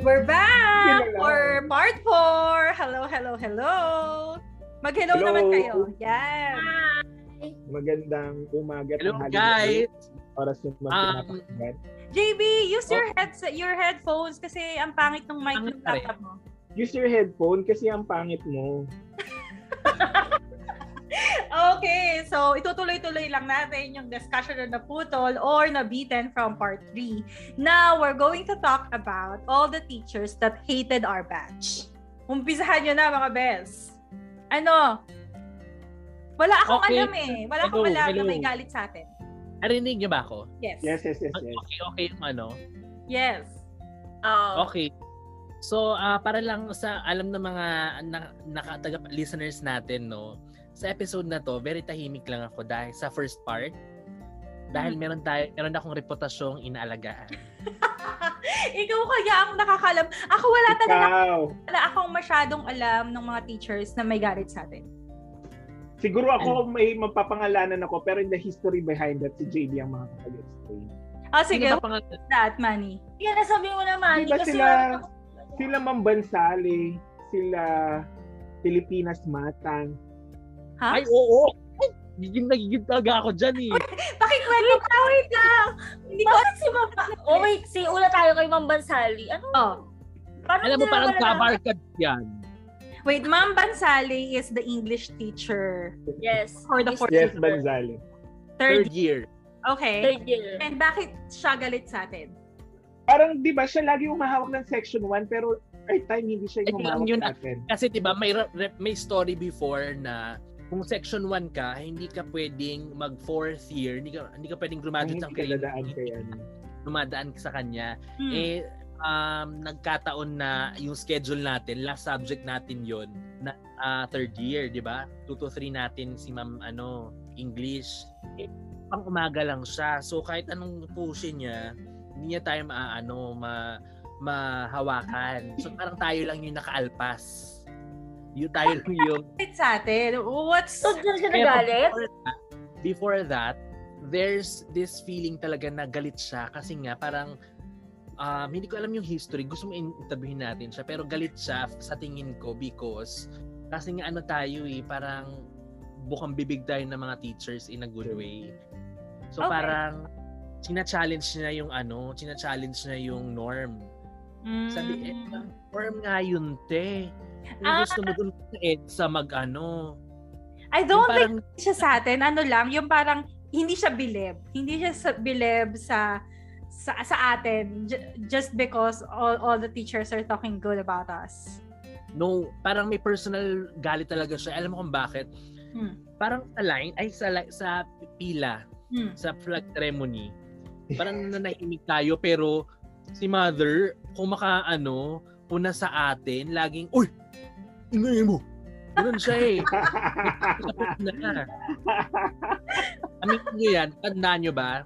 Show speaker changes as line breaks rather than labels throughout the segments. We're back
Yun na lang.
for part 4. Hello, hello, hello. Mag-hello
Hello.
naman kayo. Yan.
Magandang umaga.
Hello
tanghali,
guys.
gabi. Oras yung mga
Um,
pinapakinggan.
JB, use
Oh.
your headset, your headphones kasi ang pangit ng mic
Pangit
ng
pa rin.
laptop mo.
Use your headphone kasi ang pangit mo.
Okay, so itutuloy-tuloy lang natin yung discussion na naputol or nabitin from part 3. Now, we're going to talk about all the teachers that hated our batch. Umpisahan nyo na mga bells. Ano? Wala akong
Okay.
alam eh. Wala akong
Hello,
alam na
hello.
may galit sa atin.
Narinig niyo ba ako?
Yes.
Yes, yes, yes, yes.
Okay, okay yung ano.
Yes. Um,
Okay. So, ah, para lang sa alam ng mga na, nakataga listeners natin, no? Sa episode na to, very tahimik lang ako dahil sa first part. Dahil
Hmm.
meron tayo, meron akong reputasyong inaalagaan.
Ikaw kaya ang nakakalam. Ako wala talaga.
Ikaw.
Wala akong masyadong alam ng mga teachers na may galit sa atin.
Siguro ako
Ano?
may mapapangalanan ako pero the history behind that si JD ang makakapag-explain.
Ah, sige.
Sino
What's
Ano ba pangalan?
that, Manny?
Yan, nasabi mo naman.
Di ba
kasi
sila-
wala-
Sila Mambansali, sila Pilipinas Matang.
Ha?
Ay, oo! Ay, Gigil na gigil talaga ako dyan eh.
Pakikwento ka. Wait lang. Hindi ko alam si Mama.
Oh, wait. Si una tayo kay Ma'am Bansali. Ano?
Oh.
Paano
Alam mo,
nila
parang
wala na-
kabarkad yan.
Wait, Ma'am Bansali is the English teacher
Yes.
for the fourth
Yes,
year.
Banzali.
Third.
Third year.
Okay.
Third year.
And bakit siya galit sa atin?
Parang di ba siya lagi umahawak ng section 1 pero every time hindi siya
Eh,
yung umahawak
yun-
sa atin.
Kasi 'di ba may re- re- may story before na kung section 1 ka, hindi ka pwedeng mag fourth year, hindi ka hindi ka pwedeng
Ang
graduate
hindi
ng
ka
grade.
dadaan kay ano.
Dumadaan ka sa kanya.
Hmm.
Eh um nagkataon na yung schedule natin, last subject natin yon na ah, third year, 'di ba? 2 to 3 natin si Ma'am ano, English. Eh, pang umaga lang siya. So kahit anong pushin niya, hindi niya tayo maaano ma mahawakan. So parang tayo lang yung nakaalpas. Yung tayo lang yung
Galit sa atin. What's...
So, dyan siya
Pero
nagalit?
Before that, before that, there's this feeling talaga na galit siya kasi nga parang um, hindi ko alam yung history. Gusto mo interviewin natin siya pero galit siya sa tingin ko because kasi nga ano tayo eh, parang bukang bibig tayo ng mga teachers in a good way. So
Okay.
parang sina-challenge niya yung ano, sina-challenge niya yung norm.
Mm.
Sabi, eh, ang norm nga yun, te. Kung
Ah.
gusto mo dun sa EDSA mag-ano.
I
Yung
don't think
parang
siya sa atin, ano lang, yung parang hindi siya bilib. Hindi siya sa bilib sa sa, sa atin ju- just because all, all the teachers are talking good about us.
no, parang may personal galit talaga siya. Alam mo kung bakit?
Hmm.
Parang sa line, ay sa, li- sa pila,
Hmm.
sa flag ceremony, parang nanahimik tayo pero si mother, kung maka ano, puna sa atin, laging, Uy! Ingay mo! Ganun siya eh. Tapos na. Amin nyo ano yan, tandaan nyo ba?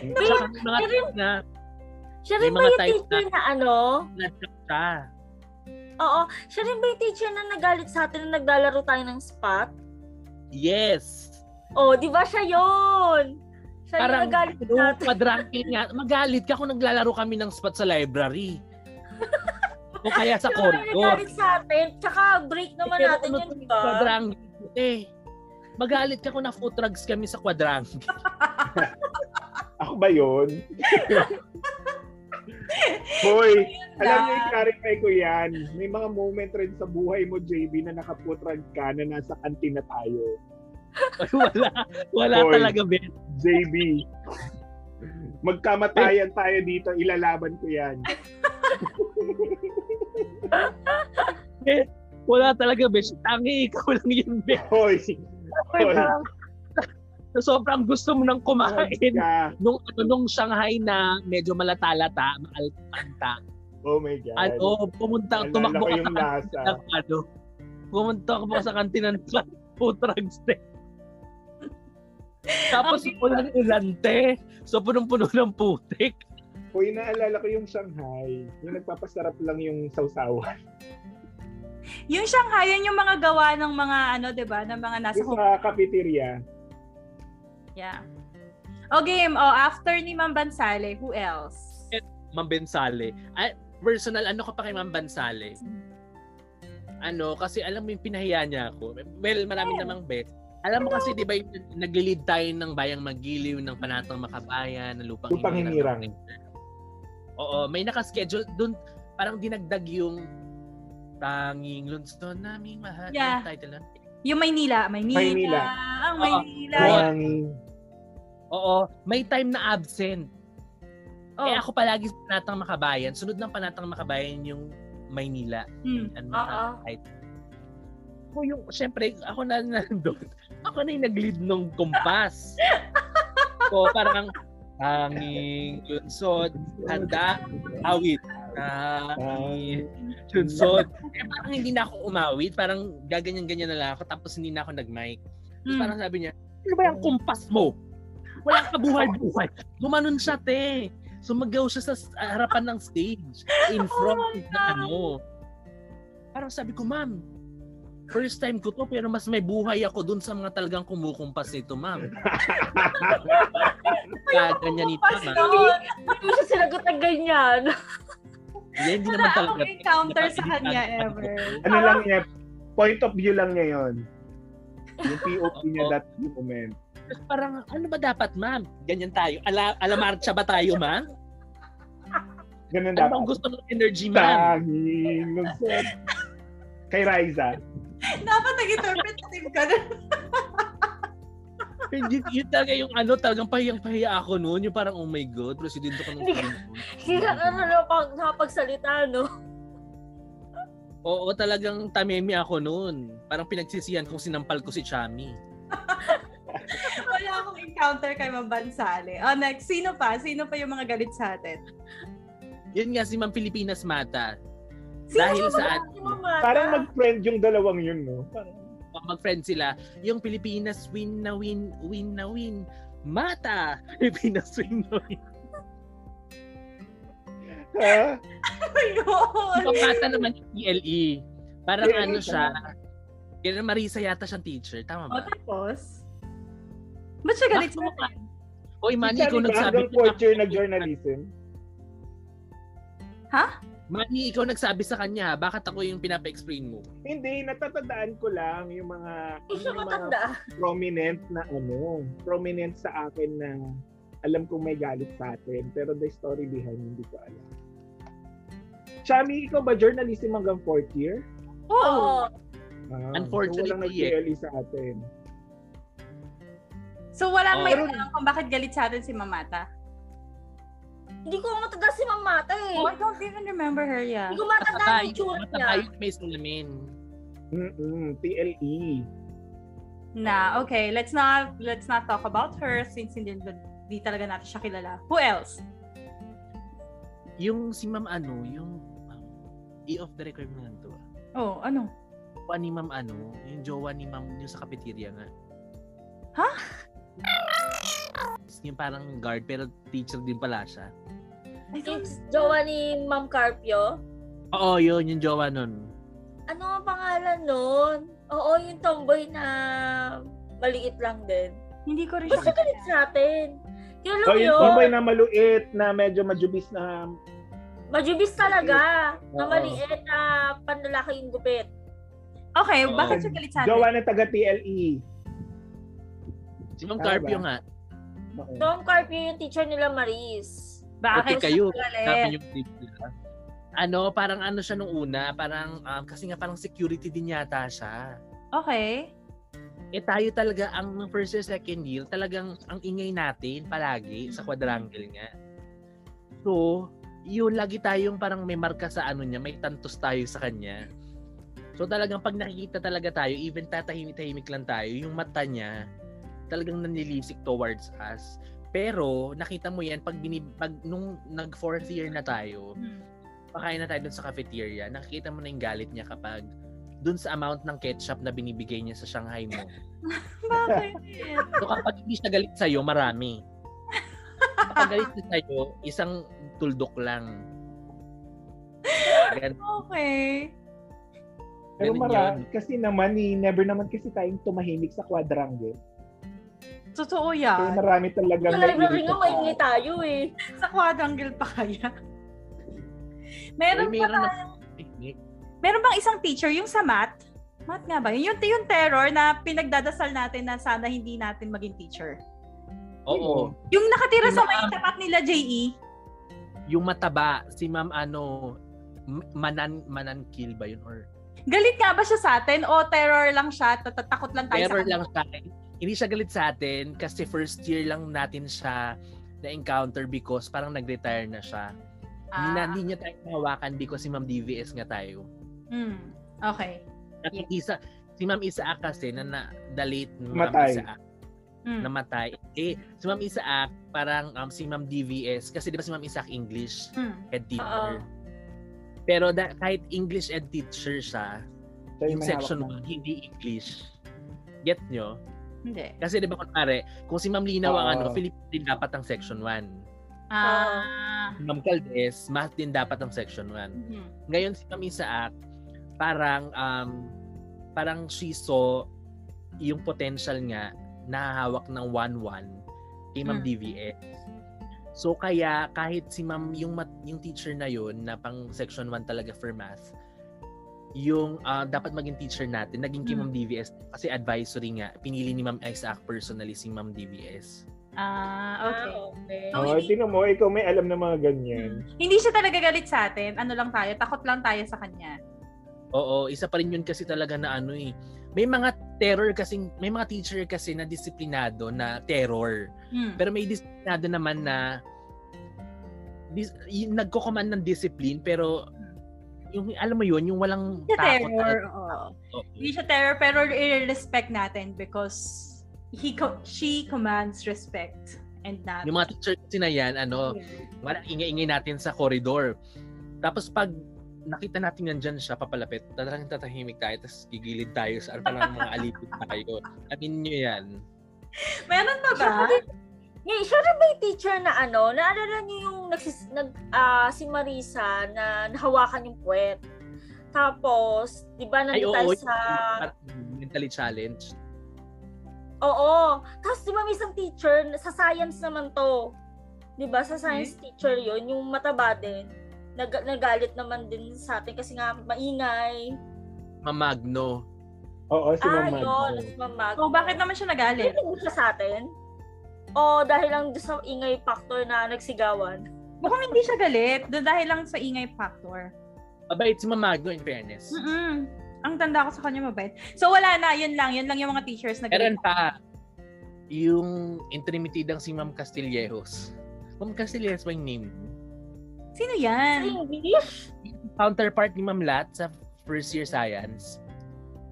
Tsaka may mga
pero-
type na,
Siya
May
rin ba
mga
yung
type
teacher na ano?
na siya.
Oo. Siya rin ba yung teacher na nagalit sa atin na naglalaro tayo ng spot?
Yes!
Oh, di ba siya yun? Siya yung
Parang, ano?
nagalit
no,
sa atin.
padrangking nga. Magalit ka kung naglalaro kami ng spot sa library. o kaya sa
Siya yung
corridor.
nagalit sa atin. Tsaka break naman
Pero
natin
ano
yun,
to,
di ba?
quadrangle, eh. Magalit ka kung na-food drugs kami sa quadrangle.
Ako ba yun? Hoy, alam niyo, i-clarify ko yan. May mga moment rin sa buhay mo, JB, na nakaputrag ka na nasa kantina tayo.
wala. Wala
Hoy.
talaga, Ben.
JB, magkamatayan tayo dito, ilalaban ko yan.
Wala talaga, Ben. Tangi, ikaw lang yun, Ben.
Hoy,
Hoy, na Sobrang gusto mo nang kumain.
ka.
Nung, ano, nung Shanghai na medyo malatalata, maalpanta,
Oh my God.
ano, pumunta,
Naalala ko
tumakbo ka
yung
sa
lasa.
ng ano, pumunta ako sa kantina ng food trucks te. Tapos
Okay.
ulan ulan te. So punong-puno ng putik.
Hoy, naalala ko yung Shanghai. Yung nagpapasarap lang yung sawsawan.
Yung Shanghai, yun yung mga gawa ng mga ano, 'di ba, ng mga nasa
Yung
home.
sa cafeteria.
Yeah. O game, oh, after ni Ma'am Bansale, who else?
Mambensale. Ay, personal, ano ko pa kay Ma'am Bansale? Ano, kasi alam mo yung pinahiya niya ako. Well, marami namang bet. Alam mo kasi, di ba, yung nagli-lead tayo ng bayang magiliw, ng panatang makabayan, ng lupang
Lupang hinirang.
Oo, may nakaschedule. Doon, parang dinagdag yung tanging lunsod naming mahal.
Yeah.
Yung title nun.
Yung Maynila, Maynila.
Maynila.
Ang Maynila.
Oo.
Oo.
Ang
Oo, may time na absent. Eh ako palagi sa Panatang Makabayan. Sunod ng Panatang Makabayan yung Maynila.
Hmm.
Ano
Oo.
ang title? Ako yung, syempre, ako na nandun. Ako na yung nag-lead nung kumpas. so, parang tanging lunsod, handa, awit. Tanging lunsod. Eh, parang hindi na ako umawit. Parang gaganyan-ganyan na lang ako. Tapos hindi na ako nag-mic. Tapos
Hmm.
Parang sabi niya, ano ba yung kumpas mo? Wala ka buhay-buhay. Gumanon siya, te. Sumagaw siya sa s- harapan ng stage. In front
Oh my
na ano. Parang sabi ko, ma'am, first time ko to, pero mas may buhay ako dun sa mga talagang kumukumpas nito, ma'am. Kaganyan nito,
Kumpas
ma'am.
doon.
Hindi mo siya sinagot na ganyan.
Yeah, hindi
Wala
naman talaga.
akong encounter sa
Hindi
kanya
talaga-
ever.
Ano lang niya, point of view lang niya yun. Yung POV niya that moment.
Tapos Parang, ano ba dapat, ma'am? Ganyan tayo. Ala, alamarcha ba tayo, ma'am?
Ganun
Ano bang
dapat.
gusto ng energy, ma'am?
Tanging lungsod. Kay Raiza.
Dapat nag-interpretative ka na.
Hindi, yun talaga yung ano, talagang pahiyang-pahiya ako noon. Yung parang, oh my God, presidente ka ng
Hindi Hindi ka na
Pilipinas.
napag, napagsalita, no?
Oo, talagang tameme ako noon. Parang pinagsisihan kung sinampal ko si Chami.
Wala akong encounter kay Mabansale. Oh, next. Sino pa? Sino pa yung mga galit sa atin?
Yun nga si Ma'am Pilipinas Mata.
Sino
Dahil
yung
sa
Hindi
atin,
mo mata.
Parang mag-friend yung dalawang yun, no? Parang,
pag mag-friend sila, yung Pilipinas win na win, win na win. Mata! Pilipinas win na win.
ha?
Ayun.
Yung mata naman yung PLE. Parang
PLE
ano
ka
siya, kaya Marisa yata siyang teacher, tama
O, Oh,
ba?
tapos? Ba't siya galit sa atin?
Hoy, Manny,
Siya,
ikaw
di ba,
nagsabi
Hanggang fourth year nag-journalism.
Manny, ikaw nagsabi sa kanya, bakit ako yung pinapa-explain mo?
Hindi, natatandaan ko lang yung mga,
Hindi siya
yung mga
matanda.
prominent na ano, prominent sa akin na alam kong may galit sa atin, pero the story behind hindi ko alam. Chami, ikaw ba journalism hanggang fourth year?
Oo.
Oo.
Ah,
Unfortunately,
so walang nag-PLE sa atin.
So, walang
Oo.
may alam kung bakit galit sa atin si Mamata?
Hindi ko matanda si mamata eh.
Oh, I don't even remember her, yeah.
Hindi ko matanda yung
Matabayo,
tsura niya.
matabayo may salamin.
Mm-mm, E. TLE.
Na, okay, let's not let's not talk about her since hindi, hindi talaga natin siya kilala. Who else?
Yung si Ma'am ano, yung um, i-off the record mo lang to. ah.
Oh, ano?
Jowa ni Ma'am ano, yung jowa ni Ma'am yung sa cafeteria nga.
Ha?
Yung parang guard pero teacher din pala siya.
I think
Yung jowa ni Ma'am Carpio.
Oo, yun yung jowa nun.
Ano ang pangalan nun? Oo, yung tomboy na maliit lang din.
hindi ko rin
Basta
siya
galit sa atin. Yun lang
Oh, yung
yun.
tomboy na maluit, na medyo majubis na
Majubis talaga. Na
Oo.
maliit na panlalaki yung gupit.
Okay,
Oo.
bakit siya galit sa atin?
jowa na taga TLE.
Si Ma'am
Tama
Carpio
ba?
nga.
Oo.
Tom Carpio yung teacher nila Maris.
Bakit
Okay kayo.
siya
Eh.
galit?
Sabi yung tip nila. Ano, parang ano siya nung una, parang um, kasi nga parang security din yata siya.
Okay.
Eh tayo talaga ang ng first year, second year, talagang ang ingay natin palagi sa quadrangle nga. So, yun lagi tayong parang may marka sa ano niya, may tantos tayo sa kanya. So talagang pag nakikita talaga tayo, even tatahimik-tahimik lang tayo, yung mata niya talagang nanlilisik towards us. Pero nakita mo yan pag, binib- pag nung nag fourth year na tayo,
Hmm.
pakain na tayo dun sa cafeteria, nakikita mo na yung galit niya kapag dun sa amount ng ketchup na binibigay niya sa Shanghai mo.
Bakit?
So kapag hindi siya galit sa'yo, marami. Kapag galit siya sa'yo, isang tuldok lang. Ganun,
okay.
Pero
ganun
mara,
yun.
kasi naman, eh, never naman kasi tayong tumahimik sa quadrangle.
Totoo
Kaya
yan.
marami talaga
Yung library nga,
irritate.
maingay tayo eh.
Sa quadrangle pa kaya. Meron,
Uy,
ba
meron na
ba-
picnic.
meron bang isang teacher, yung sa math? Math nga ba? Yun yung, yung terror na pinagdadasal natin na sana hindi natin maging teacher.
Oo.
Yung nakatira sa may
Ma'am.
tapat nila, E, JE.
Yung mataba, si ma'am ano, M- Manan, Manankil ba yun? Or
Galit nga ba siya sa atin o terror lang siya? Tatatakot lang tayo sa
terror
kanya?
lang siya. Hindi siya galit sa atin kasi first year lang natin siya na-encounter because parang nag-retire na siya. Hindi, na,
Ah,
hindi niya tayo mahawakan because si ma'am DVS nga tayo.
mm, okay.
At
Yeah.
isa, si ma'am Isaak kasi na, na the late ma'am
Matay.
Isaak
Mm.
namatay. Eh, si ma'am Isaak, parang um, si ma'am DVS, kasi di ba si ma'am Isaak English
Mm.
head teacher.
Oo.
Pero da- kahit English ed teacher siya,
Siya
yung
may
section
hawak
1, hindi English. Get nyo?
Hindi.
Kasi di ba kunwari, kung si Ma'am Linaw ang
Oo.
ano, Filipino din dapat ang section 1.
Ah.
Si Ma'am Caldes, math din dapat ang section 1.
mhm.
Ngayon si Ma'am Isaak, parang, um, parang she saw yung potential nga nahahawak ng 1-1 kay Ma'am
Mm.
DVS. So kaya kahit si Ma'am yung mat, yung teacher na yun na pang section 1 talaga for math, yung ah, dapat maging teacher natin naging kay
Mm.
Ma'am DVS kasi advisory nga pinili ni Ma'am Isaac personally si Ma'am DVS.
Ah, okay.
Ah, okay.
So,
Oh,
hindi-
tingnan mo, ikaw may alam ng mga ganyan.
Mm. Hindi siya talaga galit sa atin. Ano lang tayo, takot lang tayo sa kanya.
Oo, isa pa rin yun kasi talaga na ano eh. May mga terror kasi may mga teacher kasi na disiplinado na terror.
Mm.
Pero may disiplinado naman na dis, yung nagko-command ng discipline pero yung alam mo yun, yung walang
Hindi siya
takot.
terror.
talaga.
oo.
Oo.
Hindi siya terror, pero i-respect natin because he co- she commands respect and not...
Yung mga teacher kasi na yan, ano, parang ingay-ingay natin sa corridor. Tapos pag nakita natin nandyan siya papalapit, talagang tatahimik tayo, tapos gigilid tayo sa parang mga alipin tayo. Amin nyo yan.
Meron pa ba?
Siya rin- Yeah, siya rin ba yung teacher na ano? Naalala niyo yung nagsis, nag, ah, si Marisa na nahawakan yung puwet. Tapos, di ba
Ay,
nandito
oo.
tayo
yung
sa...
Mentally challenged.
Oo. Tapos, di ba may isang teacher, na- sa science naman to. Di ba, sa science teacher yon yung mataba din. Nag, nagalit naman din sa atin kasi nga maingay.
Mamagno.
Oo, si
ah,
Ma'am
yun.
Magno.
Si Ma'am Magno.
So, Oh, bakit naman siya nagalit?
Hindi ba siya sa atin? O dahil lang doon sa ingay factor na nagsigawan.
Mukhang hindi siya galit doon dahil lang sa ingay factor.
Mabait si Mamagno in fairness.
Mm-mm. Ang tanda ko sa kanya mabait. So wala na, yun lang. Yun lang yung mga teachers na
Meron
galit.
pa yung intrimitidang si Ma'am Castillejos. Ma'am Castillejos ba yung name?
Sino
Sa
yan?
English?
Counterpart ni Ma'am Lat sa first year science.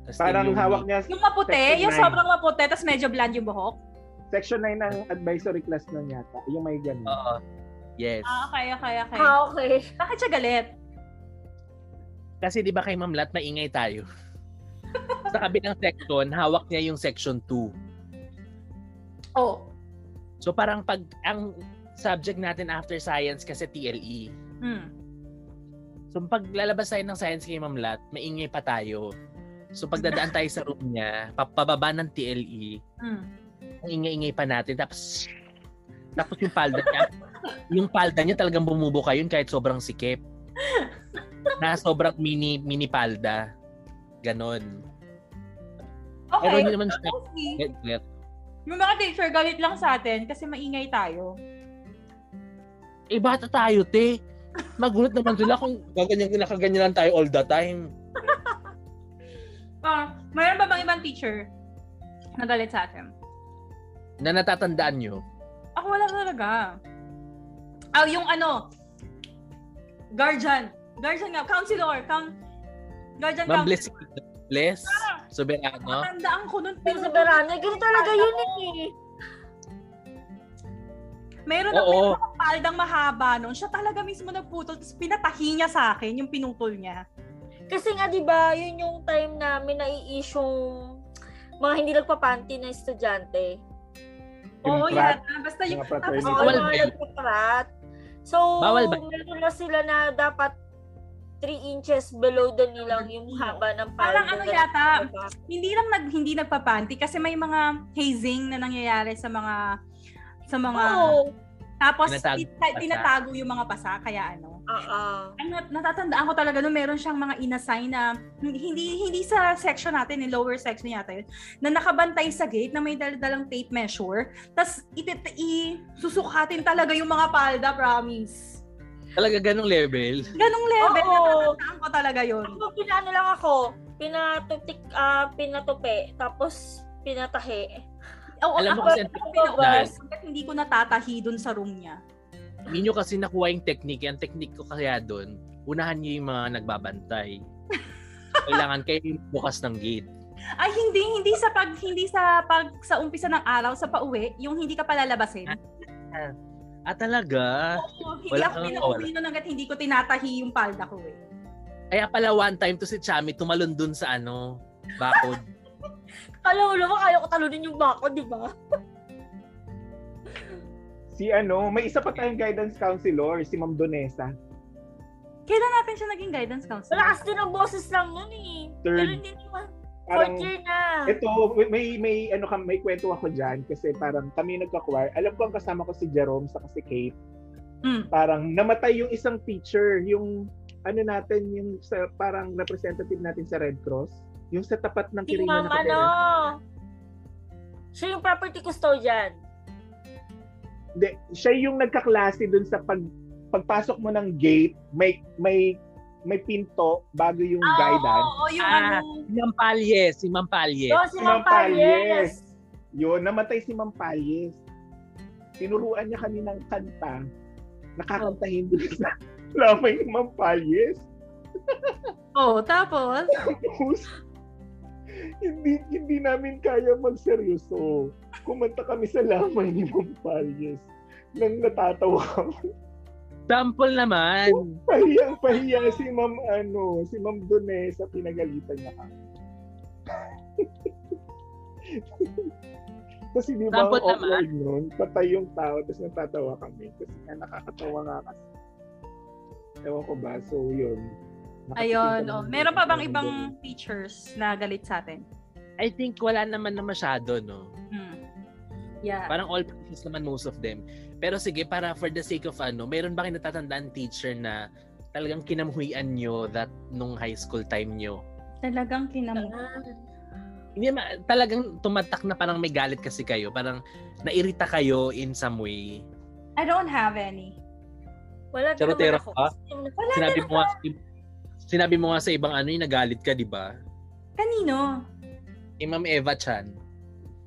Tapos
Parang
yung-
hawak niya
Yung maputi,
Section
yung
nine.
sobrang maputi, tapos medyo bland yung buhok.
section 9 ng advisory class nun yata. Yung may ganun.
Oo. Yes.
Ah, okay, okay, okay.
Ah, okay.
Bakit siya galit?
Kasi di ba kay Ma'am Lat maingay tayo. sa kabilang section, hawak niya yung section 2.
Oh.
So parang pag ang subject natin after science kasi E. TLE.
Mm.
So pag lalabas tayo ng science kay Ma'am Lat, maingay pa tayo. So pagdadaan tayo sa room niya, pa- pababa ng TLE,
Mm.
ang ingay-ingay pa natin. Tapos, tapos yung palda niya, yung palda niya talagang bumubuka yun kahit sobrang sikip. Na sobrang mini, mini palda. Ganon. Pero
Okay.
hindi naman siya
Okay.
get wet.
Yung mga teacher, galit lang sa atin kasi maingay tayo.
Eh, bata tayo, te. Magulat naman sila kung gaganyan, nakaganyan lang tayo all the time.
Ah, mayroon ba bang ibang teacher na galit sa atin?
Na natatandaan nyo.
Ako wala talaga. Ah, yung ano, guardian. Guardian nga, counselor, count, guardian
Ma'am
counselor.
Bless, Bless, Soberano.
Matandaan ko nun.
Pero sa Berano, ganun talaga yun eh.
Meron
Oo.
ako akong paldang mahaba nun. Siya talaga mismo nagputol. Tapos pinatahi niya sa akin yung pinutol niya.
Kasi nga, di ba, yun yung time namin nai-issue mga hindi nagpapanti na estudyante.
Oo,
frat.
yata. Basta yung...
Mga fraternity.
Tapos,
Oo,
Bawal
yung
ba
mga
yun?
nagpaprat. So,
Bawal ba yun?
meron na sila na dapat 3 inches below the knee lang yung haba ng palda.
Parang ano yata, hindi lang nag, hindi
Oh!
nagpapanti kasi may mga hazing na nangyayari sa mga sa mga
Oo.
Tapos tinatago,
Tinatago yung pasa.
tinatago yung mga pasa kaya ano.
Oo.
Ang nat- natatandaan ko talaga no meron siyang mga inassign na hindi hindi sa section natin, in lower section yata yun, na nakabantay sa gate na may daldalang tape measure. Tapos itit i susukatin talaga yung mga palda, promise.
Talaga ganong level.
Ganong level
Oo.
natatandaan ko talaga yun.
Ako, pinaano lang ako, pinatutik, ah, pinatupi, tapos pinatahi.
Oo,
Alam
ako,
mo kasi ang
ako
technique
pinag-
dahil-
bakit hindi ko natatahi dun sa room niya.
Hindi nyo kasi nakuha yung technique. Ang technique ko kaya doon, unahan nyo yung mga nagbabantay. Kailangan kayo yung bukas ng gate.
Ay hindi hindi sa pag hindi sa pag sa umpisa ng araw sa pauwi, yung hindi ka palalabasin.
Ah, talaga?
Oo, hindi
Wala
ako
kang
pinauwi nun hanggat hindi ko tinatahi yung palda ko eh.
Kaya pala one time to si Chami tumalon dun sa ano, bakod.
Alam mo naman, kaya ko talunin yung bako, di ba?
Si ano, may isa pa tayong guidance counselor, si Ma'am Donesa.
Kailan natin siya naging guidance counselor?
Malakas din ang boses lang nun eh.
Third.
Pero hindi naman. Fourth
Parang
year na.
ito, may may ano kam may kwento ako diyan kasi parang kami nagka-choir. Alam ko ang kasama ko si Jerome sa kasi Kate.
Mm.
Parang namatay yung isang teacher, yung ano natin yung sa, parang representative natin sa Red Cross, yung sa tapat ng
Si
Kirina
Ma'am
na
ano. Siya yung property custodian.
Hindi, siya yung nagkaklase dun sa pag pagpasok mo ng gate, may may may pinto bago yung
Ah,
guidance.
Oo, oo, yung
Ah.
ano.
Si Ma'am Palye, si Ma'am Palye.
Oo, si Ma'am Palyes.
Yun, namatay si Ma'am Palyes. Tinuruan niya kami ng kanta. Nakakantahin doon sa lamay ni Ma'am Palyes.
Oh, tapos
Tapos, hindi, hindi namin kaya magseryoso. Kumanta kami sa lamay ni Ma'am Palyes. Nang natatawa kami.
Sample naman.
Pahiyang pahiya si Ma'am ano, si Ma'am Donesa, pinagalitan niya kami. Kasi di ba ang
Sample naman.
awkward nun? Patay yung tao, tapos natatawa kami. Kasi nga nakakatawa nga kasi. Ewan ko ba, so yun. Nakatikim
ayun,
kami
oh.
ng-
Meron pa bang
ng-
ibang teachers na galit sa atin?
I think wala naman na masyado, no?
Mm. Yeah.
Parang all practice naman most of them. Pero sige, para for the sake of ano, meron ba kayo natatandaan teacher na talagang kinamuhian nyo that nung high school time nyo?
Talagang kinamu.
Ah,
Hindi ma- talagang tumatak na parang may galit kasi kayo. Parang nairita kayo in some way.
I don't have any.
Wala din
Charotero
naman ako.
ka?
Wala
Sinabi
din
mo nga, sinabi mo nga sa ibang ano yung nagalit ka, di ba?
Kanino?
Kay Ma'am Eva Chan.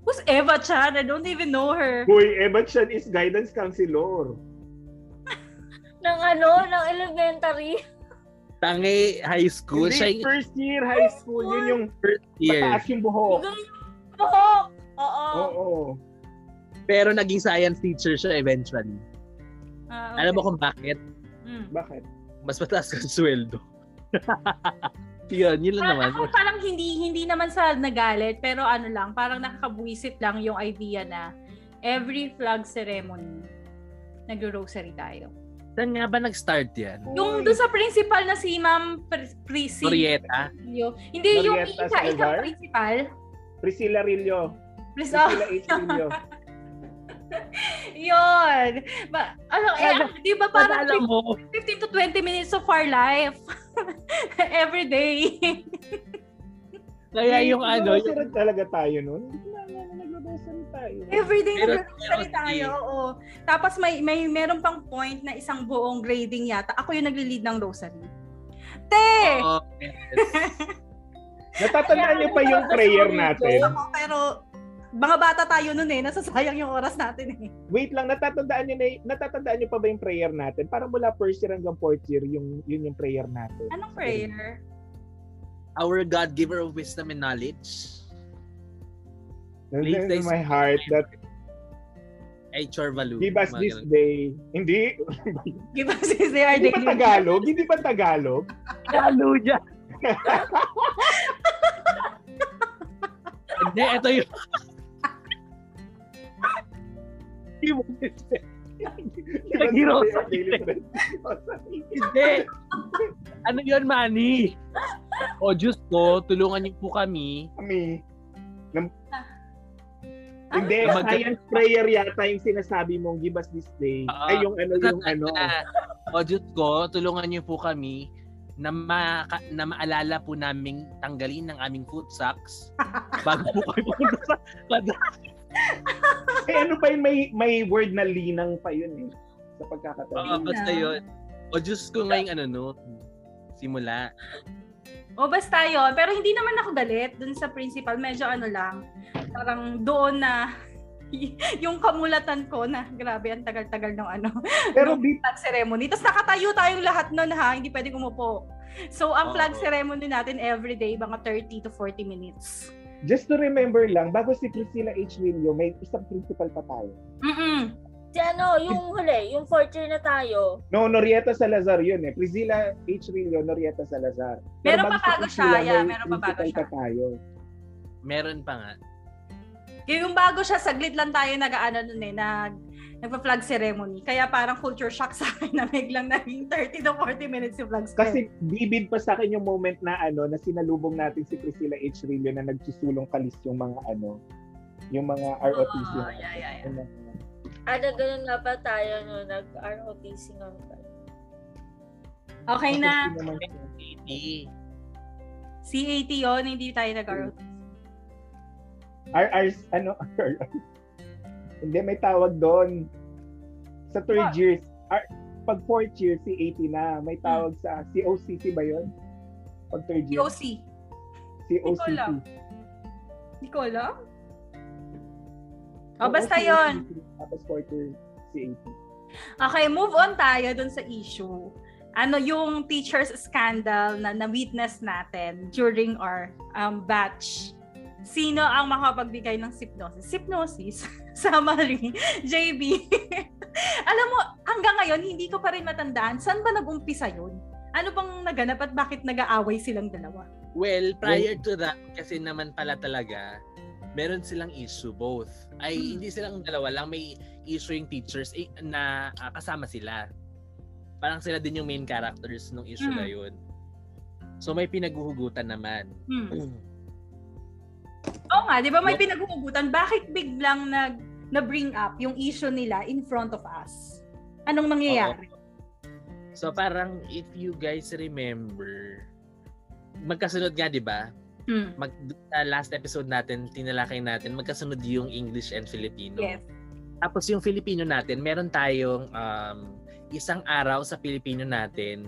Who's Eva Chan? I don't even know her.
Boy, Evan Chan is guidance counselor.
Ng ano, ng elementary.
Tangi high school. Siya
Hindi,
yung
first year high
Oh,
school, yun yung
first year.
mataas yung buhok.
Ganun yung buhok. Oo.
Oo.
Pero naging science teacher siya eventually.
Ah, okay.
Alam mo kung bakit?
Mm.
Bakit?
Mas mataas ang sweldo. yun, yun
Parang
lang naman.
ako parang hindi hindi naman sa nagalit pero ano lang parang nakakabwisit lang yung idea na every flag ceremony nagro-rosary tayo.
Saan nga ba nag-start yan?
Yung
Uy.
doon sa principal na si Ma'am Pr- Prissy.
Orieta?
Yo- Hindi yung
Marietta
isa isa
Salvar?
principal.
Priscilla Rillo.
Please, oh,
Priscilla H. Rillo.
yun. Ba, ano, eh,
Sana-
di ba
Para
parang
Ano, alam mo,
15 to 20 minutes of our life? Every day.
kaya yung ano, yung,
Nagro-rosary talaga tayo nun. Hindi na alam, nagro-rosary tayo.
Every day
Pero-
nagre-rosary
pero-
tayo, oo. Tapos may may meron pang point na isang buong grading yata. Ako yung nagli-lead ng rosary. Te!
oh,
Natatandaan niyo pa yung prayer natin.
Ako, pero mga bata tayo nun eh. Nasasayang yung oras natin eh.
Wait lang, natatandaan niyo na, natatandaan niyo pa ba yung prayer natin? Para mula first year hanggang fourth year, yung, yun yung prayer natin.
Anong prayer?
our God giver of wisdom and knowledge.
Please in my heart that
Ay, Chorvalu.
give us
Mga
this
ganun.
day. Hindi?
Give us this day our daily
Hindi ba
bread.
Tagalog? Hindi ba Tagalog?
Hallelujah! Hindi, ito yung...
Give us this day our daily bread.
Hindi. Ano yun, Manny? Oh, O, Diyos ko, tulungan niyo po kami
Kami,
Ah.
Hindi,
Ano?
Mag-
science prayer yata yung sinasabi mong give us this day.
Oo.
Ay, yung ano, yung ano.
O oh, Diyos ko, tulungan niyo po kami na, maka, na maalala po naming tanggalin ng aming food sacks bago po kami pumunta sa
Eh, ano pa yun, may, may word na linang pa yun eh. Sa
Oo,
pagkakataon.
Ah.
basta yun. O Diyos ko ngayong ano no, simula.
O basta yun. Pero hindi naman ako galit dun sa principal. Medyo ano lang, parang doon na yung kamulatan ko na grabe ang tagal-tagal ng ano
Pero di,
flag ceremony. Tapos nakatayo tayong lahat nun ha, hindi pwedeng umupo. So ang flag
Oo.
ceremony natin every day mga 30 to 40 minutes.
just to remember lang, bago si Priscilla H. Lilio, may isang principal pa tayo.
Mm-mm.
Si ano, yung huli, yung fourth year na tayo.
No, Norieta Salazar yun eh. Priscilla H. Rillo, Norieta Salazar. Pero
Meron pa
bago si
bago siya,
Priscilla,
yeah,
may
meron pa bago
principal
siya.
pa tayo.
Meron pa nga.
Yung bago siya, saglit lang tayo nag-ano nun eh, nag, nagpa-flag ceremony. Kaya parang culture shock sa akin na biglang naging 30 to 40 minutes yung flag ceremony.
Kasi bibid pa sa akin yung moment na ano, na sinalubong natin si Priscilla H. Rillo na nagsusulong kalis yung mga ano, yung mga ROTC.
Oh, yeah, yeah, yeah.
Ano,
Ano, ganun nga pa tayo no, nag-ROTC nga tayo.
Okay na.
kasi naman siya.
Hindi.
CAT yon oh, hindi tayo nag-ROTC.
RR, ano, hindi, may tawag doon. Sa third
What?
years, R- pag fourth year, C80 na, may
Hmm.
tawag sa COCC ba yun? Pag third year,
POC. ko
COCC.
alam. Hindi ko alam. O, Oh, basta yon.
Tapos fourth year, C80.
Okay, move on tayo dun sa issue. Ano yung teacher's scandal na na-witness natin during our um, batch? Sino ang makapagbigay ng sipnosis? Sipnosis? Summary. JB. Alam mo, hanggang ngayon, hindi ko pa rin matandaan saan ba nag-umpisa yun? Ano bang naganap at bakit nag-aaway silang dalawa?
Well, prior to that, kasi naman pala talaga, meron silang issue both. Ay,
Hmm.
hindi silang dalawa lang. May issue yung teachers eh, na ah, kasama sila. Parang sila din yung main characters nung issue
Hmm.
na yun. So, may pinaghuhugutan naman.
Hmm. Oo nga, di ba may pinaghugutan? Bakit biglang nag, na-bring up yung issue nila in front of us? Anong nangyayari?
So, parang if you guys remember, magkasunod nga, di ba?
Hmm.
Mag, sa last episode natin, tinalakay natin, magkasunod yung English and Filipino.
Yes.
Tapos yung Filipino natin, meron tayong um, isang araw sa Filipino natin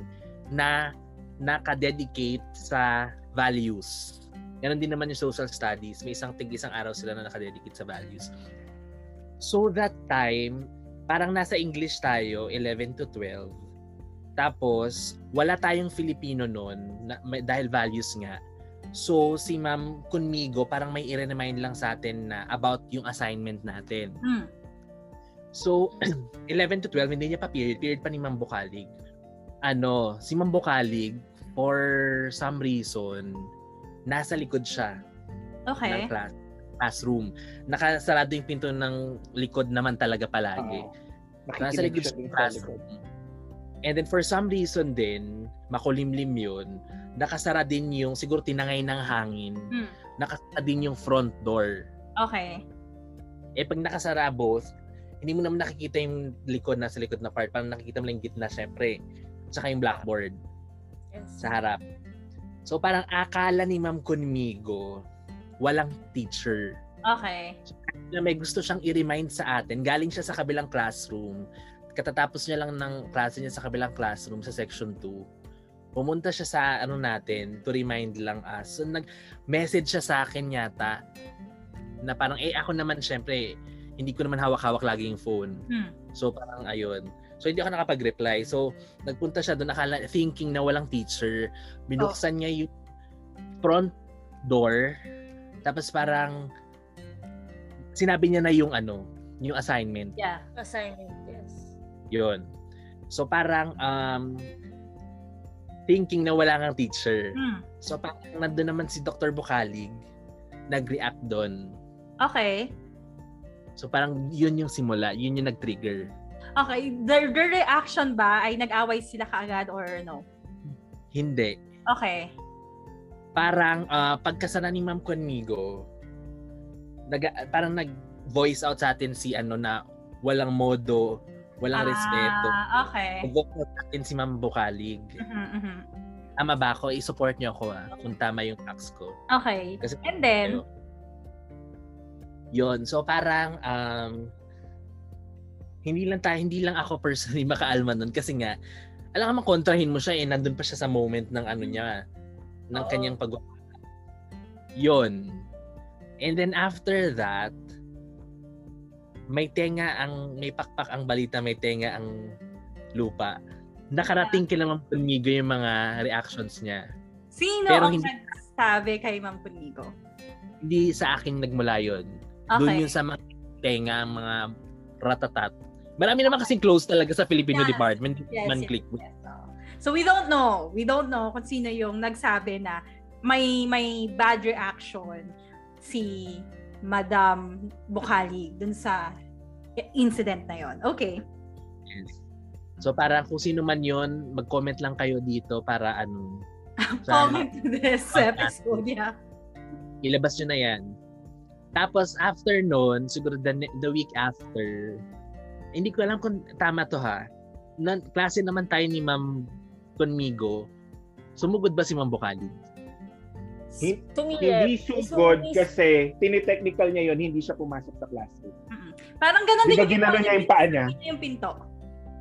na nakadedicate sa values. Ganon din naman yung social studies. May isang tig isang araw sila na nakadedicate sa values. So that time, parang nasa English tayo, 11 to 12. Tapos, wala tayong Filipino noon na, may- dahil values nga. So, si Ma'am Conmigo parang may i-remind lang sa atin na about yung assignment natin.
Hmm.
So, 11 to 12, hindi niya pa period. Period pa ni Ma'am Bukalig. Ano, si Ma'am Bukalig, for some reason, nasa likod siya ng
Okay.
class, classroom. Nakasarado yung pinto ng likod naman talaga palagi.
Oo.
nasa
Nakikinig
likod
siya
siya
dun
ng
sa
classroom.
likod.
And then for some reason din, makulimlim yun, nakasara din yung, siguro tinangay ng hangin,
Hmm.
nakasara din yung front door.
Okay.
Eh pag nakasara both, hindi mo naman nakikita yung likod na sa likod na part. Parang nakikita mo lang yung gitna syempre. Tsaka yung blackboard
Yes.
sa harap. So parang akala ni Ma'am Conmigo, walang teacher
Okay.
na may gusto siyang i-remind sa atin. Galing siya sa kabilang classroom. Katatapos niya lang ng klase niya sa kabilang classroom sa section 2. Pumunta siya sa ano natin to remind lang us. So nag-message siya sa akin yata na parang eh ako naman syempre hindi ko naman hawak-hawak lagi yung phone.
Hmm.
So parang ayun. So hindi ako nakapag-reply. So nagpunta siya doon akala thinking na walang teacher. Binuksan niya yung front door. Tapos parang sinabi niya na yung ano, yung assignment.
Yeah.
Assignment, yes.
Yun. So parang um, thinking na wala kang teacher.
Hmm.
So parang nandun naman si Dr. Bukalig nag-react doon.
Okay.
So parang yun yung simula, yun yung nag-trigger.
Okay. Their, their reaction ba ay nag-away sila kaagad or no?
Hindi.
Okay.
parang ah, pagkasana ni Ma'am Conmigo, nag, parang nag voice out sa atin si ano na walang modo, walang respeto.
Ah, okay.
Voice out sa atin si Ma'am Bukalig.
Mhm, mhm.
Tama ba ako? I-support niyo ako ah, kung tama yung tax ko.
Okay.
Kasi
And then?
Yun. So parang um, hindi lang tayo, hindi lang ako personally makaalma nun kasi nga alam ka kontrahin mo siya eh, nandun pa siya sa moment ng ano niya, ng
Oo.
kanyang pag Yun. And then after that, may tenga ang, may pakpak ang balita, may tenga ang lupa. Nakarating kila Ma'am Pulmigo yung mga reactions niya.
Sino
Pero
ang
hindi-
nagsabi kay Ma'am Punigo?
Hindi sa akin nagmula yun. Doon
Okay.
yung sa mga tenga, mga ratatat. Marami naman kasing close talaga sa Filipino
Yes.
department. Hindi
Yes,
man
yes,
click.
yes. Oo. So we don't know. We don't know kung sino yung nagsabi na may may bad reaction si Madam Bukali dun sa incident na yon. Okay.
Yes. So para kung sino man yon mag-comment lang kayo dito para ano. Sana
Comment to this episode. Yeah.
ilabas nyo na yan. Tapos after noon, siguro the, ne- the week after, hindi ko alam kung tama to ha. Na, klase naman tayo ni Ma'am Conmigo. Sumugod ba si Ma'am Bukali?
Hin-
Tumilip.
Hindi sugod kasi tinitechnical niya yun, hindi siya pumasok sa classroom.
Mm-mm. Parang ganun din
Di ba ginano niya yung paa niya?
Ginano yung pinto.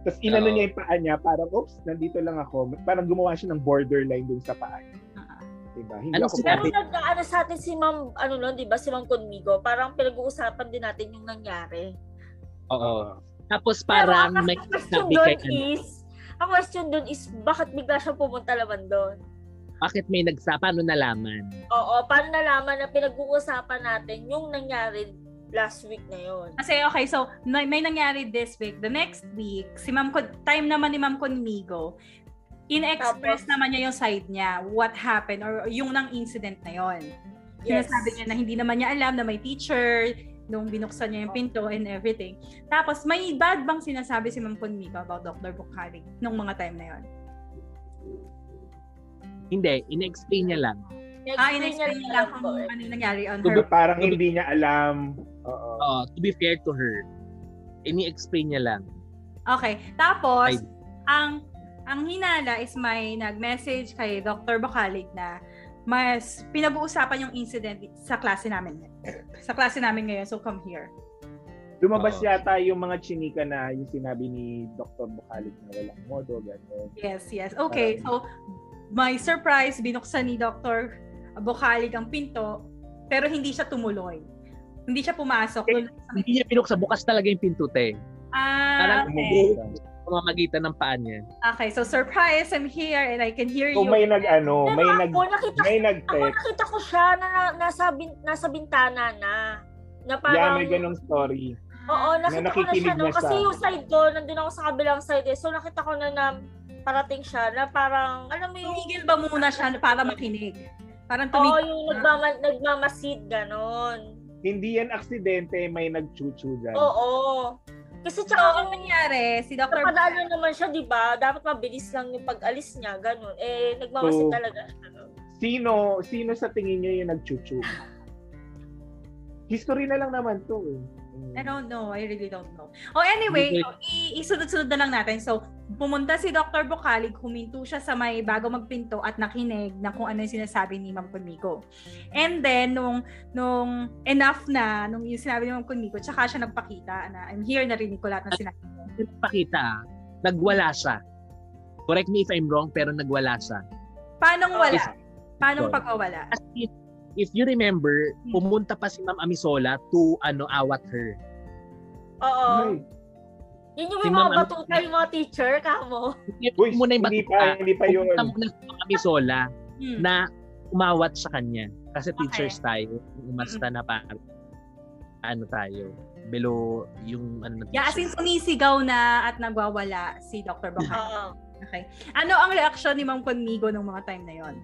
Tapos inano
Oo.
niya yung paa niya, parang, oops, nandito lang ako. Parang gumawa siya ng borderline dun sa paa niya.
Ah.
Diba? Hindi
Ano
ako
sinabi?
Pero
pumasok.
nag-ano sa atin si Ma'am, ano nun, di ba, si Ma'am Conmigo, parang pinag-uusapan din natin yung nangyari.
Oo. Tapos
Pero
parang
ang
may
question
sabi
doon
kay ano,
is, ang question doon is, bakit bigla siya pumunta naman doon?
bakit may nagsa, paano nalaman?
Oo, paano nalaman na pinag-uusapan natin yung nangyari last week na yon?
Kasi okay, so may, may nangyari this week. The next week, si Ma'am Con- time naman ni Ma'am Conmigo, in-express
Tapos-
naman niya yung side niya, what happened, or yung ng incident na yon. Sinasabi niya na hindi naman niya alam na may teacher, nung binuksan niya yung pinto and everything. Tapos, may bad bang sinasabi si Ma'am Conmigo about Dr. Bukhari nung mga time na yon?
Hindi, in-explain niya lang.
Next
Ah,
day
in-explain niya lang kung
eh.
ano yung nangyari on
Diba,
her.
Parang hindi niya alam. Oo.
Oo, to be fair to her, ini-explain niya lang.
Okay. Tapos,
Ay.
ang ang hinala is may nag-message kay Dr. Bocalig na mas pinag-uusapan yung incident sa klase namin. Sa klase namin ngayon, so come here.
Lumabas
Oo.
yata yung mga chinika na yung sinabi ni Dr. Bukalit na walang modo, gano'n.
Yes, yes. Okay, so my surprise, binuksan ni Dr. Bocalig ang pinto, pero hindi siya tumuloy. Hindi siya pumasok. Doon
Eh,
lang sa-
Hindi niya pinuksa, bukas talaga yung pinto, te.
Ah,
Parang
okay.
umubo sa pamamagitan ng paan niya.
okay, so surprise, I'm here and I can hear
Kung
you.
may nag-ano,
Pero
may
ako,
nag
nakita,
may
ako
nag-text,
nakita ko siya na na- nasa, bin- nasa bintana na. Na
yeah,
parang,
may ganong story.
oo, nakita ko na
nakikinig
siya, no?
na siya.
Kasi yung side ko, nandun ako sa kabilang side, eh. so nakita ko na na parating siya, na parang, alam mo yung,
Tumigil ba muna siya para makinig? Parang
oo,
tumigil.
yung nagmama, nagmamasid, ganon.
Hindi yan aksidente, may nag-chuchu dyan.
Oo. Kasi
So,
tsaka,
ang nangyari, si Dr.
Napadalo naman siya, di ba? Dapat mabilis lang yung pag-alis niya, ganun. Eh,
So,
nagmamasid talaga siya. no?
Sino, sino sa tingin niyo yung nag-chuchu? History na lang naman to. eh. Mm.
I don't know. I really don't know. Oh, anyway,
Hindi
so, i- isunod-sunod na lang natin. So, pumunta si Dr. Bukalig, huminto siya sa may bago magpinto at nakinig na kung ano yung sinasabi ni Ma'am Conmigo. And then, nung, nung enough na, nung yung sinabi ni Ma'am Conmigo, tsaka siya nagpakita na I'm here, narinig ko lahat ng sinabi.
Pinapakita, ah, nagwala siya. Correct me if I'm wrong, pero nagwala siya.
Paanong wala?
Is-
Paanong pagkawala?
As if, if you remember, pumunta pa si Ma'am Amisola to ano awat her.
Ay,
Oo. Yun yung
Si
may
Ma'am
mga
ano-
batuta yung mga teacher, kamo.
Uy,
Muna yung
hindi
batuta.
pa, hindi pa yun.
Pumunta muna si Ma'am Amisola
Hmm.
na umawat sa kanya. Kasi
Okay.
teachers tayo, umasta na pa ano tayo, below yung ano na
Yeah, as in,
teachers.
sumisigaw na at nagwawala si Dr. Bukalig.
Oo.
Okay. Ano ang reaksyon ni Ma'am Conmigo nung mga time na yon?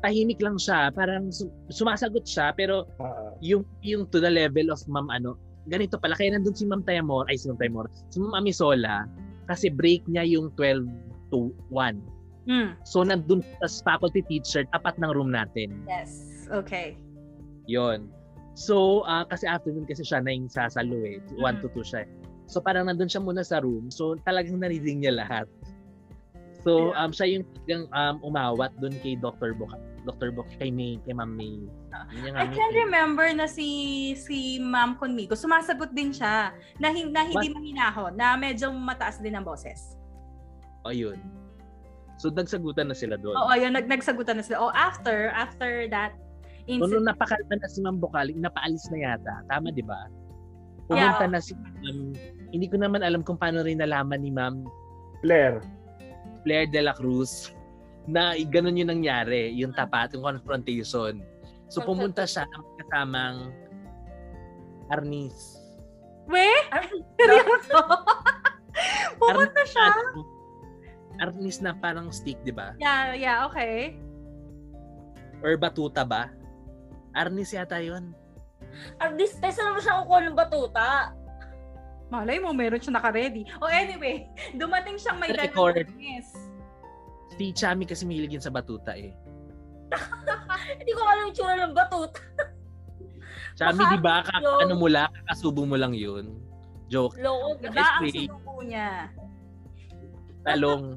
tahimik lang siya, parang sum- sumasagot siya pero
Ah,
yung yung to the level of ma'am ano, ganito pala kaya nandun si Ma'am Tayamor, ay si Ma'am Tayamor, si Ma'am Amisola kasi break niya yung 12 to 1.
Hmm.
So nandun as faculty teacher tapat ng room natin.
Yes. Okay.
Yon. So, ah, kasi afternoon kasi siya na yung sasalo eh. 1 to 2 siya. eh. So, parang nandun siya muna sa room. So, talagang narinig niya lahat. So, um, siya yung talagang um, umawat dun kay Dr. Boca. Dr. Boca, kay May, kay Ma'am May. Yun yung
I
ano,
can
eh.
remember na si si Ma'am Conmigo, sumasagot din siya na, hin- na hindi mahinahon, na medyo mataas din ang boses.
O, Oh, yun. So, nagsagutan na sila doon.
Oo, yun, nag nagsagutan na sila. Oh, after, after that
So, nung
incident.
napakalma Ano na si Ma'am Bocalic, napaalis na yata. Tama, di ba? Pumunta na si Ma'am. Hindi ko naman alam kung paano rin nalaman ni Ma'am
Blair.
Blair de la Cruz na ganun yung nangyari, yung tapat, yung confrontation. So pumunta siya ang kasamang Arnis.
We? Seryoso? Pumunta
Arnis
siya?
na ano, Arnis na parang stick, di ba?
Yeah, yeah, okay.
Or batuta ba? Arnis yata yun.
At this time, saan mo siya kukuha ng batuta?
Malay mo, meron siya naka-ready. Oh, anyway, dumating siyang may
Record.
dalang business.
Si Chami kasi mahilig yun sa batuta eh.
Hindi ko alam yung tsura ng batuta.
Chami,
Baka
di ba? Kaka-
yun.
ano mo lang, kakasubo mo lang yun. Joke,
Low on
Diba ang
Yes, we-
sinuko niya?
talong.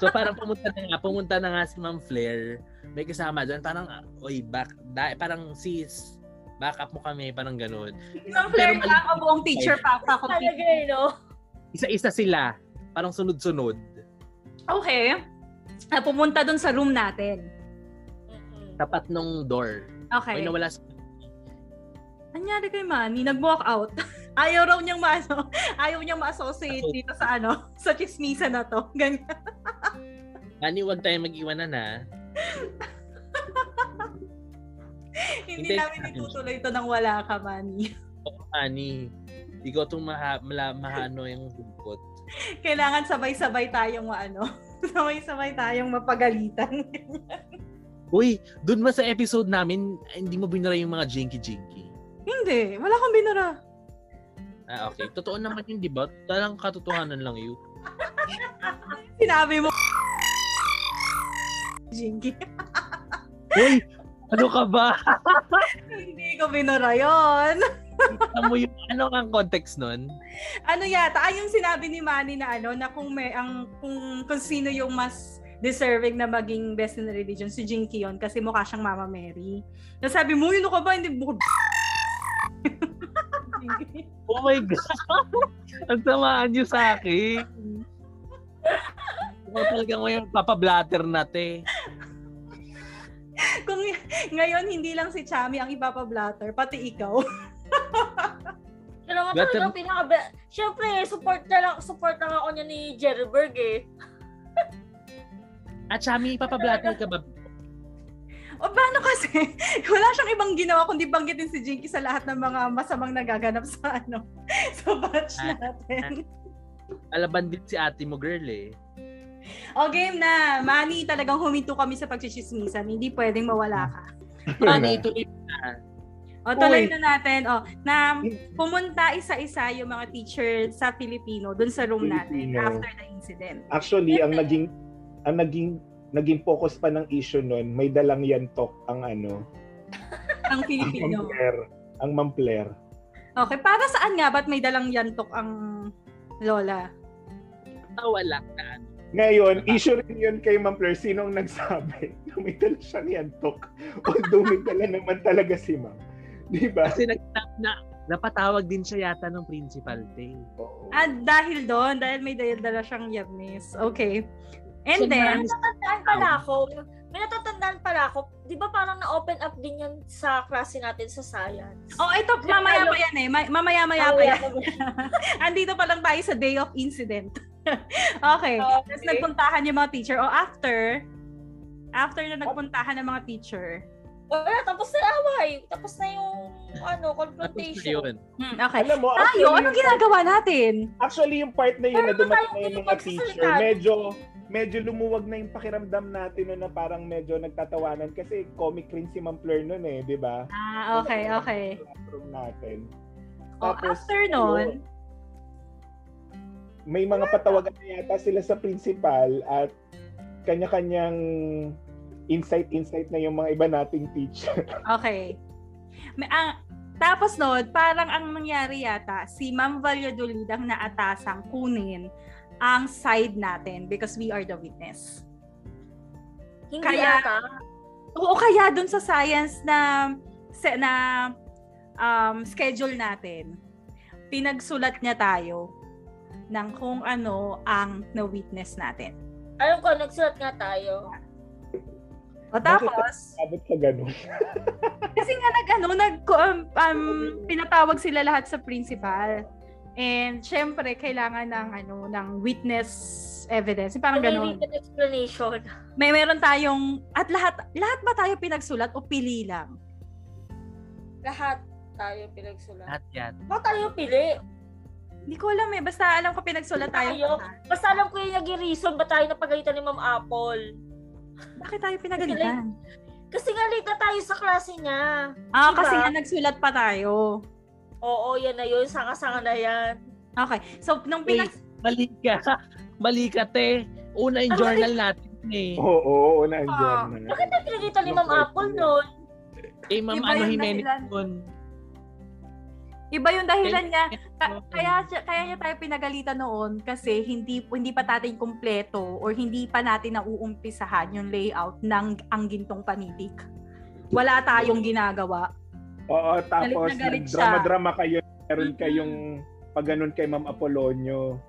so parang pumunta na nga, pumunta na nga si Ma'am Flair. May kasama doon, parang, oy, back, da, parang sis, back up mo kami, parang ganun.
Isang flair
Pero-
lang o buong teacher pa pa
talaga eh, no?
Isa-isa sila, parang sunod-sunod.
Okay. Ah, pumunta dun sa room natin.
Mm-mm.
Tapat nung door.
Okay.
May nawala sa
Nangyari kay Manny, nag-walk out. Ayaw raw niyang maano, ayaw niyang ma-associate
Ako.
dito sa ano, sa chismisa na to. Ganyan.
Ani, huwag tayo mag-iwanan ha.
Hindi
Hindi.
namin itutuloy to nang wala ka, Manny.
Oo, Ani. Ikaw itong maha, mala, mahano yung hugot.
Kailangan sabay-sabay tayong maano. Sabay-sabay tayong mapagalitan.
Uy, dun ba sa episode namin, ah, hindi mo binara yung mga jinky-jinky?
Hindi, wala akong binura.
Ah, okay. Totoo naman yun, di ba? Talang katotohanan lang yun.
Sinabi mo. Jinky.
Uy, ano ka ba?
Hindi ko binura yon.
Alam mo yung ano ang context nun?
ano yata, ay yung sinabi ni Manny na ano, na kung may, ang, kung, kung sino yung mas deserving na maging best in religion, si Jinky yun, kasi mukha siyang Mama Mary. Nasabi mo, yun ka ba? Hindi mo.
Oh my God! ang samaan niyo sa akin. Ikaw talaga ngayon, papablatter na te.
kung ngayon, hindi lang si Chami ang ipapablatter, pati ikaw.
Siya naman
Lahat
talaga
ng-
ang pinaka... Siyempre, support na lang, support na lang ako niya ni Jerry Berg eh.
At Chami, papablatter ka ba?
O paano kasi, wala siyang ibang ginawa kundi banggitin si Jinky sa lahat ng mga masamang nagaganap sa ano, sa batch natin.
Alaban din si ate mo, girl eh.
O game na, Manny, talagang huminto kami sa pagchichismisan. Hindi pwedeng mawala ka.
Mani, ituloy
O, tuloy na natin. O, na pumunta isa-isa yung mga teacher sa Filipino dun sa room natin
Filipino.
after the incident.
Actually, ang naging ang naging naging focus pa ng issue nun, may dalang yan talk ang ano,
Ang
ang
Filipino.
mampler. Ang mampler.
Okay, para saan nga? Ba't may dalang yantok ang Lola?
Ah, wala ka.
Ngayon, issue rin yun kay Mampler. Sinong nagsabi? Dumidala siya ni Antok. O dumidala naman talaga si Ma'am. Di ba?
Kasi nag na, napatawag din siya yata ng principal te.
Oo.
Ah, dahil doon, dahil may dala siyang yabnis. Okay. And
So,
then,
marami-
Natatandaan pala ako. May natatandaan pala ako. Di ba parang na-open up din yan sa klase natin sa science?
oh, ito, mamaya pa yan eh. Ma- Mamaya-maya pa yan.
Kaya ko ba-
Andito pa lang tayo sa day of incident. okay.
Oh, Okay.
Tapos nagpuntahan yung mga teacher. O, after, after na nagpuntahan ng mga teacher,
Wala, tapos na yung away. Tapos na yung ano,
Tapos na
confrontation.
yun.
Hmm, okay.
Alam mo,
Tayo,
actually,
ano
yung,
ginagawa natin?
actually, yung part na yun na
Pero
dumating na
tayo
yung
hindi
mga teacher,
magsasalita.
medyo medyo lumuwag na yung pakiramdam natin nun na parang medyo nagtatawanan kasi comic rin si Mampler nun eh, di ba?
Ah, okay, okay. Oh,
Classroom natin.
O, after nun, ah.
may mga patawagan na yata sila sa principal at kanya-kanyang insight-insight na yung mga iba nating teacher.
okay. May, ang, tapos noon, parang ang nangyari yata, si Ma'am Valladolid ang naatasang kunin ang side natin because we are the witness.
Hindi
Kaya-
ata.
Oo, kaya dun sa science na se- na um, schedule natin, pinagsulat niya tayo ng kung ano ang na-witness natin.
Alam ko, nagsulat nga tayo.
O tapos,
Abot sa ganun.
kasi nga nag, ano, nag, um, um, pinatawag sila lahat sa principal. And syempre, kailangan ng, ano, ng witness evidence. Parang ganun.
Hindi explanation.
May meron tayong, at lahat, lahat ba tayo pinagsulat o pili lang?
Lahat tayo pinagsulat.
Lahat yan.
Bakit tayo pili?
Hindi ko alam eh. Basta alam ko pinagsulat tayo.
Tayo? Basta alam ko yung naging reason ba tayo napagalitan ni Ma'am Apple.
Bakit tayo pinagalitan?
Kasi nga late na tayo sa klase niya.
Ah,
Diba?
kasi nga nagsulat pa tayo.
Oo, yan na yun. Sanga-sanga na yan.
Okay. So, nung
Wait,
pinag...
mali ka. Mali ka, te. Una yung journal natin eh.
Oh. Ah.
Oo, oo, oo, nandiyan na.
Ah, Bakit tayo pinagalitan ni Ma'am Apple noon?
Eh, ma'am,
Iba
ano
yung
Jimenez
dahilan.
yun?
Iba yung dahilan niya. Ka- kaya siya- kaya niya tayo pinagalitan noon kasi hindi hindi pa natin kumpleto or hindi pa natin nauumpisahan yung layout ng ang gintong panitik. Wala tayong ginagawa.
Oo,
Galit
tapos
na galit siya.
drama-drama kayo. Meron
Mhm.
kayong pag ganun kay Ma'am Apolonio.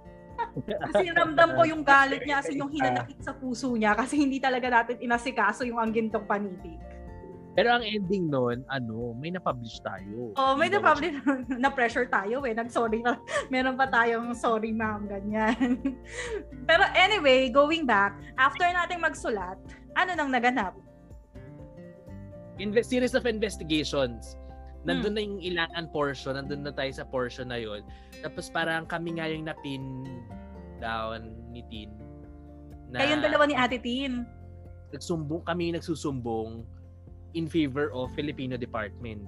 Kasi ramdam ko yung galit niya kasi yung hinanakit sa puso niya kasi hindi talaga natin inasikaso yung ang gintong panitik.
Pero ang ending nun, ano, may na-publish tayo.
Oh, may
Diba?
na-publish na-pressure tayo eh. Nag-sorry pa. Meron pa tayong sorry ma'am, ganyan. Pero anyway, going back, after nating magsulat, ano nang naganap?
Inve- series of investigations.
Hmm.
Nandun na yung ilangan portion, nandun na tayo sa portion na yun. Tapos parang kami nga yung napin down ni Tin. Na
Kayong dalawa ni Ate Tin.
Nagsumbong, kami yung nagsusumbong in favor of Filipino department.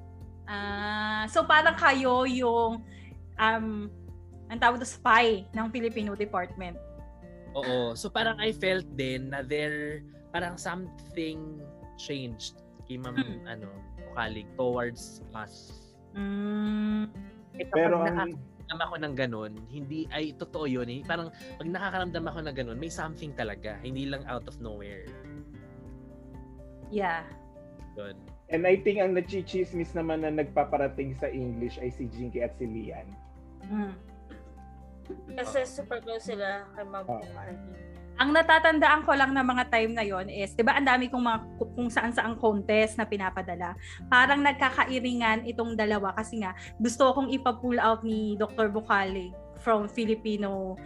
Ah, so parang kayo yung um ang tawag doon spy ng Filipino department.
Oo. So parang I felt din na there, parang something changed kay ma'am,
Mm.
ano, Okalig towards us.
Mm,
Eh, kapag
Pero
naka-
ang
nakaramdam ako ng ganun, hindi, ay, totoo yun eh. Parang, pag nakakaramdam ako ng ganun, may something talaga. Hindi lang out of nowhere.
yeah.
Yun.
and I think ang nachichismis naman na nagpaparating sa English ay si Jinky at si Lian.
Mm.
Ah.
Kasi super close sila kay Ma'am
Oo.
Apple.
Ang natatandaan ko lang ng mga time na yon is, 'di ba, ang dami kong mga kung saan-saang contest na pinapadala. Parang nagkakairingan itong dalawa kasi nga gusto akong ipa-pull out ni Dr. Bukalig from Filipino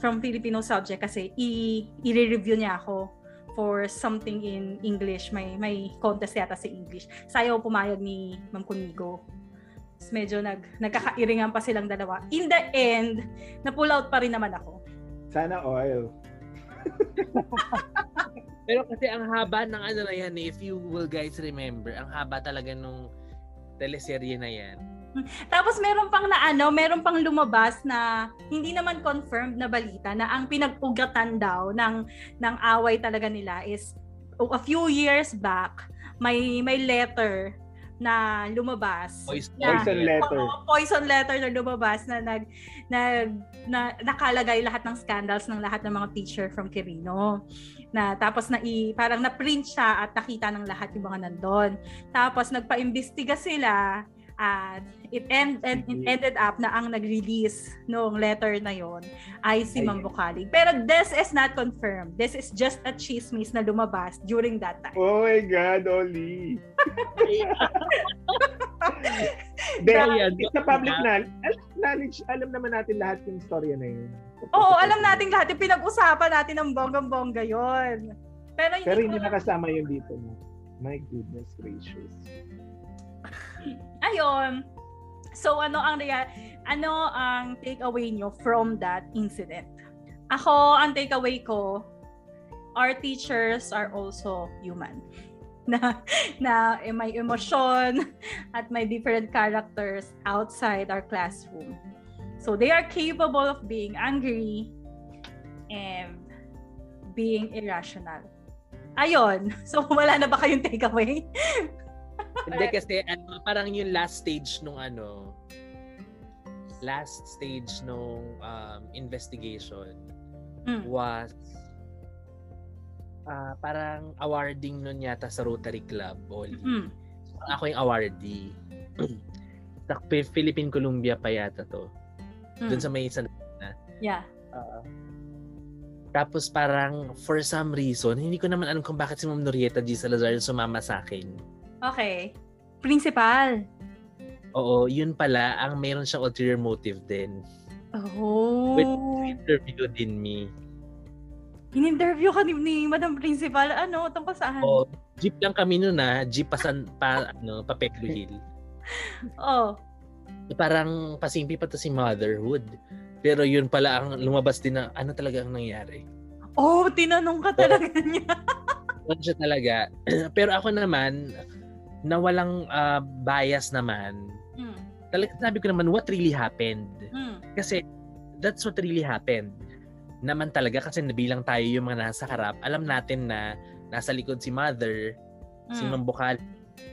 from Filipino subject kasi i i-review niya ako for something in English. May may contest yata sa English. Sayo pumayag ni Ma'am Kunigo. Tapos medyo nag nagkakairingan pa silang dalawa. In the end, na-pull out pa rin naman ako.
Sana oil.
Pero kasi ang haba ng ano na yan eh, if you will guys remember, ang haba talaga nung teleserye na yan.
Tapos meron pang na ano, meron pang lumabas na hindi naman confirmed na balita na ang pinagpugatan daw ng ng away talaga nila is a few years back may may letter na lumabas.
Voice,
Yeah.
Voice and letter.
Oo, poison letter na lumabas na nag nag na, nakalagay lahat ng scandals ng lahat ng mga teacher from Quirino. Na tapos na i, parang na-print siya at nakita ng lahat yung mga nandon. Tapos nagpaimbestiga sila at it, end, and it
Mm-hmm.
ended up na ang nag-release noong letter na yon ay si Ma'am
Ayun.
Bukalig. Pero this is not confirmed. This is just a chismis na lumabas during that time.
Oh my God, Oli. Then,
Ayan.
it's a public knowledge. Alam, knowledge. Alam naman natin lahat yung storya na yun.
Oo, alam natin lahat. Yung pinag-usapan natin ng bonggang-bongga yon. Pero hindi,
Pero
ko
hindi
alam-
nakasama yun dito. no? My goodness gracious.
Ayun. So ano ang rea- ano ang takeaway nyo from that incident? Ako, ang takeaway ko, our teachers are also human. Na, na eh, may emotion at may different characters outside our classroom. So they are capable of being angry and being irrational. Ayun. So wala na ba kayong takeaway?
Hindi kasi ano, parang yung last stage nung ano, last stage nung um, investigation
Mm.
was ah, parang awarding nun yata sa Rotary Club. Oli.
Mm.
Ako yung awardee. sa P- Philippine Columbia pa yata to.
Mm.
Doon sa may isang
Yeah.
Ah,
Tapos parang for some reason, hindi ko naman alam kung bakit si Ma'am Norieta G. Salazar yung sumama sa akin.
Okay. Principal.
Oo, yun pala ang meron siyang ulterior motive din.
Oh.
Wait, Interview din me.
In-interview ka ni, ni Madam Principal. Ano? Tungkol saan?
Oo, jeep lang kami noon na, jeep pa san pa ano, pa Peklo Hill.
Oh.
Parang pasimpi pa to si motherhood. Pero yun pala ang lumabas din na ano talaga ang nangyari.
Oh, tinanong ka talaga niya.
Ano siya talaga. Pero ako naman, na walang ah, bias naman,
Mm.
talaga sabi ko naman, what really happened?
Mm.
Kasi that's what really happened. Naman talaga kasi nabilang tayo yung mga nasa harap, alam natin na nasa likod si mother,
Mm.
si Ma'am Bukal,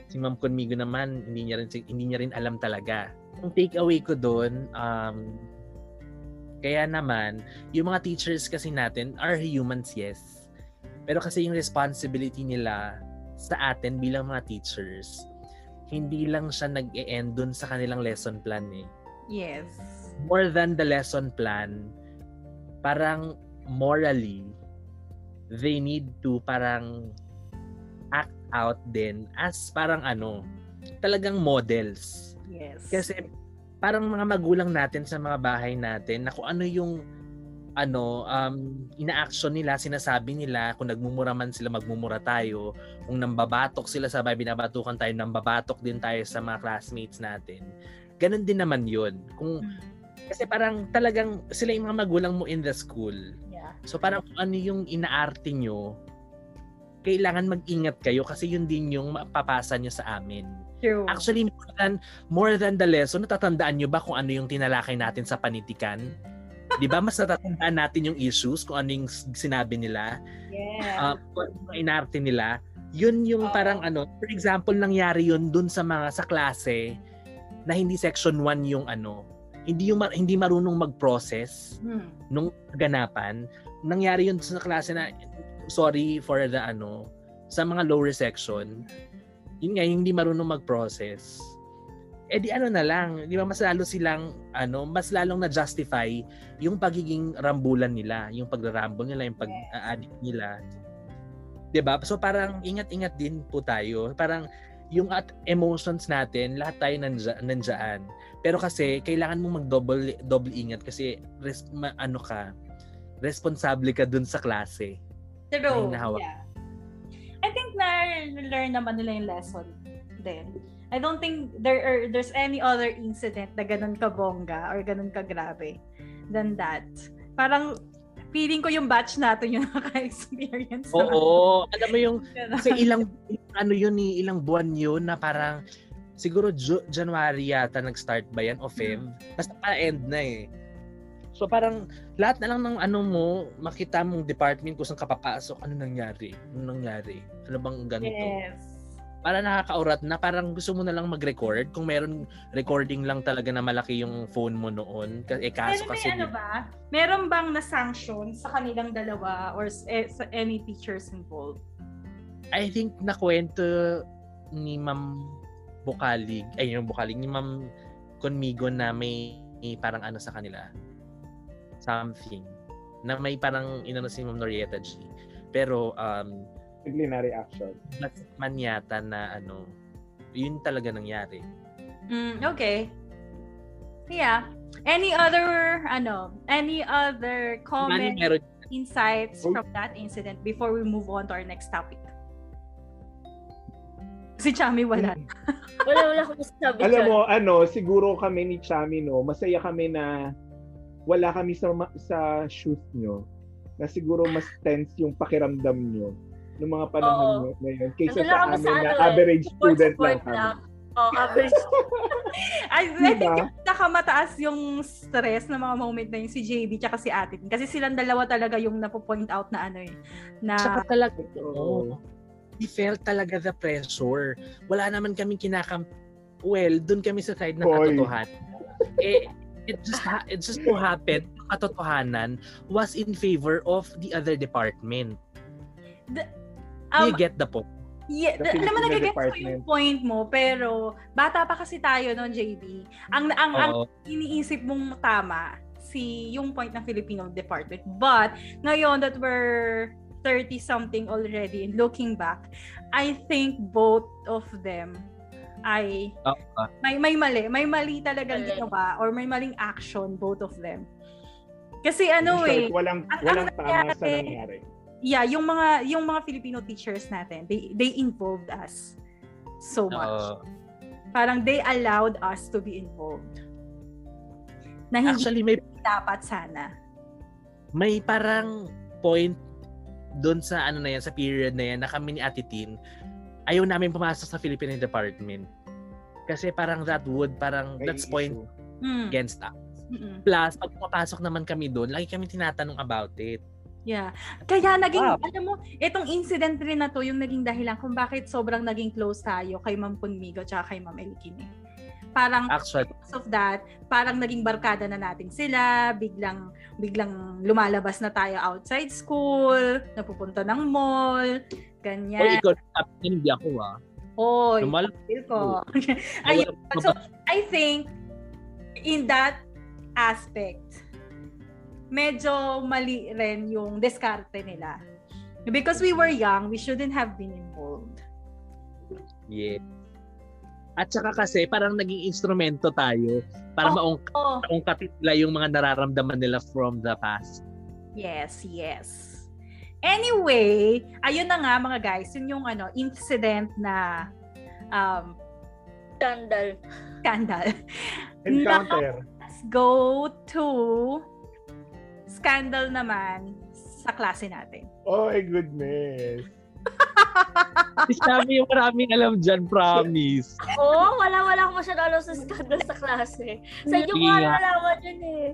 si Ma'am Conmigo naman, hindi niya rin hindi niya rin alam talaga. Ang take away ko doon um kaya naman yung mga teachers kasi natin are humans yes. Pero kasi yung responsibility nila sa atin bilang mga teachers hindi lang siya nag-e-end doon sa kanilang lesson plan eh
Yes.
more than the lesson plan, parang morally, they need to parang act out din as parang ano, talagang models.
Yes.
Kasi parang mga magulang natin sa mga bahay natin na kung ano yung ano, um, ina-action nila, sinasabi nila, kung nagmumura man sila, magmumura tayo. Kung nambabatok sila, sabay binabatukan tayo, nambabatok din tayo sa mga classmates natin. Ganon din naman yun. Kung, kasi parang talagang sila yung mga magulang mo in the school.
Yeah.
So parang kung ano yung inaarte nyo, kailangan mag-ingat kayo kasi yun din yung mapapasa nyo sa amin.
True.
Actually, more than, more than the lesson, natatandaan nyo ba kung ano yung tinalakay natin sa panitikan? Di ba, mas natatandaan natin yung issues, kung ano yung s- sinabi nila,
yeah.
uh, kung ano yung inarte nila. Yun yung
Oo.
parang ano, for example, nangyari yun dun sa mga sa klase na hindi section 1 yung ano, hindi yung ma- hindi marunong mag-process
Mm.
nung ganapan, nangyari yun sa klase na sorry for the ano, sa mga lower section, yun nga, yung hindi marunong mag-process. Eh di ano na lang, di ba mas lalo silang, ano, mas lalong na-justify yung pagiging rambulan nila, yung pagrarambol nila, yung pag-addict nila. Di ba? So parang ingat-ingat din po tayo. Parang yung at emotions natin, lahat tayo nandya, nandyan. Pero kasi kailangan mong mag-double double ingat kasi res, ma- ano ka, responsable ka dun sa klase.
True.
May nahawak.
Yeah. I think na-learn naman nila yung lesson din. I don't think there are, there's any other incident na ganun ka bongga or ganun ka grabe than that. Parang feeling ko yung batch natin yung naka-experience. na-
Oo, alam mo yung
Ganun.
kasi ilang ano yun eh, ilang buwan yun na parang siguro Ju- January yata nag-start ba yan o Feb. Basta pa-end na eh. So parang lahat na lang ng ano mo, makita mong department kung saan ka papasok, ano nangyari, ano nangyari, ano bang ganito.
Yes.
para nakakaurat na parang gusto mo na lang mag-record kung meron recording lang talaga na malaki yung phone mo noon kasi eh,
Pero
kaso
may
kasi
ano ba? Meron bang na-sanction sa kanilang dalawa or s- eh, sa any teachers involved?
I think nakwento ni Ma'am Bukalig ay yung Bukalig ni Ma'am Conmigo na may, may parang ano sa kanila something na may parang inano si Ma'am Norieta G pero um
Disciplinary action.
last man yata na ano yun talaga nangyari
Mm, okay. Yeah. Any other ano, any other
Mani,
comment,
meron
insights
Oh.
from that incident before we move on to our next topic? Si Chami wala.
Mm.
Wala, wala akong masasabi
Alam
dyan.
mo, ano, siguro kami ni Chami, no, masaya kami na wala kami sa, ma- sa shoot nyo na siguro mas tense yung pakiramdam nyo ng mga panahon
Oo.
nyo na yun kaysa
Nandun lang
sa
ako
amin
sa
na
ano eh,
average
Support,
student
support
lang kami.
Oh, average.
I, I think
Diba?
yung nakamataas yung stress ng mga moment na yun si JB tsaka si Atin. Kasi silang dalawa talaga yung napo-point out na ano eh. Na,
Tsaka talaga
Totoo.
Oo. we felt talaga the pressure. Wala naman kaming kinakam... Well, dun kami sa side ng
Hoy.
katotohanan. eh, it just ha- it just so happened yung katotohanan was in favor of the other department.
Um,
you get the point.
Yeah,
The
na, alam mo,
Filipino
nagigets ko
department.
yung point mo, pero bata pa kasi tayo noon, JB. Ang, ang, ang
Oo.
iniisip mong tama, si yung point ng Filipino department. But, ngayon that we're 30-something already and looking back, I think both of them ay
Oo.
may may mali, may mali talagang
Mali.
ginawa or may maling action both of them. Kasi ano eh,
In short, walang,
Ang-
walang
ang
tama
nangyari-
sa nangyari.
yeah, yung mga yung mga Filipino teachers natin, they they involved us so much.
Oo.
Parang they allowed us to be involved. Na hindi
Actually, may
dapat sana.
may parang point doon sa ano na yan, sa period na yan, na kami ni Ate Tin, ayaw namin pumasok sa Philippine Department. Kasi parang that would, parang
May
that's
issue.
point
Mm.
against us.
Mm-mm.
Plus, pag pumapasok naman kami doon, lagi kami tinatanong about it.
Yeah. Kaya naging,
Wow.
alam mo, itong incident rin na to yung naging dahilan kung bakit sobrang naging close tayo kay Ma'am Punmigo tsaka kay Ma'am Elikine. Parang
Actually,
because of that, parang naging barkada na natin sila, biglang biglang lumalabas na tayo outside school, napupunta ng mall,
or
ganyan.
oh, ikaw, sabi niya, hindi ako ah.
Oy,
Lumal-
feel ko. Ayun. Oh, So, I think in that aspect, medyo mali rin yung diskarte nila. Because we were young, we shouldn't have been involved.
Yeah. At saka kasi, parang naging instrumento tayo para maungkat
Oh,
maungkatit nila yung mga nararamdaman nila from the past.
yes, yes. Anyway, ayun na nga mga guys, yun yung ano, incident na um,
Scandal.
scandal.
Encounter.
Let's go to scandal naman sa klase natin.
Oh my goodness.
Sabi yung maraming alam dyan, promise.
Oo, wala-wala akong masyado alam sa scandal sa klase. Sa inyo ko
Hindi nga.
alam mo dyan eh.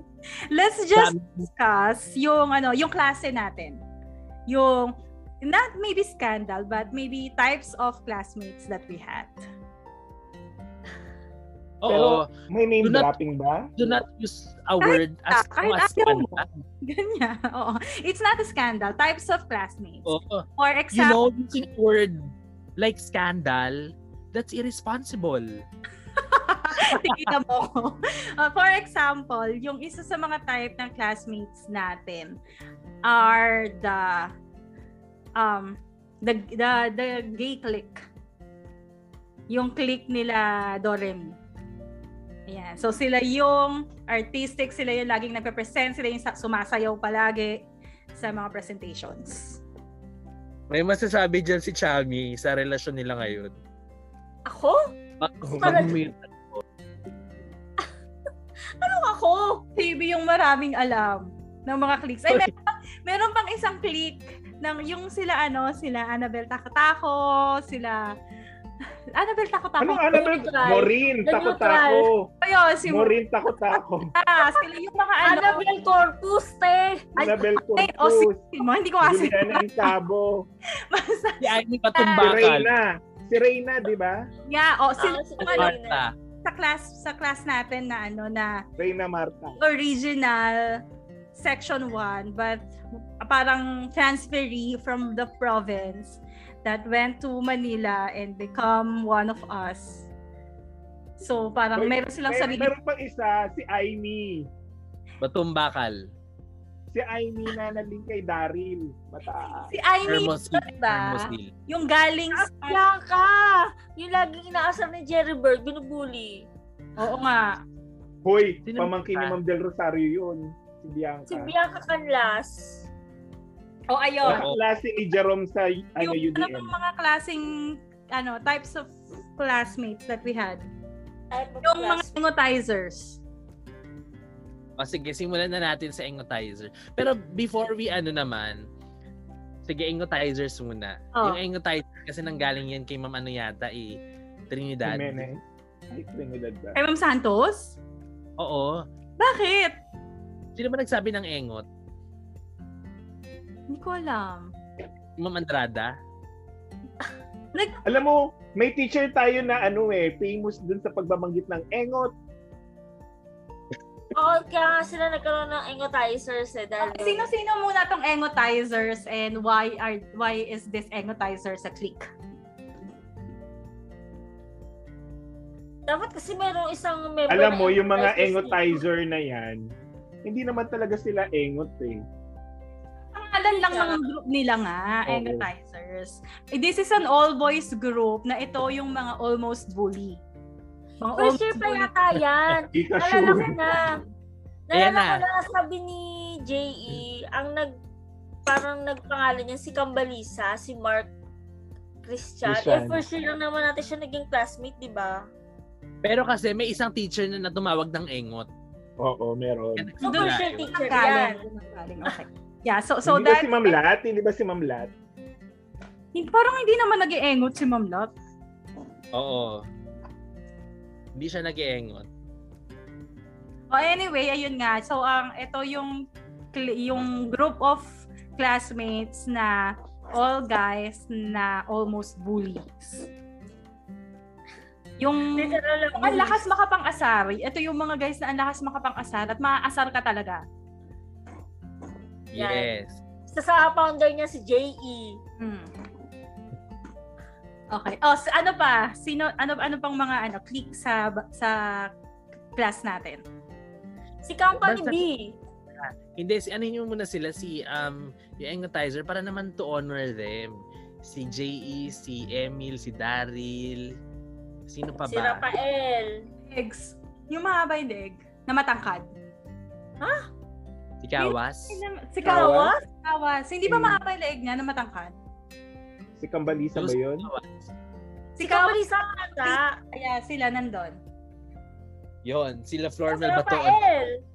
Let's just discuss yung ano, yung klase natin. Yung not maybe scandal but maybe types of classmates that we had.
Oo.
May name
Do not-
dropping ba?
do not use a word
ah,
as no
kahit
as
ayaw
one.
mo. Ganyan. Oo. It's not a scandal, types of classmates.
Oo.
For
Oh, You
example,
know, using a word like scandal, that's irresponsible.
Nakikita mo ko. Uh, for example, yung isa sa mga type ng classmates natin are the um the the, the gay clique. Yung clique nila Doremi. Ayan. So sila yung artistic, sila yung laging nagpe-present, sila yung sa- sumasayaw palagi sa mga presentations.
May masasabi dyan si Chami sa relasyon nila ngayon.
Ako? Parang-
Pag-umitan.
Ano ako?
Baby yung maraming alam ng mga cliques. Ay, meron, pang- meron pang isang clique ng yung sila ano, sila Annabel Takatako, sila Annabel Takatako.
Ano ano ba?
Neutral.
Maureen, takot ako.
Ayun, si
Maureen, takot ako.
Ah, sila yung mga ano.
Annabelle Corpus, te!
Ay,
Isabel
Ay, o si,
Corpus.
si mo, hindi ko kasi.
Juliana Incabo.
Basta,
Si
Si
Amy Patumbakal.
Reyna. Si Reyna, di ba?
yeah, oh, sila
Ah, si
yung ano,
Marta.
sa class, sa class natin na ano, na
Reyna Marta.
original section 1 but parang transferee from the province that went to Manila and become one of us. So parang
May-
meron silang
Mer-
sarili.
Meron pang isa, si Aimee.
Batumbakal.
Si Aimee na naling kay Daryl. Mataas.
Si Aimee,
Hermos Hill.
ba?
Hermos Hill.
yung galing sa...
Blanca! Yung laging inaasar ni Jerry Bird, binubuli.
Oo nga.
Hoy,
Sino-
pamangkin ni
Ah.
Ma'am Del Rosario yun. Si Bianca.
Si Bianca Canlas.
O Oh, ayun.
Oo.
Klase ni Jerome sa ano,
Yung ano
UDM.
bang mga klaseng ano, types of classmates that we had.
Type of
Yung mga
class.
singotizers.
O sige, simulan na natin sa engotizer. Pero before we ano naman, sige, engotizers muna.
Oh.
Yung engotizer kasi nanggaling yan kay Ma'am ano yata eh, Trinidad.
Jimenez. Ay, Trinidad ba?
Kay Ma'am Santos?
Oo.
Bakit?
Sino ba nagsabi ng engot?
Hindi ko alam.
Ma'am Andrada?
Nag-
Alam mo, may teacher tayo na ano eh, famous dun sa pagbabanggit ng engot.
Oo, kaya nga sila nagkaroon ng engotizers eh. Dahil
Okay, Sino-sino muna tong engotizers and why are why is this engotizer sa click?
Dapat kasi merong isang member
Alam
na
mo, yung mga
engotizers eh.
engotizer na yan, hindi naman talaga sila engot eh.
Pangalan lang ng group nila nga,
Oo.
engotizers. Eh, This is an all-boys group na ito yung mga almost bully. Mga
For sure pa yata yan.
Hindi ka
Nalala ko
sure.
na.
Ayan
Nalala ko
na.
na sabi ni JE, ang nag parang nagpangalan niya si Kambalisa, si Mark Christian.
Christian.
Eh, for sure lang naman natin siya naging classmate, di ba?
Pero kasi may isang teacher na natumawag ng engot.
Oo, meron.
Kaya
So, for
nagsimula
sure,
yun.
teacher yan.
Galing, galing. Okay. Yeah, so so
So hindi ba
that
si Ma'am Lat? Hindi ba si Ma'am Lat?
Hin- parang hindi naman nag-iengot si Ma'am Lot.
Oo. Hindi siya nag-iengot.
Oh, anyway, ayun nga. So ang ito yung cl- yung group of classmates na all guys na almost bullies. Yung
Literal lang.
ang lakas makapang-asar. Ito yung mga guys na ang lakas makapang-asar at maaasar ka talaga.
Yan.
Yes.
Isa sa founder niya si E. JE.
Hmm. Okay. Oh, so ano pa? Sino ano ano pang mga ano click sa sa class natin?
Si Company
Basta-
B.
Hindi, si, ano yun muna sila, si um, yung engotizer, para naman to honor them. Si JE, si Emil, si Daryl, sino pa
Si
ba?
Rafael.
Legs. Yung mahaba yung leg na matangkad.
Si Kawas?
Si Kawa?
ah?
Kawa?
Kawas?
Kawas. Hindi ba
Hmm.
mahaba yung leg niya na matangkad?
Si Kambalisa ba yun?
Kawas.
Si
Si Kawa.
Company sa ata.
Kaya sila nandun.
Yun, sila
Si
Flormel Batoon.
Rafael. Si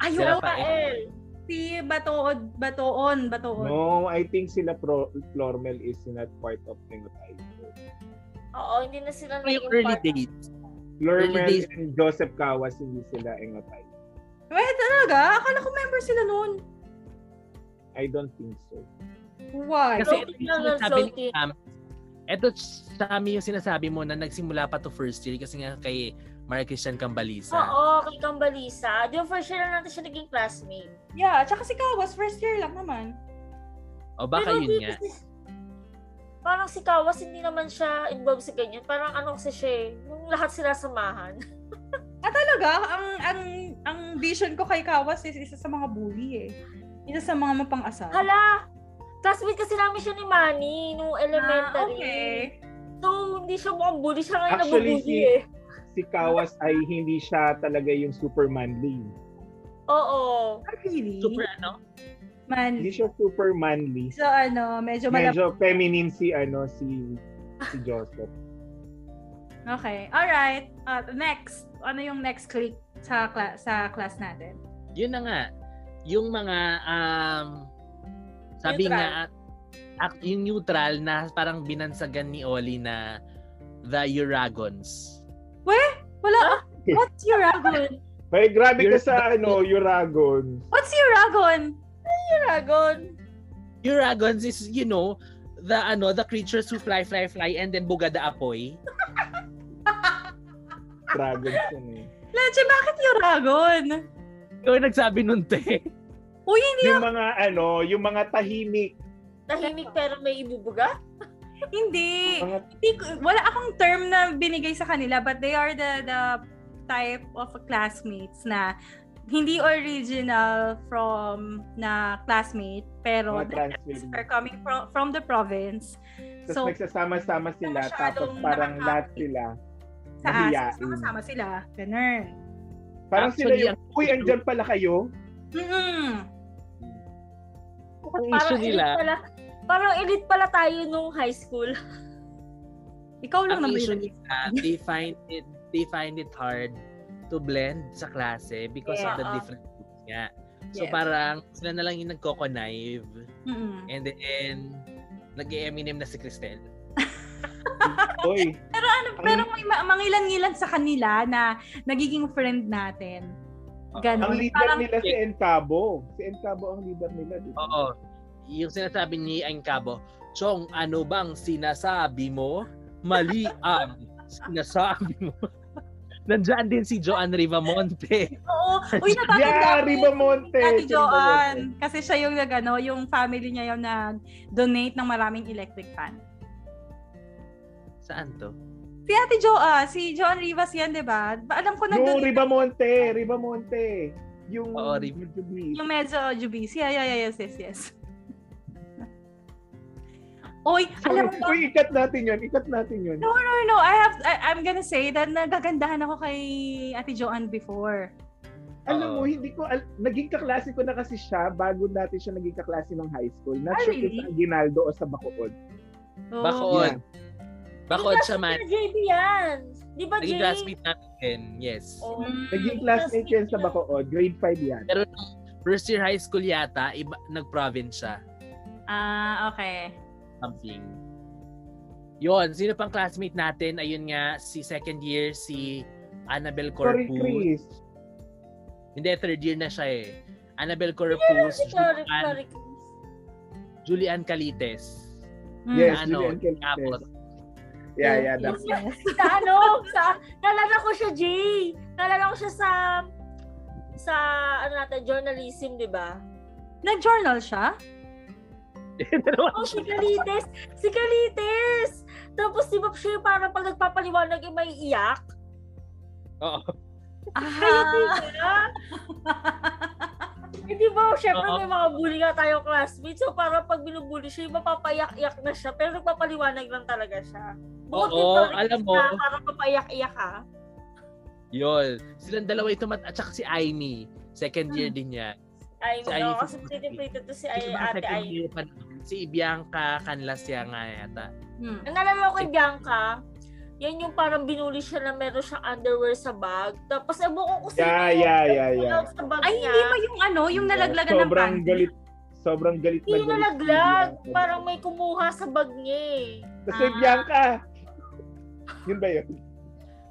Ayun.
Sila pa-
Rafael.
Si Batood. Batoon. Batoon.
No, I think sila pro- Flormel is not part of engotizer.
Oo, hindi na sila
Yung
naging
early
part.
dates.
Flormel
days.
and Joseph Kawas, hindi sila engotizer.
Wait, talaga? Akala ko member sila noon.
I don't think so.
Why?
Kasi
Floating
ito yung
lang yun,
sinasabi ni
floating.
Sam. Ito, Sammy, yung sinasabi mo na nagsimula pa to first year kasi nga kay Maria Christian Cambalisa.
Oo, kay Kambalisa. Di ba for sure lang natin siya naging classmate.
yeah, tsaka si Kawas first year lang naman.
O baka
Pero
yun
di-
nga.
Parang si Kawas, hindi naman siya involved sa ganyan. Parang ano kasi siya eh, yung lahat sila samahan.
Talaga, ang ang ang vision ko kay Kawas is isa sa mga bully eh. Isa sa mga mapang-asar.
Hala! Classmate kasi namin siya ni Manny nung
Ah,
elementary.
okay.
So, hindi siya mukhang bully. Siya ngayon
Actually,
nabubully
si-
eh.
Si Kawas ay hindi siya talaga yung supermanly.
Oo.
Ah, really?
Super ano?
Man,
Hindi siya supermanly.
so ano, medyo malapit.
Medyo feminine si ano si si Joseph.
Okay. All right. next, ano yung next click sa class sa class natin?
yun na nga yung mga um sabi
Neutral.
nga at yung neutral na parang binansagan ni Oli na the Uragons.
Wala. What's Uragon?
Bay, grabe ka
You're-
sa ano, Uragon.
What's Uragon?
Dragon.
Uragons is you know the ano the creatures who fly fly fly and then bugada apoy.
Dragon yun eh.
Leche, bakit Uragon?
Yung nagsabi nun te.
Uy, hindi
Yung mga ano, yung mga tahimik.
Tahimik pero may ibubuga?
hindi.
Mga,
hindi ko- wala akong term na binigay sa kanila but they are the the type of classmates na hindi original from na classmate pero
mga transfer.
are coming from from the province.
Tapos nagsasama-sama sila,
mm, masyadong
tapos parang
nakaka-
lahat sila.
sa
Mahiyain.
sama-sama sila. Ganun.
Parang sila
Actually,
yung, uy, andyan pala kayo?
Mm-mm.
Ang issue nila,
elite pala. Parang elite pala tayo nung high school.
Ikaw lang
ang
naman
issue
yun.
nila, they find it they find it hard to blend sa klase because of
Yeah. uh.
the
Oo.
different groups nga. So
Yes.
parang sila na lang yung nagko-connive.
Mm-mm.
And then, nag-Eminem na si Cristel.
Uy,
Pero ano, pero may ma- mangilan-ngilan sa kanila na nagiging friend natin.
ang
Ganon.
leader
Parang, eh. Oh,
nila si Encabo. Si Encabo ang leader nila. di ba?
Oo. Yung sinasabi ni Ang Cabo, Chong, ano bang sinasabi mo? Mali ang sinasabi mo. Nandyan din si Joan Rivamonte.
Oo. Uy,
Yeah,
natatanda ko
Riba
yung
Monte.
Ate Joan. Kasi siya yung nag, ano, yung family niya yung nag-donate ng maraming electric fan.
Saan to?
Si Ate Jo, ah, si John Rivas yan, di ba? Ba- Alam ko
Yung
nag-donate
Riba Monte, Riba Monte. Yung
Oo, Riba.
yung Jubilee.
yung medyo jubilee. Yeah, yeah, yeah, yes, yes, yes. Uy, alam mo,
Uy, ikat natin yun. Ikat natin yun.
no, no, no, I have, I, I'm gonna say that nagagandahan ako kay Ate Joanne before.
Alam mo,
Oo.
hindi ko, al- naging kaklase ko na kasi siya bago natin siya naging kaklase ng high school. Not
Ah,
sure
really?
kung sa Aguinaldo o sa Bacoor.
So,
Bacoor. Bakod siya man.
Sir JB yan. Di ba, Oh.
Naging
JB?
classmate natin din. Yes.
Oo.
Mm.
Naging classmate yan sa Bacoor. Grade 5 yan.
Pero nung first year high school yata, iba, nag-province siya.
Ah, okay.
Something. Yon, sino pang classmate natin? Ayun nga, si second year, si Annabel
Sorry,
Corpus.
Chris.
Hindi, third year na siya eh. Annabel Corpus,
Sorry,
Julian,
sorry.
Julian Calites.
Mm.
Yes,
Ano,
Julian Kelpes.
Tapos,
Yeah, yeah.
Yes,
that's-
yes.
Sa ano? Sa, nalala ko siya, Jay. Nalala ko siya sa sa ano natin, journalism, di ba?
Nag-journal siya?
Oh, si Calites! Si Calites! Tapos di ba siya yung parang pag nagpapaliwanag yung may iyak?
Oo.
Kayo, di
Ah,
ba? Eh, di ba, syempre may mga bully nga tayong classmates. So parang pag binubully siya, yung mapapayak-iyak na siya. Pero nagpapaliwanag lang talaga siya. Bukod
Oo,
kay Calites
alam mo.
Na, parang papaiyak-iyak ka.
Yun. Silang dalawa ito, mat- at saka si Aimee. Second year din niya.
Ay,
Si
no,
Ivy.
kasi pretty-pretty to Hmm. si
Sino
ay,
ba ang
ate
second
ay.
year pa nun? Si Bianca Canlas siya nga yata.
hmm.
Ang nalala ko kay Bianca, yan yung parang binuli siya na meron siyang underwear sa bag. Tapos ewan ko kung sino
Yeah,
yung
yeah, yeah,
nagpulang
yeah.
sa bag
Ay,
niya.
hindi ba yung ano, yung nalaglagan ng
sobrang
pants?
galit. Sobrang galit
Hindi yung
galit si
nalaglag.
Bianca.
Parang may kumuha sa bag niya eh.
Kasi
Ah.
Bianca. Yun ba yun?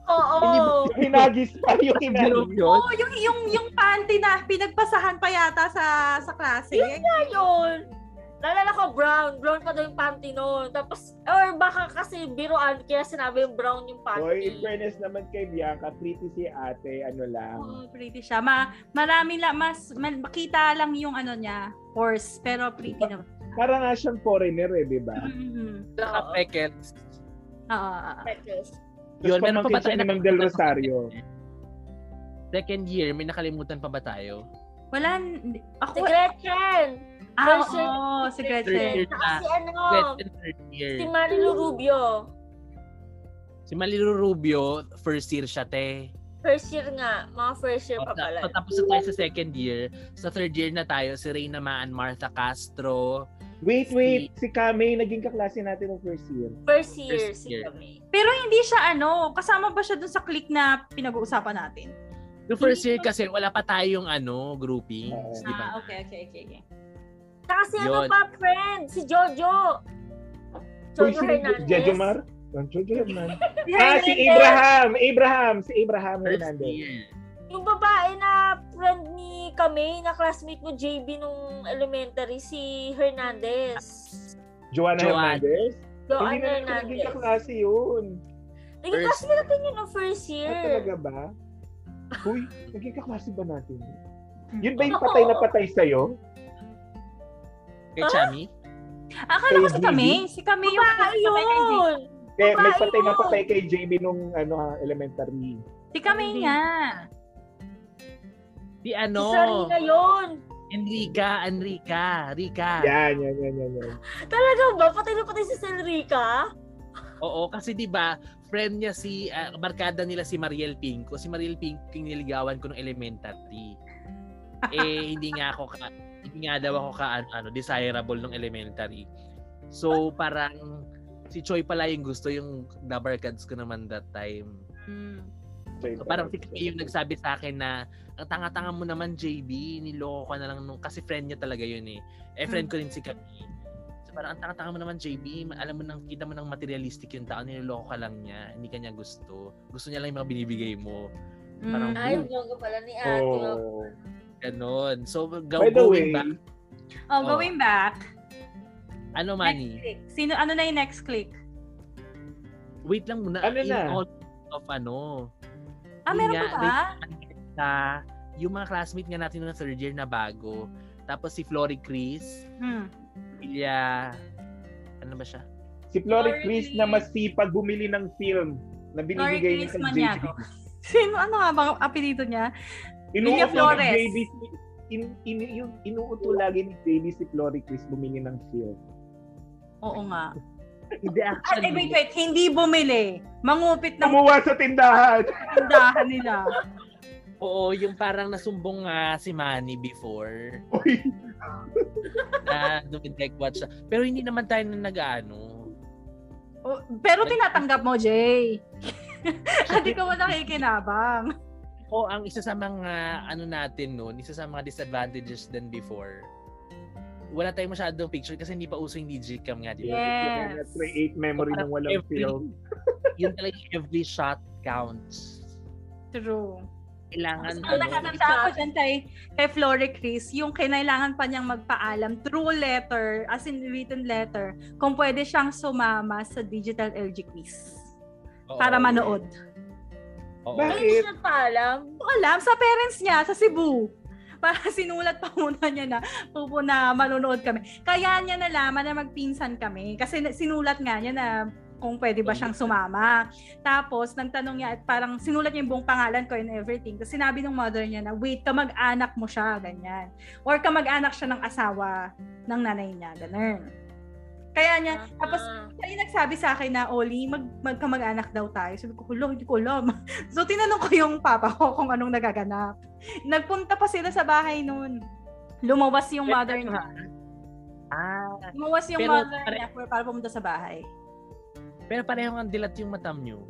Oo.
Hindi
Yung hinagis pa yung hinagis.
yun?
Oh, yung yung yung panty na pinagpasahan pa yata sa sa klase.
Ayun. Nalala ko brown. Brown pa daw yung panty noon. Tapos, or baka kasi biruan kaya sinabi yung brown yung panty.
Boy, in fairness naman kay Bianca, pretty si ate, ano lang.
Oh, pretty siya. Ma marami la mas ma- makita lang yung ano niya, horse, pero pretty naman.
Parang nga siyang foreigner eh, di ba?
Mhm.
Saka
Oo.
Peckels.
Oo. oo, oo.
Freckles.
Yun,
Tapos
meron pa ba
pamangkin siya
tayo
ni
na-
Ma'am Del Rosario.
Second year, may nakalimutan pa ba tayo?
Wala n-
Si
ako
Gretchen.
ah,
Third year-
oo, si
Third
Gretchen.
year
Saka
na.
si ano,
Second, third year.
si Marilu Rubio.
Si Malilu Rubio, first year siya, te.
First year nga. Mga first year pa pala.
So, tapos na tayo sa second year. Sa third year na tayo, si Reyna Maan, Martha Castro.
Wait, wait. Si Kame, naging kaklase natin ng first year.
First year,
First
si
year.
kami.
Pero hindi siya ano, kasama ba siya dun sa click na pinag-uusapan natin?
Yung first year kasi, wala pa tayong ano, groupings,
Oo.
di ba?
Ah, okay, okay, okay. okay.
Saka si ano
Yun.
pa, friend, si Jojo.
Uy,
Jojo
si
Hernandez.
Jojo Mar? Ang Jojo Hernandez.
Si
Ah, si
Hernandez.
Abraham! Abraham! Si Abraham
First
Hernandez.
year.
Yung babae na friend ni kami, na classmate mo, JB, nung elementary, si Hernandez.
Joanna
Joanna.
Hernandez?
Joan
Hindi na natin naging
Hernandez.
kaklase yun.
Naging
First
classmate natin yun no first
Ah,
year.
talaga ba? Uy, naging kaklase ba natin? Yun ba yung patay na patay sa'yo?
Kay Chami?
Akala ko si
Kay
kami,
Gigi?
si kami yung
Babae
Gigi.
yun!
Eh, may
Babae
patay na
yun.
patay kay JB nung ano, ha, elementary.
Si kami
Hindi.
nga.
Si
No.
ano?
Si Sarina yun!
Enrica, Enrica, Rica.
Yan, yan, yan, yan, yan.
Talaga ba? Patay na patay si Selrica?
Oo, kasi 'di ba, friend niya si ah, barkada nila si Mariel Pinko. Si Mariel Pinko yung niligawan ko nung elementary. eh hindi nga ako ka, hindi nga daw ako ka ano, ano, desirable nung elementary. So parang si Choi pala yung gusto yung nabarkads ko naman that time.
Mm.
Sorry,
So, parang si Kay yung nagsabi sa akin na ang tanga-tanga mo naman JB, niloko ka na lang nung kasi friend niya talaga yun eh. Eh friend ko rin si Kami. So parang ang tanga-tanga mo naman JB, Ma- alam mo nang kita mo nang materialistic yung tao, niloko ka lang niya, hindi kanya gusto. Gusto niya lang yung mga binibigay mo. Parang
Mm.
Ay, ang gago pala ni Ate.
Oh.
Oh.
Ganon. So go,
By the way,
going back.
Oh,
Oh.
going back.
Ano,
Next
Manny?
click. Sino, ano na yung next click?
Wait lang muna.
Ano
In
na?
all of ano,
Ah,
Yun
meron
nga,
pa ba?
sa yung mga classmate nga natin ng third year na bago. Tapos si Flory Chris,
Hmm.
Ilya, ano ba siya?
Si Flory
Flory
Chris
Chris.
na masipag bumili ng film na
Lori
binibigay niya
Chris
kay JB.
Maniago. Sino, ano nga bang apelido niya? Lilia
Inuuto ni
Flores.
JB si in, in, yung inuuto lagi ni JB si Flory Chris bumili ng film.
Oo nga.
Hindi
Ah, eh, wait, wait. Hindi bumili. Mangupit ng
Kumuha sa tindahan.
tindahan nila.
Oo, yung parang nasumbong nga si Manny before
Uy,
na dumidek watch siya. Pero hindi naman tayo na nag-ano.
O, Pero tinatanggap mo, Jay. Hindi ka mo nakikinabang.
O ang isa sa mga ano natin noon, isa sa mga disadvantages than before. Wala tayong masyadong picture kasi hindi pa uso yung digicam nga, di ba?
Yes.
create memory ng walang
Every-
film.
Yun talaga every shot counts.
True. Ang
Kailangan ano,
natatanda ko dyan kay, kay Flore Chris, yung kinailangan pa niyang magpaalam through letter, as in written letter, kung pwede siyang sumama sa digital LG quiz
oo.
para manood.
Oo.
Bakit?
Hindi siya nagpaalam.
Hindi ko alam, sa parents niya, sa Cebu. Para sinulat pa muna niya na pupuna manonood kami. Kaya niya nalaman na magpinsan kami. Kasi na- sinulat nga niya na kung pwede ba siyang sumama. Tapos, nang tanong niya, at parang sinulat niya yung buong pangalan ko and everything. Tapos sinabi ng mother niya na, wait, kamag-anak mo siya, ganyan. Or kamag-anak siya ng asawa ng nanay niya, ganun. Kaya niya, tapos
Ah.
siya yung nagsabi sa akin na, Oli, mag, magkamag-anak daw tayo. Sabi ko, hulo, hindi ko alam. So, tinanong ko yung papa ko kung anong nagaganap. Nagpunta pa sila sa bahay noon. Lumawas yung mother niya.
Ah,
Lumawas yung
Pero
mother
pare-
niya for, para pumunta sa bahay.
pero pareho ang dilat yung matam nyo.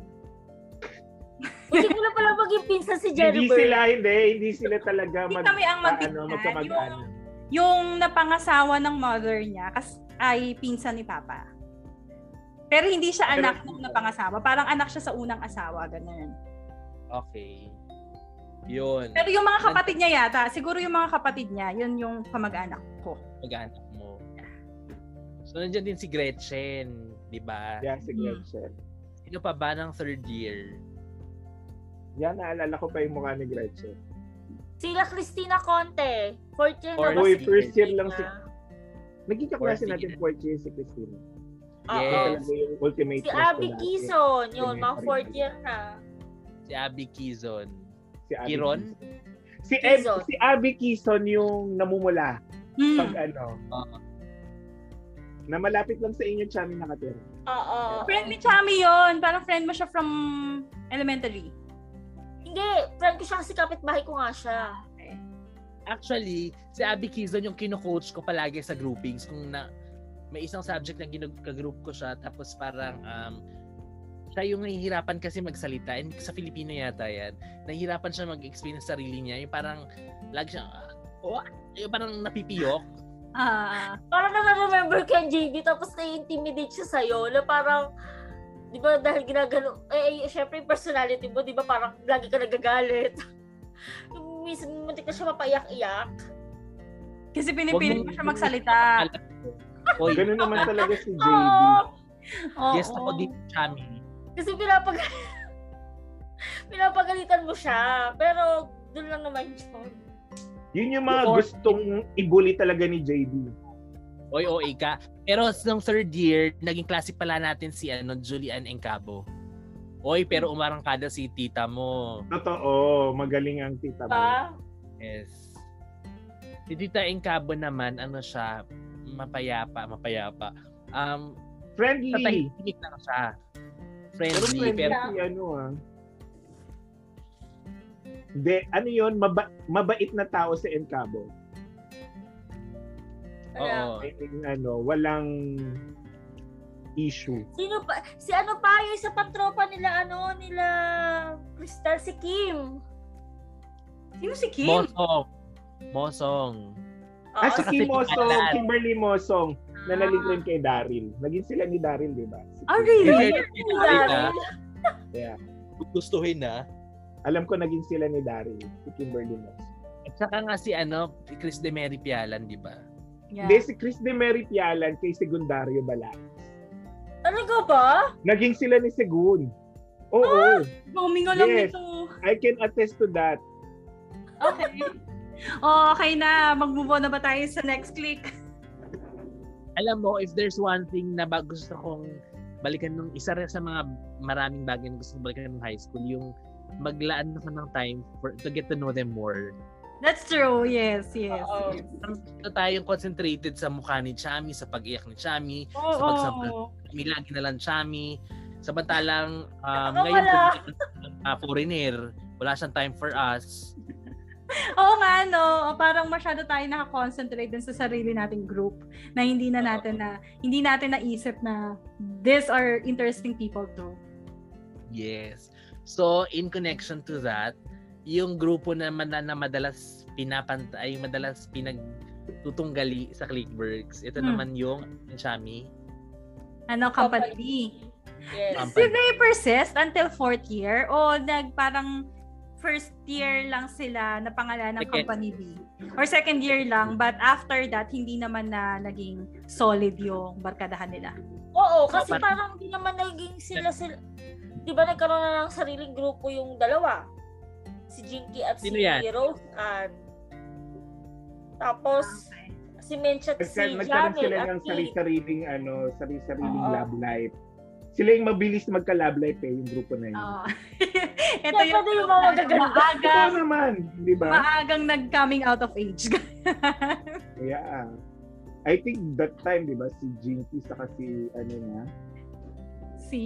Hindi ko na pala maging pinsan si Jerry
Hindi
Bird.
sila, hindi. Hindi sila talaga
Hindi
mag,
kami ang
ano,
magpinsan. yung,
magkamag-anak.
yung napangasawa ng mother niya kas, ay pinsan ni papa. Pero hindi siya
Pero-
anak ng napangasawa. Parang anak siya sa unang asawa, ganun.
Okay. Yun.
Pero yung mga kapatid niya yata, siguro yung mga kapatid niya, yun yung kamag-anak ko.
Mag-anak mo. So, nandiyan din si Gretchen, di ba?
Yan si
Mm.
Gretchen.
Sino pa ba ng third year?
Yan, naalala ko pa yung mukha ni Gretchen.
Sila Christina Conte. Fourth year
Or-
na ba
Uy,
si
first year lang
Christina?
Naging
Or
kaklase
si-
natin fourth year si Christina. Yun
Oo.
Yes.
talaga yung ultimate crush
Si
ko
Abby
natin.
Kison. Yun, mga
Elementary.
fourth year na.
Si Abby Kizon.
Si Abby
Kiron?
Kison. Si, Eb,
Kison.
si Abby Kison yung namumula
Mm.
pag ano,
Ah.
na malapit lang sa inyo, Chami nakatira.
Oo.
Friend ni Chami yun. Parang friend mo siya from elementary.
Hindi, friend ko siya kasi kapitbahay ko nga siya.
Actually, si Abby Kizon yung kino-coach ko palagi sa groupings. Kung na, may isang subject na ginag-group ko siya, tapos parang um, siya yung nahihirapan kasi magsalita. And sa Filipino yata yan. Nahihirapan siya mag-explain sa sarili niya. Yung parang, lagi siya, ah, what? Yung parang napipiyok.
Ah,
Parang na-remember ko yung JB tapos na-intimidate siya sa'yo na parang di ba dahil ginagano, eh, eh syempre yung personality mo, di ba parang lagi ka nagagalit. Yung Minsan muntik na siya mapaiyak-iyak.
kasi pinipilit
Huwag
mo
mong-
siya magsalita.
Oy,
Ganun naman talaga si JB.
Oo!
Oo.
Yes, ako din, Chami.
Kasi pinapag... pinapagalitan mo siya. Pero doon lang naman yun.
Yun yung mga
Or-
gustong ibuli talaga ni JB.
Oy, oy ka. Pero nung third year, naging klase pala natin si ano, Julian Encabo. Oy, pero umarangkada si tita mo.
Totoo, magaling ang tita mo.
Ba?
Yes. Si tita Encabo naman, ano siya, mapayapa, mapayapa. Um,
Friendly.
tatahimik lang siya.
Pero
Friendly,
friendly
pero
si ano ah. De, ano yun, maba- mabait na tao si Encabo.
Wala.
oo.
I mean, ano, walang issue.
Sino pa? Si ano pa yung isa pang tropa nila ano nila Crystal si Kim.
Sino si Kim?
Mosong. Mosong.
Ah, si
Oo,
Kim
si
Mosong,
Alan.
Kimberly Mosong, na naligrin kay Daryl. Naging sila ni Daryl, di ba? Si
Ah,
Kim.
really?
si Daryl.
Yeah.
Gustuhin ah. na.
Alam ko naging sila ni Daryl, si Kimberly Mosong.
At saka nga si ano, Chris de Mary Pialan, di ba?
Yeah.
Hindi, si Chris de Mary Pialan kay Segundario Balas.
Talaga ba?
Naging sila ni Segun. Oo,
Roaming lang
Yes.
nito.
I can attest to that.
Okay. Oh, okay na. Mag-move on na ba tayo sa next click?
alam mo, if there's one thing na ba gusto kong balikan nung isa rin sa mga maraming bagay na gusto kong balikan nung high school, yung maglaan na ka ng time for, to get to know them more.
That's true. Yes, yes.
Oo.
Ito tayong concentrated sa mukha ni Chami, sa pag-iyak ni Chami,
Oo.
Sa pagsabot. kami lagi na lang Chami. Samantalang um,
Ako
ngayon,
wala.
uh, foreigner, wala siyang time for us.
Oo nga, no? Oh, Parang masyado tayo nakakoncentrate din sa sarili nating group na hindi na natin na, hindi natin naisip na these are interesting people too.
Yes. So, in connection to that, yung grupo naman na, na madalas pinapanta, ay madalas pinagtutunggali sa Clickworks, ito
Hmm.
naman yung Chami.
Ano, Company B.
Yes.
Um,
Did they persist until fourth year? O nag parang first year lang sila na pangalan ng
Second.
Company B? Or second year lang, but after that, hindi naman na naging solid yung barkadahan nila.
Oo, kasi
Dapat-
parang di naman naging sila sila. Di ba nagkaroon na ng sariling grupo yung dalawa? Si Jinky at
Sino
si
yan?
Rose Ann. Tapos, si Mench at si
Nagka, nagkaroon
Jamil
sila
at
ng
si...
sarili-sariling ano, sarili-sariling
Oo.
love life. Sila yung mabilis magka-love life eh, yung grupo na yun.
Oo. Ito
Siyempre,
yung,
yung mga magaganda.
maagang,
Totoo naman, di ba?
maagang nag-coming out of age.
Yeah. ah, I think that time, di ba, si Jinky saka si, ano niya,
si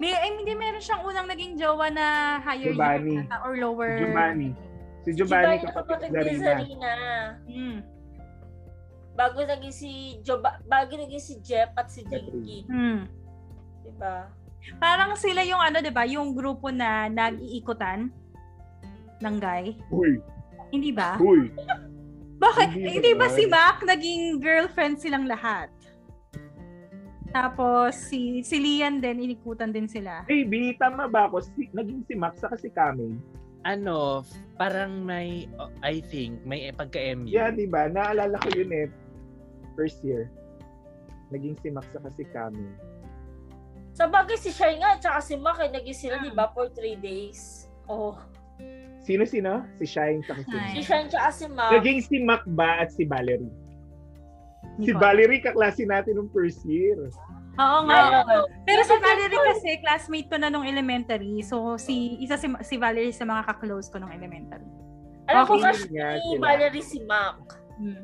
may ay, hindi meron siyang unang naging jowa na higher
Giovanni.
year ata or lower
Giovanni. si
Si
Giovanni
Barney
kapatid na
ni
rin
Zarina.
Mm.
Bago naging si Joba, bago naging si Jeff at si Jinky.
Mm.
Di ba?
Parang sila yung ano 'di ba, yung grupo na nag-iikutan ng guy.
Uy,
Hindi ba?
uy.
Bakit
Hindi
hindi,
naman.
ba si Mac naging girlfriend silang lahat? Tapos si si Lian din inikutan din sila.
Baby, tama ba ako? Si, naging si Max saka si Kami.
Ano, f- parang may, oh, I think, may pagka-MU.
Yeah, di ba? Naalala ko yun eh. First year. Naging si Max saka si Kami.
Sa bagay si Shai nga, tsaka si Mac, eh, naging sila,
Mm.
di ba, for three days. Oh.
Sino-sino? Si Shine saka si
Shine.
Si
Max.
Shai tsaka si Mac.
Naging si Mac ba at si Valerie?
Hindi
Si
ko-
Valerie kaklase natin nung first year.
Oo nga.
Ayun.
Pero si
Yung
Valerie
nag-call.
kasi classmate ko na nung elementary. So si isa si, si Valerie sa mga kaklose ko nung elementary.
Alam ko
Okay.
crush
Nga
ni
sila.
Valerie si Mac.
Mm.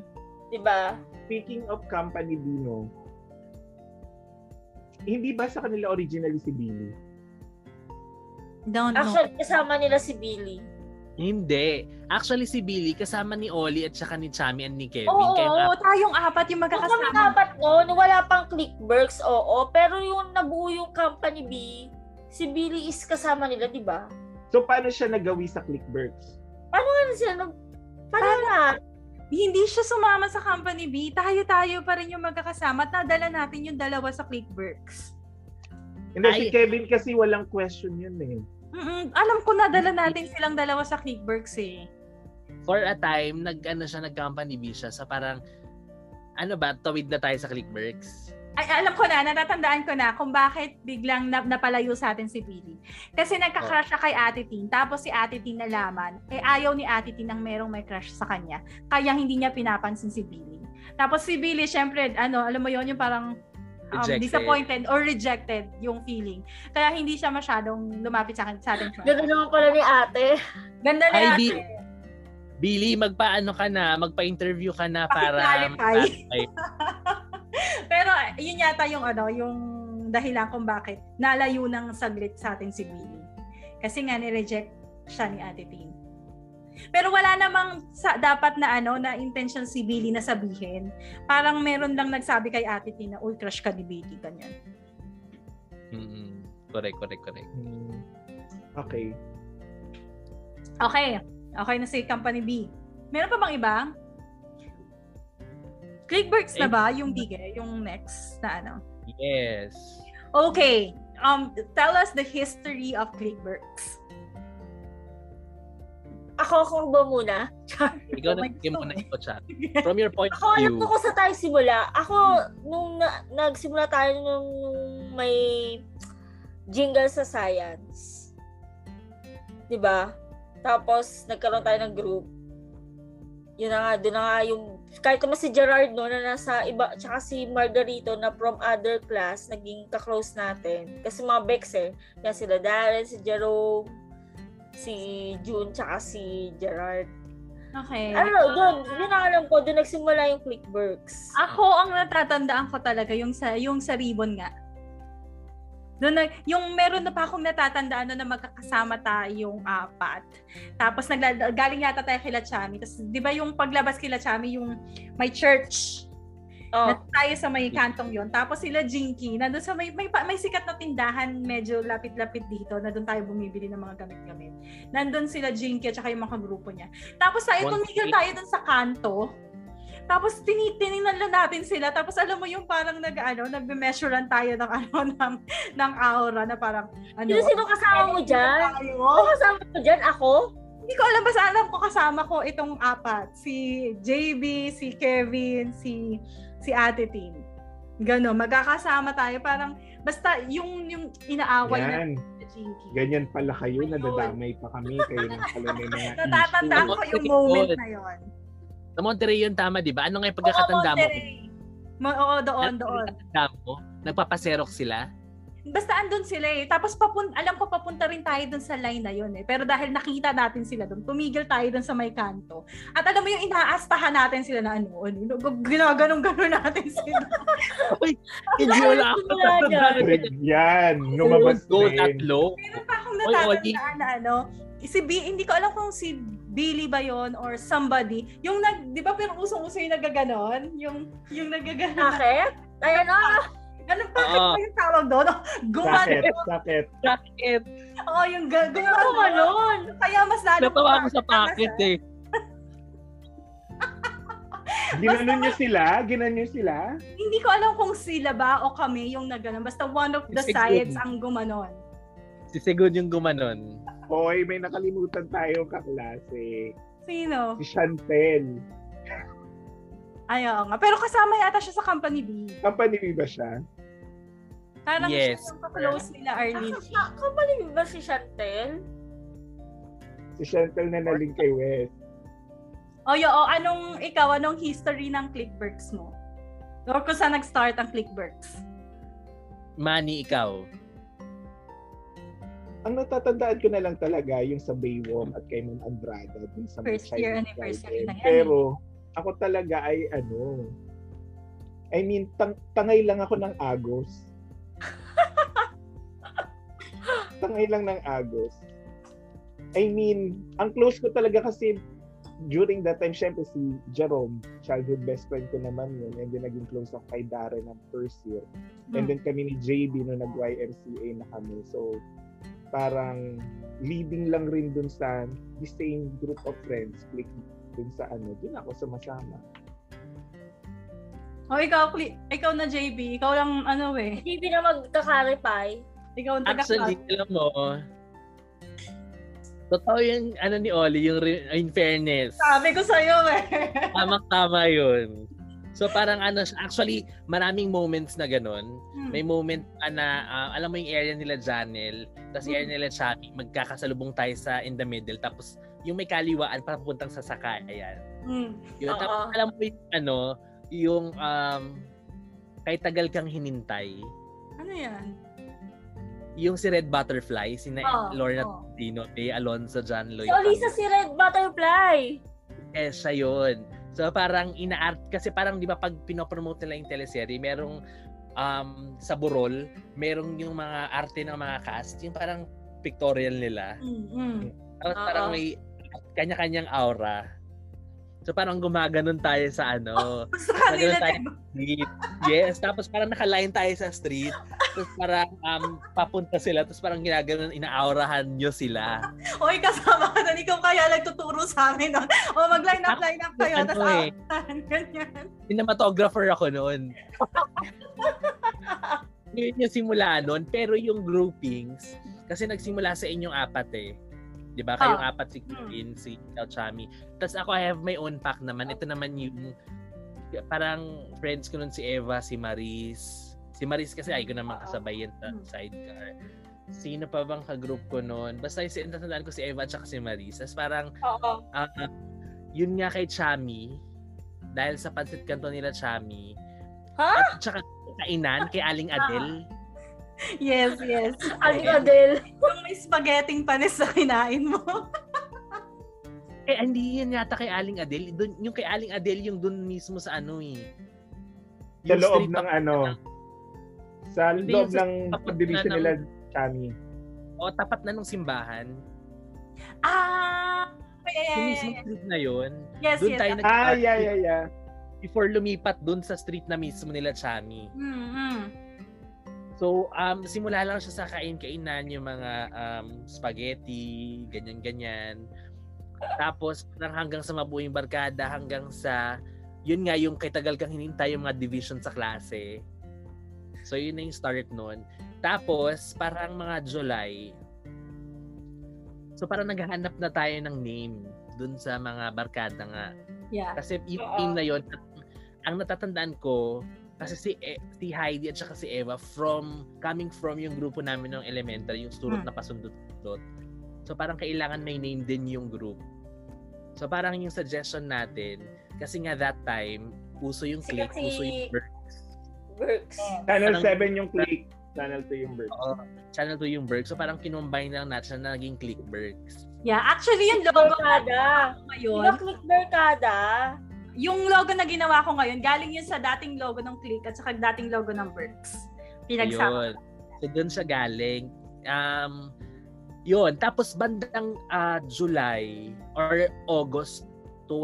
Di ba?
Speaking of company Bino, hindi ba sa kanila originally si Bino?
Don't know.
Actually, kasama nila si Billy.
Hindi. Actually, si Billy, kasama ni Ollie at saka ni Chami and ni Kevin.
Oo,
Kaya nga,
oo, tayong apat yung
Kung kami
magkakasama.
dapat noon, wala pang clickworks, oo. Pero yung nabuo yung company B, si Billy is kasama nila, di ba?
So paano siya nagawi sa Clickworks?
Ano sila nag... Paano na?
Hindi siya sumama sa company B. Tayo-tayo pa rin yung magkakasama at nadala natin yung dalawa sa Clickworks.
Hindi,
Ay.
si Kevin kasi walang question yun eh.
Mm-mm, alam ko nadala natin silang dalawa sa Clickworks eh.
for a time, nag, ano siya, nag-company B siya sa parang, ano ba, tawid na tayo sa Clickworks.
Ay, alam ko na, natatandaan ko na kung bakit biglang nap- napalayo sa atin si Billy. Kasi nagka-crush siya kay Ate Tin, tapos si Ate Tin nalaman, eh ayaw ni Ate Tin ang merong may crush sa kanya. Kaya hindi niya pinapansin si Billy. Tapos si Billy, syempre, ano, alam mo yon yung parang um,
Rejected.
disappointed or rejected yung feeling. Kaya hindi siya masyadong lumapit sa akin sa atin.
Ganda naman pala ni ate.
Ganda na
Ay,
yan.
Billy, Billy, magpaano ka na, magpa-interview ka na para
Pakiclarify.
Ay,
Pero eh, yun yata yung ano, yung dahilan kung bakit nalayo ng saglit sa atin si Billy. Kasi nga ni-reject siya ni Ate Tin. Pero wala namang sa, dapat na ano na intention si Billy na sabihin. Parang meron lang nagsabi kay Ate Tin na uy crush ka ni Billy ganyan.
mm Correct, correct, correct.
Hmm. Okay.
Okay. Okay na si Company B. Meron pa bang iba? Clickworks na ba yung bigay, yung next na ano?
Yes.
Okay. Um, tell us the history of Clickworks.
Ako, ako ba muna? Char.
Oh
Ikaw na
my
bigyan mo
God.
na ito, chat. From your point
Ako,
of
alam
view,
ko kung saan tayo simula. Ako, nung na- nagsimula tayo nung, nung may jingle sa science. 'Di ba? Tapos, nagkaroon tayo ng group. Yun na nga, doon na nga yung... Kahit naman si Gerard, no, na nasa iba... Tsaka si Margarito na from other class, naging kaklose natin. Kasi mga Bex eh. Kaya sila Darren, si Jerome, si June, tsaka si Gerard.
Okay. Um,
Ano, doon, yun ang alam ko, doon nagsimula yung Clickworks.
Ako ang natatandaan ko talaga yung sa yung sa ribbon nga. Doon na, yung meron na pa akong natatandaan na, na magkakasama tayong apat. Tapos nagla- galing yata tayo kila Chami. Tapos 'di ba yung paglabas kila Chami yung may church
oh,
na tayo sa may kantong yon. Tapos sila Jinky na sa may, may pa- may sikat na tindahan medyo lapit-lapit dito na doon tayo bumibili ng mga gamit-gamit. Nandun sila Jinky at saka yung mga grupo niya. Tapos tayo
One
tumigil
thing-
tayo doon sa kanto. Tapos tinitingnan lang natin sila. Tapos alam mo yung parang nag ano, nagme-measurean tayo ng ano ng ng aura na parang ano.
sino sino kasama mo dyan?
Tayo.
Sino Oh, kasama mo dyan? Ako?
Hindi ko alam basta alam ko kasama ko itong apat. Si JB, si Kevin, si si Ate Tin. Gano, magkakasama tayo parang basta yung yung inaaway na
Yan.
sa Jinky.
Ganyan pala kayo.
Ah, Ayun.
Nadadamay pa kami. Kayo lang pala may mga issue.
Natatandaan ko yung moment na yon.
sa Monterrey yun, tama, di ba? Ano nga yung pagkakatanda mo?
mo. Oo, doon,
Ano
doon.
pagkakatanda mo? Nagpapaserok sila?
Basta andun sila eh. Tapos papun alam ko papunta rin tayo dun sa line na yun eh. Pero dahil nakita natin sila dun, tumigil tayo dun sa may kanto. At alam mo yung inaastahan natin sila na ano, ano, ginaganong-ganon natin sila.
Hindi wala ako.
Wala dyan.
Greg, yan. Lumabas
Go,
din.
tatlo.
Meron pa akong
Oy,
natatandaan na ano, si B, hindi ko alam kung si Billy ba yon or somebody. Yung nag, di ba pero usong-uso yung nagaganon? Yung, yung nagaganon.
Bakit? Ayan o.
Ano pa
Oo.
ba yung tawag doon? Oh,
Sakit,
Gumano.
sakit.
Racket.
Oo, yung ga-
Ano ba
gumano.
nun?
Kaya mas
ano
lalo.
Natawa ako sa pocket eh.
Ginanon niyo sila? Ginanon niyo sila?
Hindi ko alam kung sila ba o kami yung nagaganon. Basta one of the
Siguro.
sides ang gumanon.
Si Segun yung gumanon.
Hoy, may nakalimutan tayong kaklase.
Sino?
Si Chantel.
Ay, oo nga. Pero kasama yata siya sa company B.
Company B ba siya?
Parang
Yes.
siya yung close nila, Arlene.
Ka- Kamali Ano ba si Chantel?
Si Chantel na naling kay Wes.
O Oh, yo, o, anong ikaw, anong history ng Clickworks mo? Or kung saan nag-start ang Clickworks?
Manny, ikaw.
Ang natatandaan ko na lang talaga yung sa Baywalk at kay Ma'am Andrada. Dun sa may
First year
Chinese
anniversary
garden.
na yan eh.
Pero ako talaga ay ano, I mean, tang- tangay lang ako ng agos. tangay lang ng agos. I mean, ang close ko talaga kasi during that time, syempre si Jerome, childhood best friend ko naman yun, and then naging close ako kay Darren ng first year. And
Hmm.
then kami ni JB no nag-YMCA na kami. So, parang leading lang rin dun sa the same group of friends. Click dun sa ano, dun ako sumasama.
O Oh, ikaw, Cli- ikaw na JB, ikaw lang ano eh.
Hindi na magkakarepay.
Ikaw ang taga
Actually, alam mo, totoo yung ano ni Ollie, yung re- in fairness.
Sabi ko sa'yo eh.
Tamang-tama yun. So parang ano, siya- actually, maraming moments na ganun.
Hmm,
May moment pa na, ah, alam mo yung area nila Janel, tapos yung area nila Chami, magkakasalubong tayo sa in the middle, tapos yung may kaliwaan para pupuntang sa sakayan.
Mm.
Yun,
Oo.
tapos alam mo yung ano, yung um, kay tagal kang hinintay,
Ano yan?
yung si Red Butterfly, si na
Oo,
Lorna
oo.
Dino, Tay Alonso, John Lloyd.
Si Olisa si Red Butterfly.
Eh, siya yun. So parang inaart, kasi parang di ba pag pinopromote nila yung teleserye, merong um, sa Burol, merong yung mga arte ng mga cast, yung parang pictorial nila.
Mm,
Hmm.
mm.
Tapos
Oo.
parang may kanya-kanyang aura. So parang gumaganon tayo sa ano.
Gusto ka
Nagano
nila,
tayo.
diba?
street. Yes, tapos parang nakalain tayo sa street. Tapos parang um, papunta sila, tapos parang ginaganon, inaaurahan nyo sila.
Oy, kasama ka na. Ikaw kaya nagtuturo sa amin. No? O mag-line up, line up kayo.
Ano
Tapos
eh.
aawatan. Ganyan.
cinematographer ako noon. Yun yung simula noon, pero yung groupings, kasi nagsimula sa inyong apat eh. 'Di ba? Kayong
Ah.
apat si Kevin, si Tao Chami. Tapos ako I have my own pack naman. Ito naman yung parang friends ko nun si Eva, si Maris. Si Maris kasi ay ko naman kasabay yan sa
Mm.
sidecar. Sino pa bang ka-group ko noon? Basta yung sin- natandaan ko si Eva at saka si Maris. Tapos parang
Oo.
Ah, yun nga kay Chami, dahil sa pancit kanto nila Chami,
Ha?
at tsaka kainan kay Aling
Ah.
Adel.
Yes, yes.
Aling Adele.
Yung may spaghetti panis na kinain mo.
Eh, hindi yan yata kay Aling Adel. Dun, yung kay Aling Adel, yung dun mismo sa ano eh.
Sa
Yung
loob
street
ng
pa-
ano, sa
Hindi,
loob
yung sa-
ng
tapat na
division
ng-
nila, Chami.
O, oh, tapat na nung simbahan.
Ah!
Yung
Yes,
mismo street na yun.
yes.
Dun tayo
yes.
nag-
Ah, yeah, yeah, yeah.
Before lumipat dun sa street na mismo nila Chami.
Mm, mm.
So, um, simula lang siya sa kain-kainan, yung mga um, spaghetti, ganyan-ganyan. Tapos, parang hanggang sa mabuing barkada, hanggang sa, yun nga, yung kay tagal kang hinintay yung mga division sa klase. So, yun na yung start nun. Tapos, parang mga July, so parang naghahanap na tayo ng name dun sa mga barkada nga.
Yeah.
Kasi yung
Oo.
team na yon ang natatandaan ko, kasi si, E- si Heidi at saka si Eva from, coming from yung grupo namin ng elementary, yung surot
Hmm.
na pasundot-sundot. So parang kailangan may name din yung group. So parang yung suggestion natin, kasi nga that time, uso yung click,
Sikat si-
uso yung bird.
Works.
Oh.
Channel
Parang-
7 yung click. Channel 2 yung bird.
Oo, channel 2 yung Berks. So parang kinumbine lang natin siya na naging click Berks.
Yeah, actually yung logo
Barkada. Diba
ngayon,
click barkada?
yung logo na ginawa ko ngayon, galing yun sa dating logo ng Click at saka dating logo ng Works. Pinagsama.
Yun. So, doon siya galing. Um, yun. Tapos, bandang ah, July or August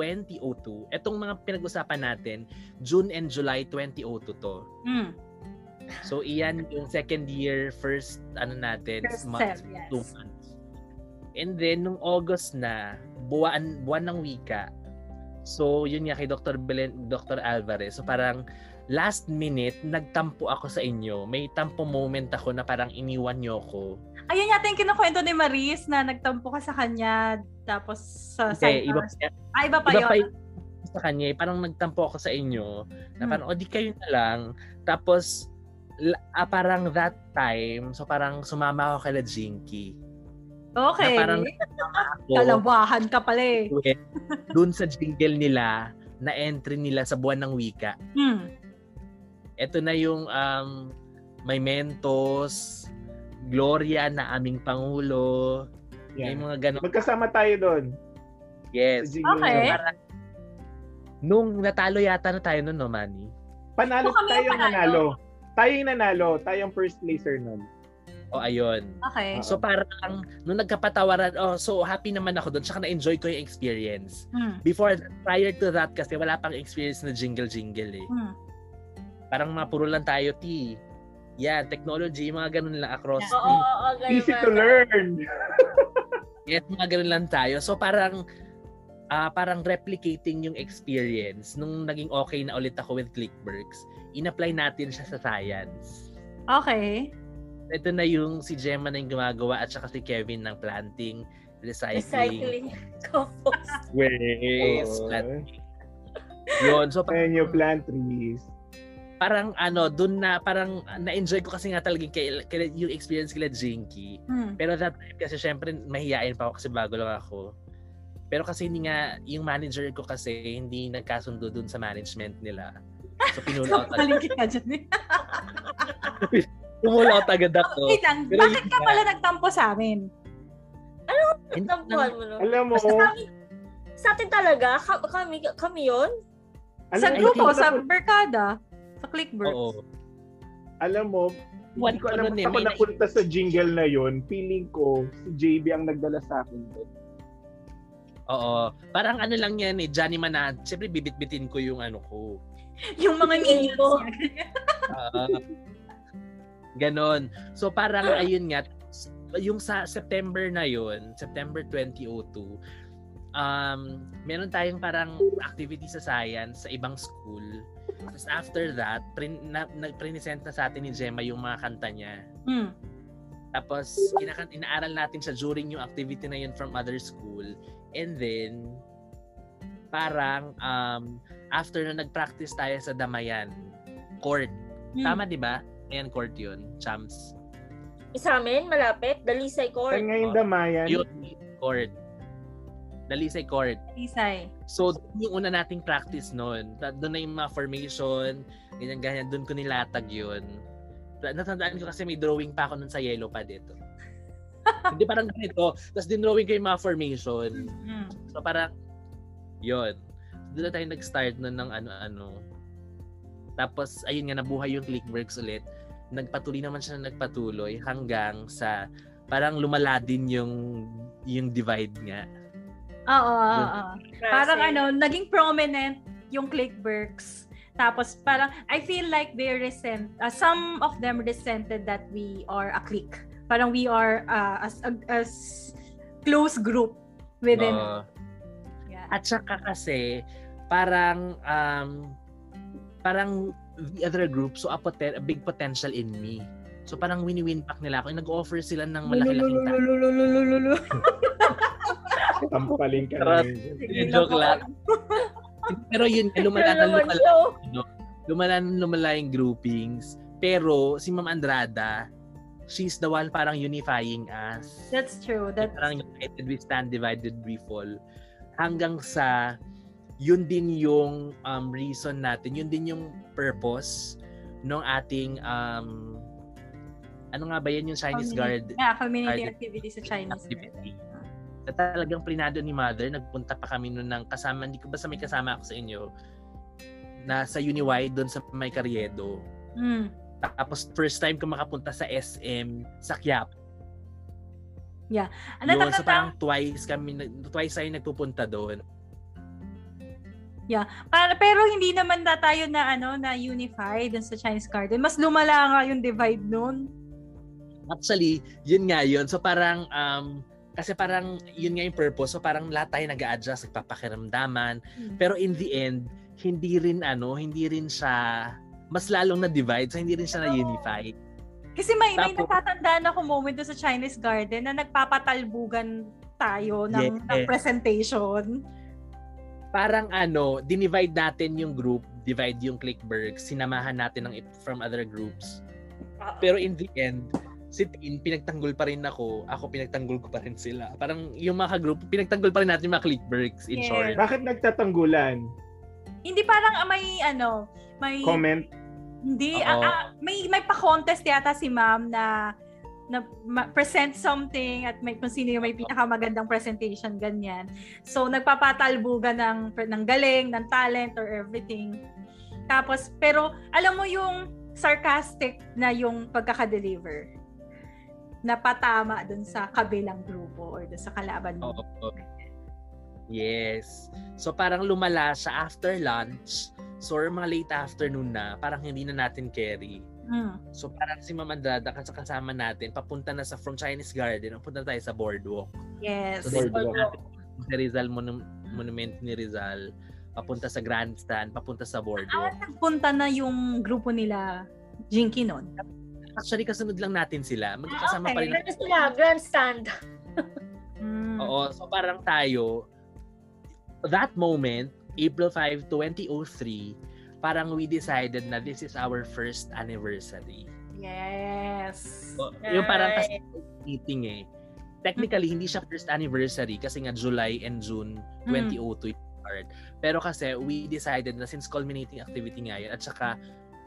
2002, etong mga pinag-usapan natin, June and July 2002 to.
Mm.
So, iyan yung second year, first, ano natin,
First
month,
sem, yes.
two months. And then, nung August na, buwan, buwan ng wika. So, yun nga kay Dr. Belen, Dr. Alvarez. So, parang last minute, nagtampo ako sa inyo. May tampo moment ako na parang iniwan nyo ko.
Ayun yata yung kinukwento ni Maris na nagtampo ka sa kanya tapos sa
Kasi, iba,
sidebar. Ah, iba pa
iba
yun.
pa yung sa kanya. eh. Parang nagtampo ako sa inyo. Na
Hmm.
parang, o di kayo na lang. Tapos, la- ah, parang that time, so parang sumama ako kay Jinky.
Okay.
Na parang ako.
Kalabahan ka pala eh.
eh, dun sa jingle nila na entry nila sa buwan ng wika.
Hmm.
Ito na yung um, may mentos, Gloria na aming Pangulo, may
Yeah.
mga ganun.
Magkasama tayo doon. Sa
Yes.
jingle
Okay.
na yun.
Parang- Nung natalo yata na tayo nun, no, Manny?
Panalo
So, kami
tayo
yung
yung nanalo. Tayo yung nanalo. Tayo yung first placer nun.
O ayun.
Okay.
Ah.
So parang, nung nagkapatawaran, oh, so happy naman ako dun, tsaka na-enjoy ko yung experience.
Hmm.
Before, prior to that kasi wala pang experience na jingle-jingle eh.
Hmm.
Parang mapuro lang tayo, T. Yan, technology, mga ganun lang across
Oo, oo, oo. ganun
Easy
ba?
to learn.
Yes, mga ganun lang tayo. So parang ah, parang replicating yung experience nung naging okay na ulit ako with Clickworks, in-apply natin siya sa science.
Okay.
Ito na yung si Gemma na yung gumagawa at saka si Kevin ng planting, recycling,
Recycling. Compost.
waste,
Oo.
plant. Yun. So parang,
Ayun yung plant trees.
parang ano, dun na parang na-enjoy ko kasi nga talaga yung kay, kay- yung experience kila Jinky.
Hmm.
Pero that time kasi syempre mahihain pa ako kasi bago lang ako. Pero kasi hindi nga, yung manager ko kasi hindi nagkasundo dun sa management nila. So pinull out agad.
Kapaligid ka dyan eh.
Pinull out agad ako.
Wait lang,
Pero
bakit
yun
ka
nga.
pala nagtampo sa amin?
Hindi
Tampuhan mo no?
Alam mo,
Basta kami, sa atin talaga, ka- kami, kami yun?
alam,
sa
mo,
oh,
grupo,
nakita
sa
ko-
Mercada, sa Clickbirds.
Oo.
alam mo,
Iwan
hindi ko
ko
alam
nun
kung
eh,
ako
may
napunta sa jingle na yun. Feeling ko, si JB ang nagdala sa akin doon.
Oo. Parang ano lang yan eh, Johnny Manan. Siyempre bibitbitin ko yung ano ko.
Yung mga minions.
Tingin ko.
niya.
Ah. ganon. So parang ayun nga s- yung sa September na yun, September 2002, um, meron tayong parang activity sa science sa ibang school. Tapos after that, prin, na, nag-present na sa atin ni Gemma yung mga kanta niya.
Hmm.
Tapos, inakan, inaaral natin siya during yung activity na yun from other school. And then, parang um, after na nag-practice tayo sa Damayan Court.
Hmm.
Tama, di ba? Damayan Court yun, champs.
Sa amin, malapit, Dalisay
Kaya
Court.
ngayon damayan,
Yun, court. Dalisay Court.
Isay.
So, dun yung una nating practice noon, Ta- doon na yung mga formation, ganyan-ganyan, doon ko nilatag yun. Ta- Natandaan ko kasi may drawing pa ako nun sa yellow pa dito. Hindi parang ganito. Tapos dinrawing ko yung mga formation.
Mm-mm.
So parang, yun. Doon na tayo nag-start nun ng ano-ano. Tapos, ayun nga, nabuhay yung Clickworks ulit. Nagpatuloy naman siya na nagpatuloy hanggang sa parang lumala din yung yung divide nga.
Oo, oo, oo.
Kasi-
Parang ano, naging prominent yung clickworks. Tapos parang, I feel like they resent, uh, some of them resented that we are a clique. Parang we are uh, as, as close group within.
Oo.
yeah.
At saka kasi, parang, um, parang the other group, so a, poten- a big potential in me. So parang win-win pack nila ako. Yung Nag-offer sila ng malaki-laking task.
Lululululululu.
tampalin ka
Sarap.
na yun.
Sige
Joke
po.
lang. Pero yun, eh, lumala na
Dalawa
lumala,
show.
lumala, na lumala yung groupings. Pero si Ma'am Andrada, she's the one parang unifying us.
That's true. That's
parang united we stand, divided we fall. Hanggang sa yun din yung um, reason natin, yun din yung purpose ng ating um, ano nga ba yan yung Chinese
community-
Guard
Yeah, community
guard-
activity sa Chinese.
activity. Na talagang plinado ni mother, nagpunta pa kami noon ng kasama, hindi ko basta may kasama ako sa inyo, na sa Uniway doon sa may Carriedo.
Mm.
Tapos first time ko makapunta sa SM, sa Quiapo.
Ano
Yun,
talaga
so parang twice kami, nag- twice tayo nagpupunta doon.
Para, pero hindi naman na tayo na ano na unified dun sa Chinese Garden. Mas lumala nga yung divide noon.
Actually, yun nga yun. So parang, um, kasi parang yun nga yung purpose. So parang lahat tayo nag adjust nagpapakiramdaman.
Mm.
Pero in the end, hindi rin ano, hindi rin siya, mas lalong na-divide. So hindi rin siya na-unify.
Kasi may, may
Tapos-
natatandaan ako moment dun sa Chinese Garden na nagpapatalbugan tayo ng,
Yes.
ng presentation.
Parang ano, dinivide natin yung group, divide yung clickberg, sinamahan natin ng, from other groups.
Ah.
Pero in the end, si Tin, pinagtanggol pa rin ako. Ako, pinagtanggol ko pa rin sila. Parang yung mga group, pinagtanggol pa rin natin yung mga clickbergs, in
Yeah.
short.
Bakit nagtatanggulan?
Hindi parang ah, may ano, may
Comment?
hindi
Oo.
ah, ah, may may pa-contest yata si Ma'am na na ma- present something at may kung sino yung may pinakamagandang presentation ganyan. So nagpapatalbugan ng ng galing, ng talent or everything. Tapos pero alam mo yung sarcastic na yung pagkakadeliver napatama dun sa kabilang grupo or dun sa kalaban mo.
Oo. Yes. So parang lumala siya after lunch. So or mga late afternoon na, parang hindi na natin carry.
Mm.
So parang si Ma'am Andrada kas- kasama natin, papunta na sa from Chinese Garden, papunta tayo sa boardwalk.
Yes.
So
Boardwalk.
dinol
diba?
natin sa Rizal Monu- Monument ni Rizal, papunta sa grandstand, papunta sa boardwalk.
Saan nagpunta na yung grupo nila Jinky nun?
Actually, kasunod lang natin sila. Magkakasama
Ah, okay.
pa rin.
Ano sila, grandstand.
Mm.
Oo, so parang tayo, that moment, April 5, 2003, parang we decided na this is our first anniversary.
Yes.
So, Yung parang kasi
Nice.
meeting eh. Technically, hindi siya first anniversary kasi nga July and June 2002 yung start. Pero kasi we decided na since culminating activity nga yun, at saka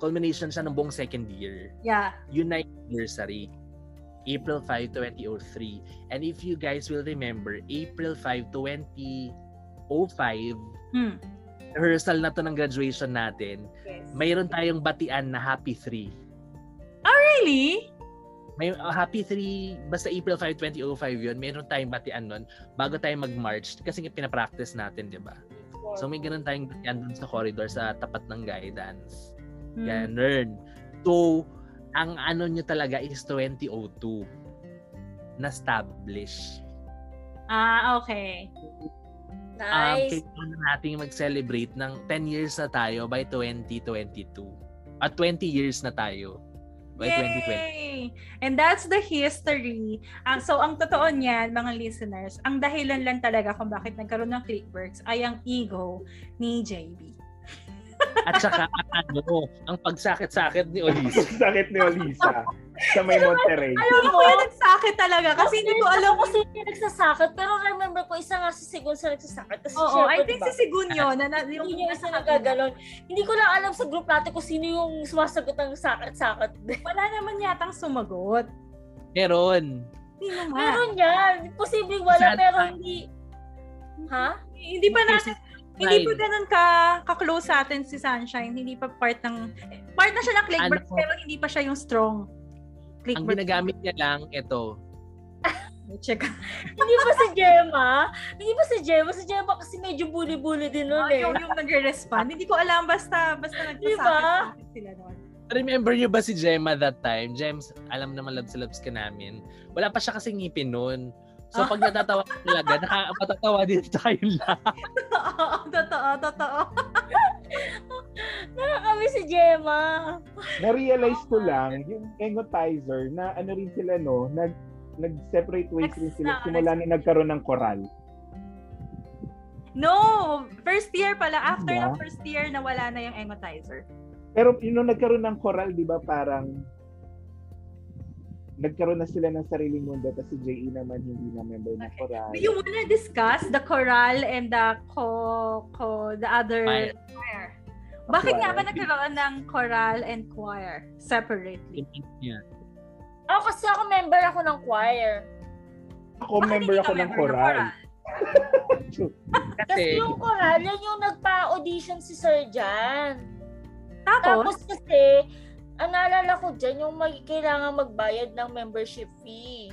culmination siya ng buong second year.
Yeah.
Unite anniversary April 5, 2003. And if you guys will remember, April 5, 2005,
Mm.
rehearsal na to ng graduation natin,
Yes.
mayroon tayong batian na Happy 3.
Really?
May uh, Happy 3, basta April 5, 2005 yun, mayroon tayong batian nun bago tayo mag-march kasi nga pinapractice natin, di ba? So may ganun tayong batian dun sa corridor sa tapat ng guidance.
Mm.
Ganun. So, ang ano nyo talaga is 2002 na-establish.
Ah, okay.
Um,
Nice.
kailangan na nating mag-celebrate ng 10 years na tayo by 2022. At 20 years na tayo. by 2020.
Yay! And that's the history. Ang so ang totoo niyan mga listeners, ang dahilan lang talaga kung bakit nagkaroon ng clickworks ay ang ego ni JB.
At saka ang ano, ang pagsakit-sakit ni Olis.
Sakit ni Olisa sa may Monterrey.
Hindi ko yan nagsakit talaga kasi hindi ko alam
kung sino yung nagsasakit. Pero remember ko, isa nga si Sigun sa nagsasakit. Tapos
Oo,
syempre,
I think
diba,
si Sigun yun. Na, na,
yun yung isa nagagalon. Hindi ko lang alam sa group natin kung sino yung sumasagot ng sakit-sakit.
Wala naman yatang sumagot.
Meron.
Hindi naman.
Meron yan. Posibleng wala,
Sad
pero
fact.
hindi. Ha?
Hindi pa natin Hindi pa ganun ka ka-close sa atin si Sunshine. Hindi pa part ng part na siya ng clickbait
Ano?
pero hindi pa siya yung strong
Ang
clickbait.
ginagamit niya lang, ito.
Check.
Hindi ba si Gemma? Hindi ba si Gemma? Si Gemma kasi medyo bully-bully din
Ah,
nun eh.
yung, yung nagre-respond. Hindi ko alam basta basta nagsasabi
Diba?
sila noon.
Remember niyo ba si Gemma that time? Gems, alam naman labs-labs ka namin. Wala pa siya kasing ngipin noon.
Ah.
So pag natatawa ka talaga, naka- matatawa din tayo lahat.
Oo, totoo, totoo.
Kami si Gemma.
Na-realize ko lang, yung engotizer, na ano rin sila, no, nag, nag-separate ways rin sila
Nags-
simula na nagkaroon ng koral.
No, first year pala after
Diba?
ng first year nawala na yung emotizer.
Pero yun, nung nagkaroon ng koral, di ba, parang nagkaroon na sila ng sariling mundo tapos si JE naman hindi na member ng koral.
Do you wanna discuss the choral and the co, co the other
Choir.
choir? Bakit nga ba
Choir.
nagkaroon ng choral and choir separately?
Yeah.
Ako kasi ako member ako ng choir.
Ako member ako ng koral.
Kasi
Kasi,
yung choral, yan yung nagpa-audition si Sir Jan.
Tapos,
Tapos kasi, ang naalala ko dyan, yung mag, kailangan magbayad ng membership fee.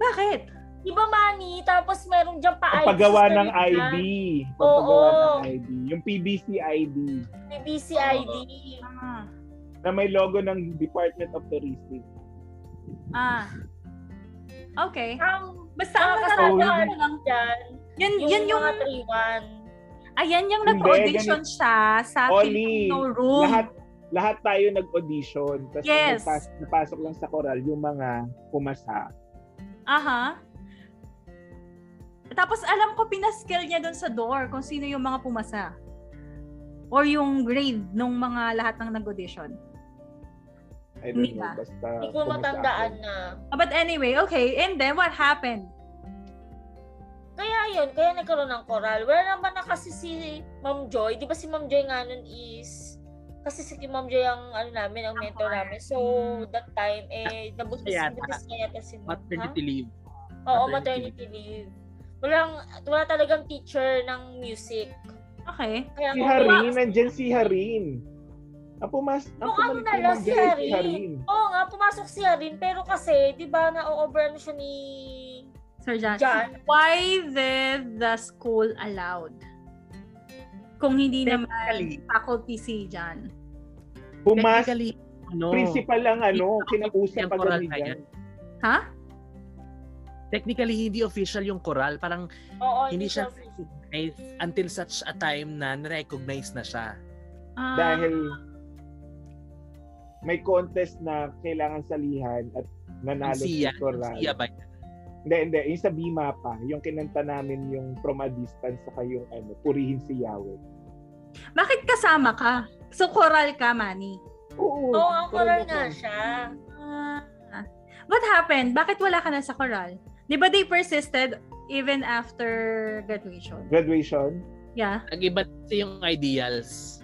bakit?
Di ba, Manny? Tapos meron dyan pa ID si
Paggawa
Sir
ng
Jan.
ID.
Oo.
Pagpagawa ng ID. Yung PBC ID
May BCID.
Ah,
na may logo ng Department of Tourism.
ah. Okay.
Ang
Basta ang
Ang
natatandaan
kasama
ko lang,
dyan,
yun,
yung,
yun yung,
mga 3-1.
ayan yung
Hindi,
nag-audition siya sa
Oli,
Filipino Room.
Lahat lahat tayo nag-audition. Tapos
Oh. Yes.
napas, napasok lang sa koral yung mga pumasa.
Aha. Tapos alam ko pinaskill niya doon sa door kung sino yung mga pumasa. Or yung grade nung mga lahat ng nag-audition.
I don't
Hindi
know.
ba?
Basta
Hindi ko
pumasa
matandaan
ako.
na.
Ah, But anyway, okay. And then what happened?
Kaya yun, kaya nagkaroon ng koral. Wala naman na kasi si Ma'am Joy. Di ba si Ma'am Joy nga nun is... Kasi si Ma'am Joy ang ano namin, ang mentor
Ang
namin. So, that time, eh, nabuntis,
Yata.
nabuntis na yata si Ma'am.
Mm. maternity leave.
Ha? Oo,
maternity.
maternity leave. Walang, wala talagang teacher ng music.
Okay.
Kaya
Si
kung-
Harin, nandyan si Harin. Ang pumas, ang
Oo,
pumalit
ano na
kay
lang,
Ma'am
si
Joy,
Harin. Oo nga, pumasok si Harin. Pero kasi, di ba, na-over siya ni...
Sir
Ah,
John,
John.
why did the school allowed? Kung hindi naman faculty si John.
Pumas,
Technically, ano,
principal lang ano,
Hindi
kinausap
yung
pag
koral
ano
na Oh. yan.
dyan.
Ha?
technically, hindi official yung choral. Parang
Oo,
hindi siya
official.
recognized until such a time na na-recognize na siya.
Ah,
Dahil may contest na kailangan salihan at
Ang
nanalo si
siya.
Koral.
Ang siya ba yan?
Hindi, hindi. Yung sa Bima pa, yung kinanta namin yung From a Distance saka yung ano, Purihin si Yahweh.
bakit kasama ka? So, choral ka, Manny.
Oo,
Oo, ang koral
correct
nga
ako.
siya.
Ah. What happened? Bakit wala ka na sa choral? Di ba they persisted even after graduation?
Graduation?
Yeah.
Nag-iba kasi yung ideals.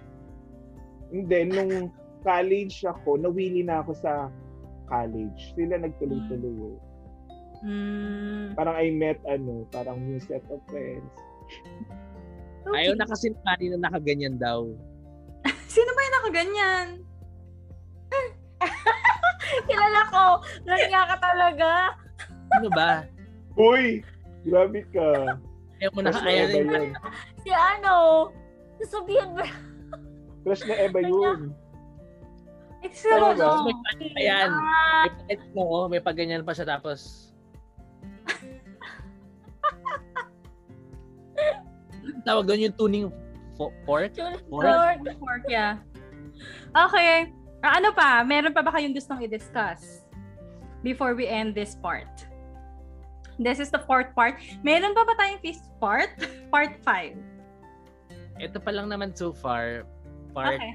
Hindi, nung college ako, nawili na ako sa college. Sila
Hmm.
nagtuloy-tuloy. eh.
Mm.
Parang I met, ano, parang new set of friends.
Okay.
Ayaw na kasi ni Manny na nakaganyan daw.
Sino ba yung nakaganyan?
Kilala ko. Nangya ka talaga.
Ano ba?
Uy! Grabe ka.
Ayaw mo na
Crush na
ayaw
Eva
na
yun.
Si ano? Sasabihin mo.
Crush na Eva yun.
It's
Pero,
no.
May pag- ayan.
Ah,
May, pag- oo, may pagganyan pa siya tapos tawag doon yung tuning fo- fork.
Tulad
Fork?
Lord.
Fork, yeah. Okay. Ah, ano pa? Meron pa ba kayong gustong i-discuss before we end this part? This is the fourth part. Meron pa ba tayong fifth part? Part 5.
Ito pa lang naman so far, part
Okay.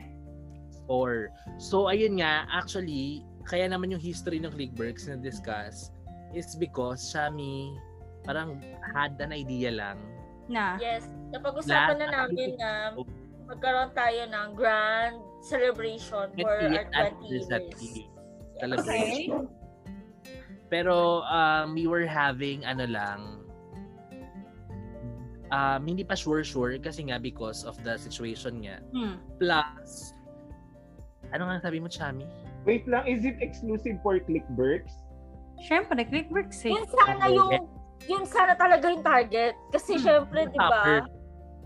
4. So, ayun nga, actually, kaya naman yung history ng Clickworks na discuss is because Shami parang had an idea lang.
Na.
Yes. Napag-usapan na
Lahat.
namin na magkaroon tayo ng grand celebration for our 20 years.
Okay.
Celebration. Pero um, we were having ano lang, um, hindi pa sure-sure kasi nga because of the situation nga.
Hmm.
Plus, ano nga sabi mo, Chami?
Wait lang, is it exclusive for Clickworks?
Siyempre, quick work safe.
Yun sana yung yun sana talaga yung target kasi
Hmm.
syempre 'di ba?
Upper.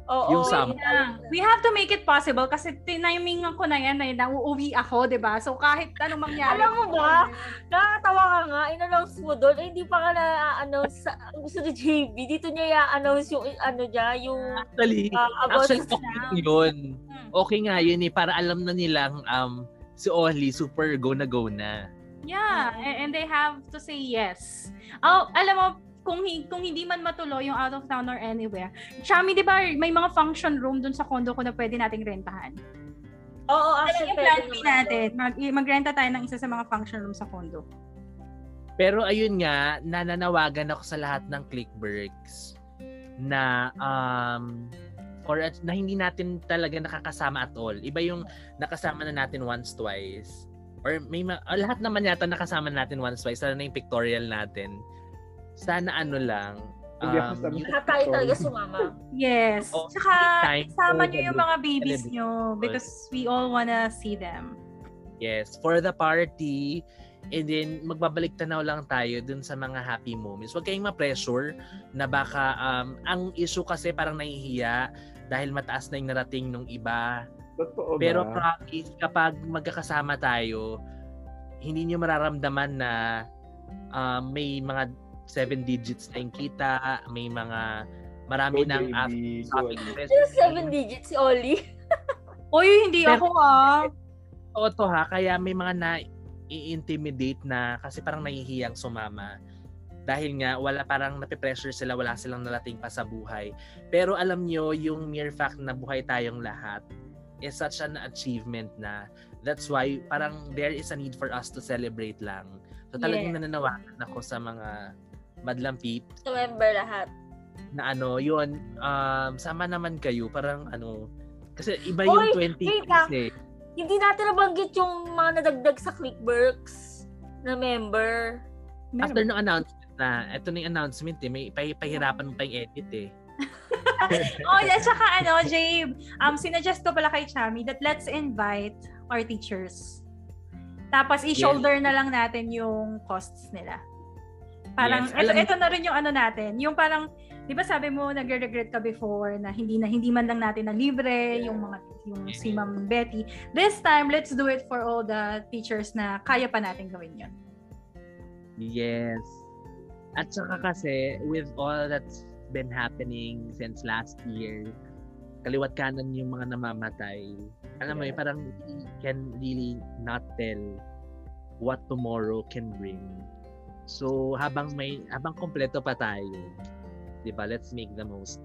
Oo. eh,
Yung summer.
yun
Yeah.
talaga.
We have to make it possible kasi tinimingan ko na yan na nauuwi ako, di ba? So kahit anong mangyari.
Alam mo ba? Nakakatawa ka nga, in-announce mo doon, eh, hindi pa ka na-announce sa ang gusto ni JB. Dito niya i-announce yung, ano niya, yung
Actually,
ah, about
actually
sa
okay lang yun.
Hmm.
Okay nga yun eh, para alam na nilang um, si Oli, super go na go na.
Yeah, a- and they have to say yes. Oh, alam mo, kung, hi- kung hindi man matuloy yung out of town or anywhere, Chami, di ba, may mga function room dun sa condo ko na pwede nating rentahan.
Oo,
Ano
actually,
yung
pwede
plan B
naman
natin? Mag, i- magrenta tayo ng isa sa mga function room sa condo.
Pero ayun nga, nananawagan ako sa lahat ng clickbirds na um, or at, na hindi natin talaga nakakasama at all. Iba yung nakasama na natin once, twice. Or may ma- ah, lahat naman yata nakasama natin once, twice. Sana na yung pictorial natin. Sana ano lang.
Hindi ako
Um,
sabi-
yung
Lahat tayo talaga sumama.
Yes.
Oh,
Tsaka,
time Oh,
isama
for
niyo yung
the
mga babies
celebration.
niyo because we all wanna see them.
Yes, for the party. And then, magbabalik tanaw lang tayo dun sa mga happy moments. Huwag kayong ma-pressure na baka, um, ang issue kasi parang nahihiya dahil mataas na yung narating nung iba.
Totoo
Pero
ba?
promise, kapag magkakasama tayo, hindi nyo mararamdaman na um, may mga seven digits na yung kita, may mga marami
Go,
ng
JB,
after
go.
shopping
Yung seven digits si Oli.
Uy, hindi
Pero-
ako ah.
Oo to ha, kaya may mga na i-intimidate na kasi parang nahihiyang sumama. Dahil nga, wala parang nape-pressure sila, wala silang nalating pa sa buhay. Pero alam nyo, yung mere fact na buhay tayong lahat is such an achievement na. That's why parang there is a need for us to celebrate lang. So
Yes.
talagang nananawagan ako sa mga madlang peep
Remember lahat.
na ano, yun, um, sama naman kayo. Parang ano, kasi iba
Oy,
yung 20
wait lang.
eh.
Hindi natin nabanggit yung mga nadagdag sa Clickworks na member.
after ng announcement na, ito na yung announcement eh, may pay, pahirapan mo pa yung edit eh.
Oh, at saka ano, Jabe, um, sinuggest ko pala kay Chami that let's invite our teachers. Tapos i-shoulder na lang natin yung costs nila. Parang,
Yes.
ito,
Alam-
ito na rin yung ano natin. Yung parang, di ba sabi mo, nagre-regret ka before na hindi na hindi man lang natin na libre yung mga yung si Ma'am Betty. This time, let's do it for all the teachers na kaya pa natin gawin yun.
Yes. At saka kasi, with all that's been happening since last year, kaliwat kanan yung mga namamatay. Alam mo eh, parang we can really not tell what tomorrow can bring. So, habang may habang kompleto pa tayo, 'di ba? Let's make the most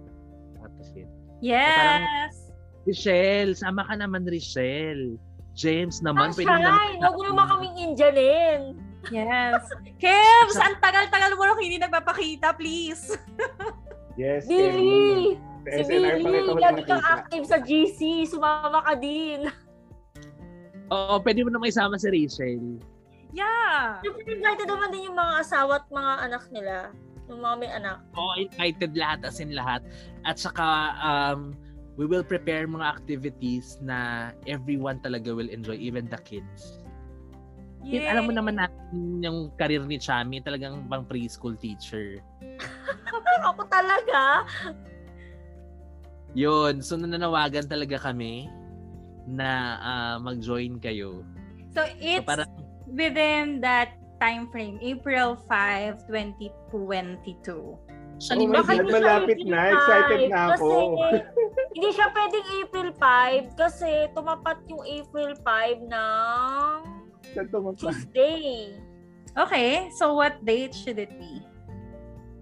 out of it.
Yes!
Richelle, sama ka naman, Richelle. James naman,
Sunshine! Huwag mo naman kaming Indianin.
Yes! Kebs, ang tagal-tagal mo lang hindi nagpapakita, please!
Yes, Emily.
Billy!
Sa
Si
SNR
Billy!
pala ito
Lagi kang
nakita.
active sa GC. Sumama ka din.
Oo, pwede mo naman isama si Rachel.
Yeah.
Siyempre, invited naman din yung mga asawa at mga anak nila. Yung mga may anak.
Oo, invited lahat, as in lahat. At saka, um, we will prepare mga activities na everyone talaga will enjoy, even the kids. Yun, alam mo naman natin yung career ni Chami, talagang pang preschool teacher.
Ako talaga.
Yun, so nananawagan talaga kami na ah, mag-join kayo.
So
So
it's
parang,
within that time frame, April 5, 2022.
actually,
my
baka
God.
hindi
malapit
siya
na.
mag-invite.
Excited na ako.
Kasi Hindi siya pwedeng April 5 kasi tumapat yung April 5 ng
Saan tumapat?
Tuesday.
Okay, so what date should it be?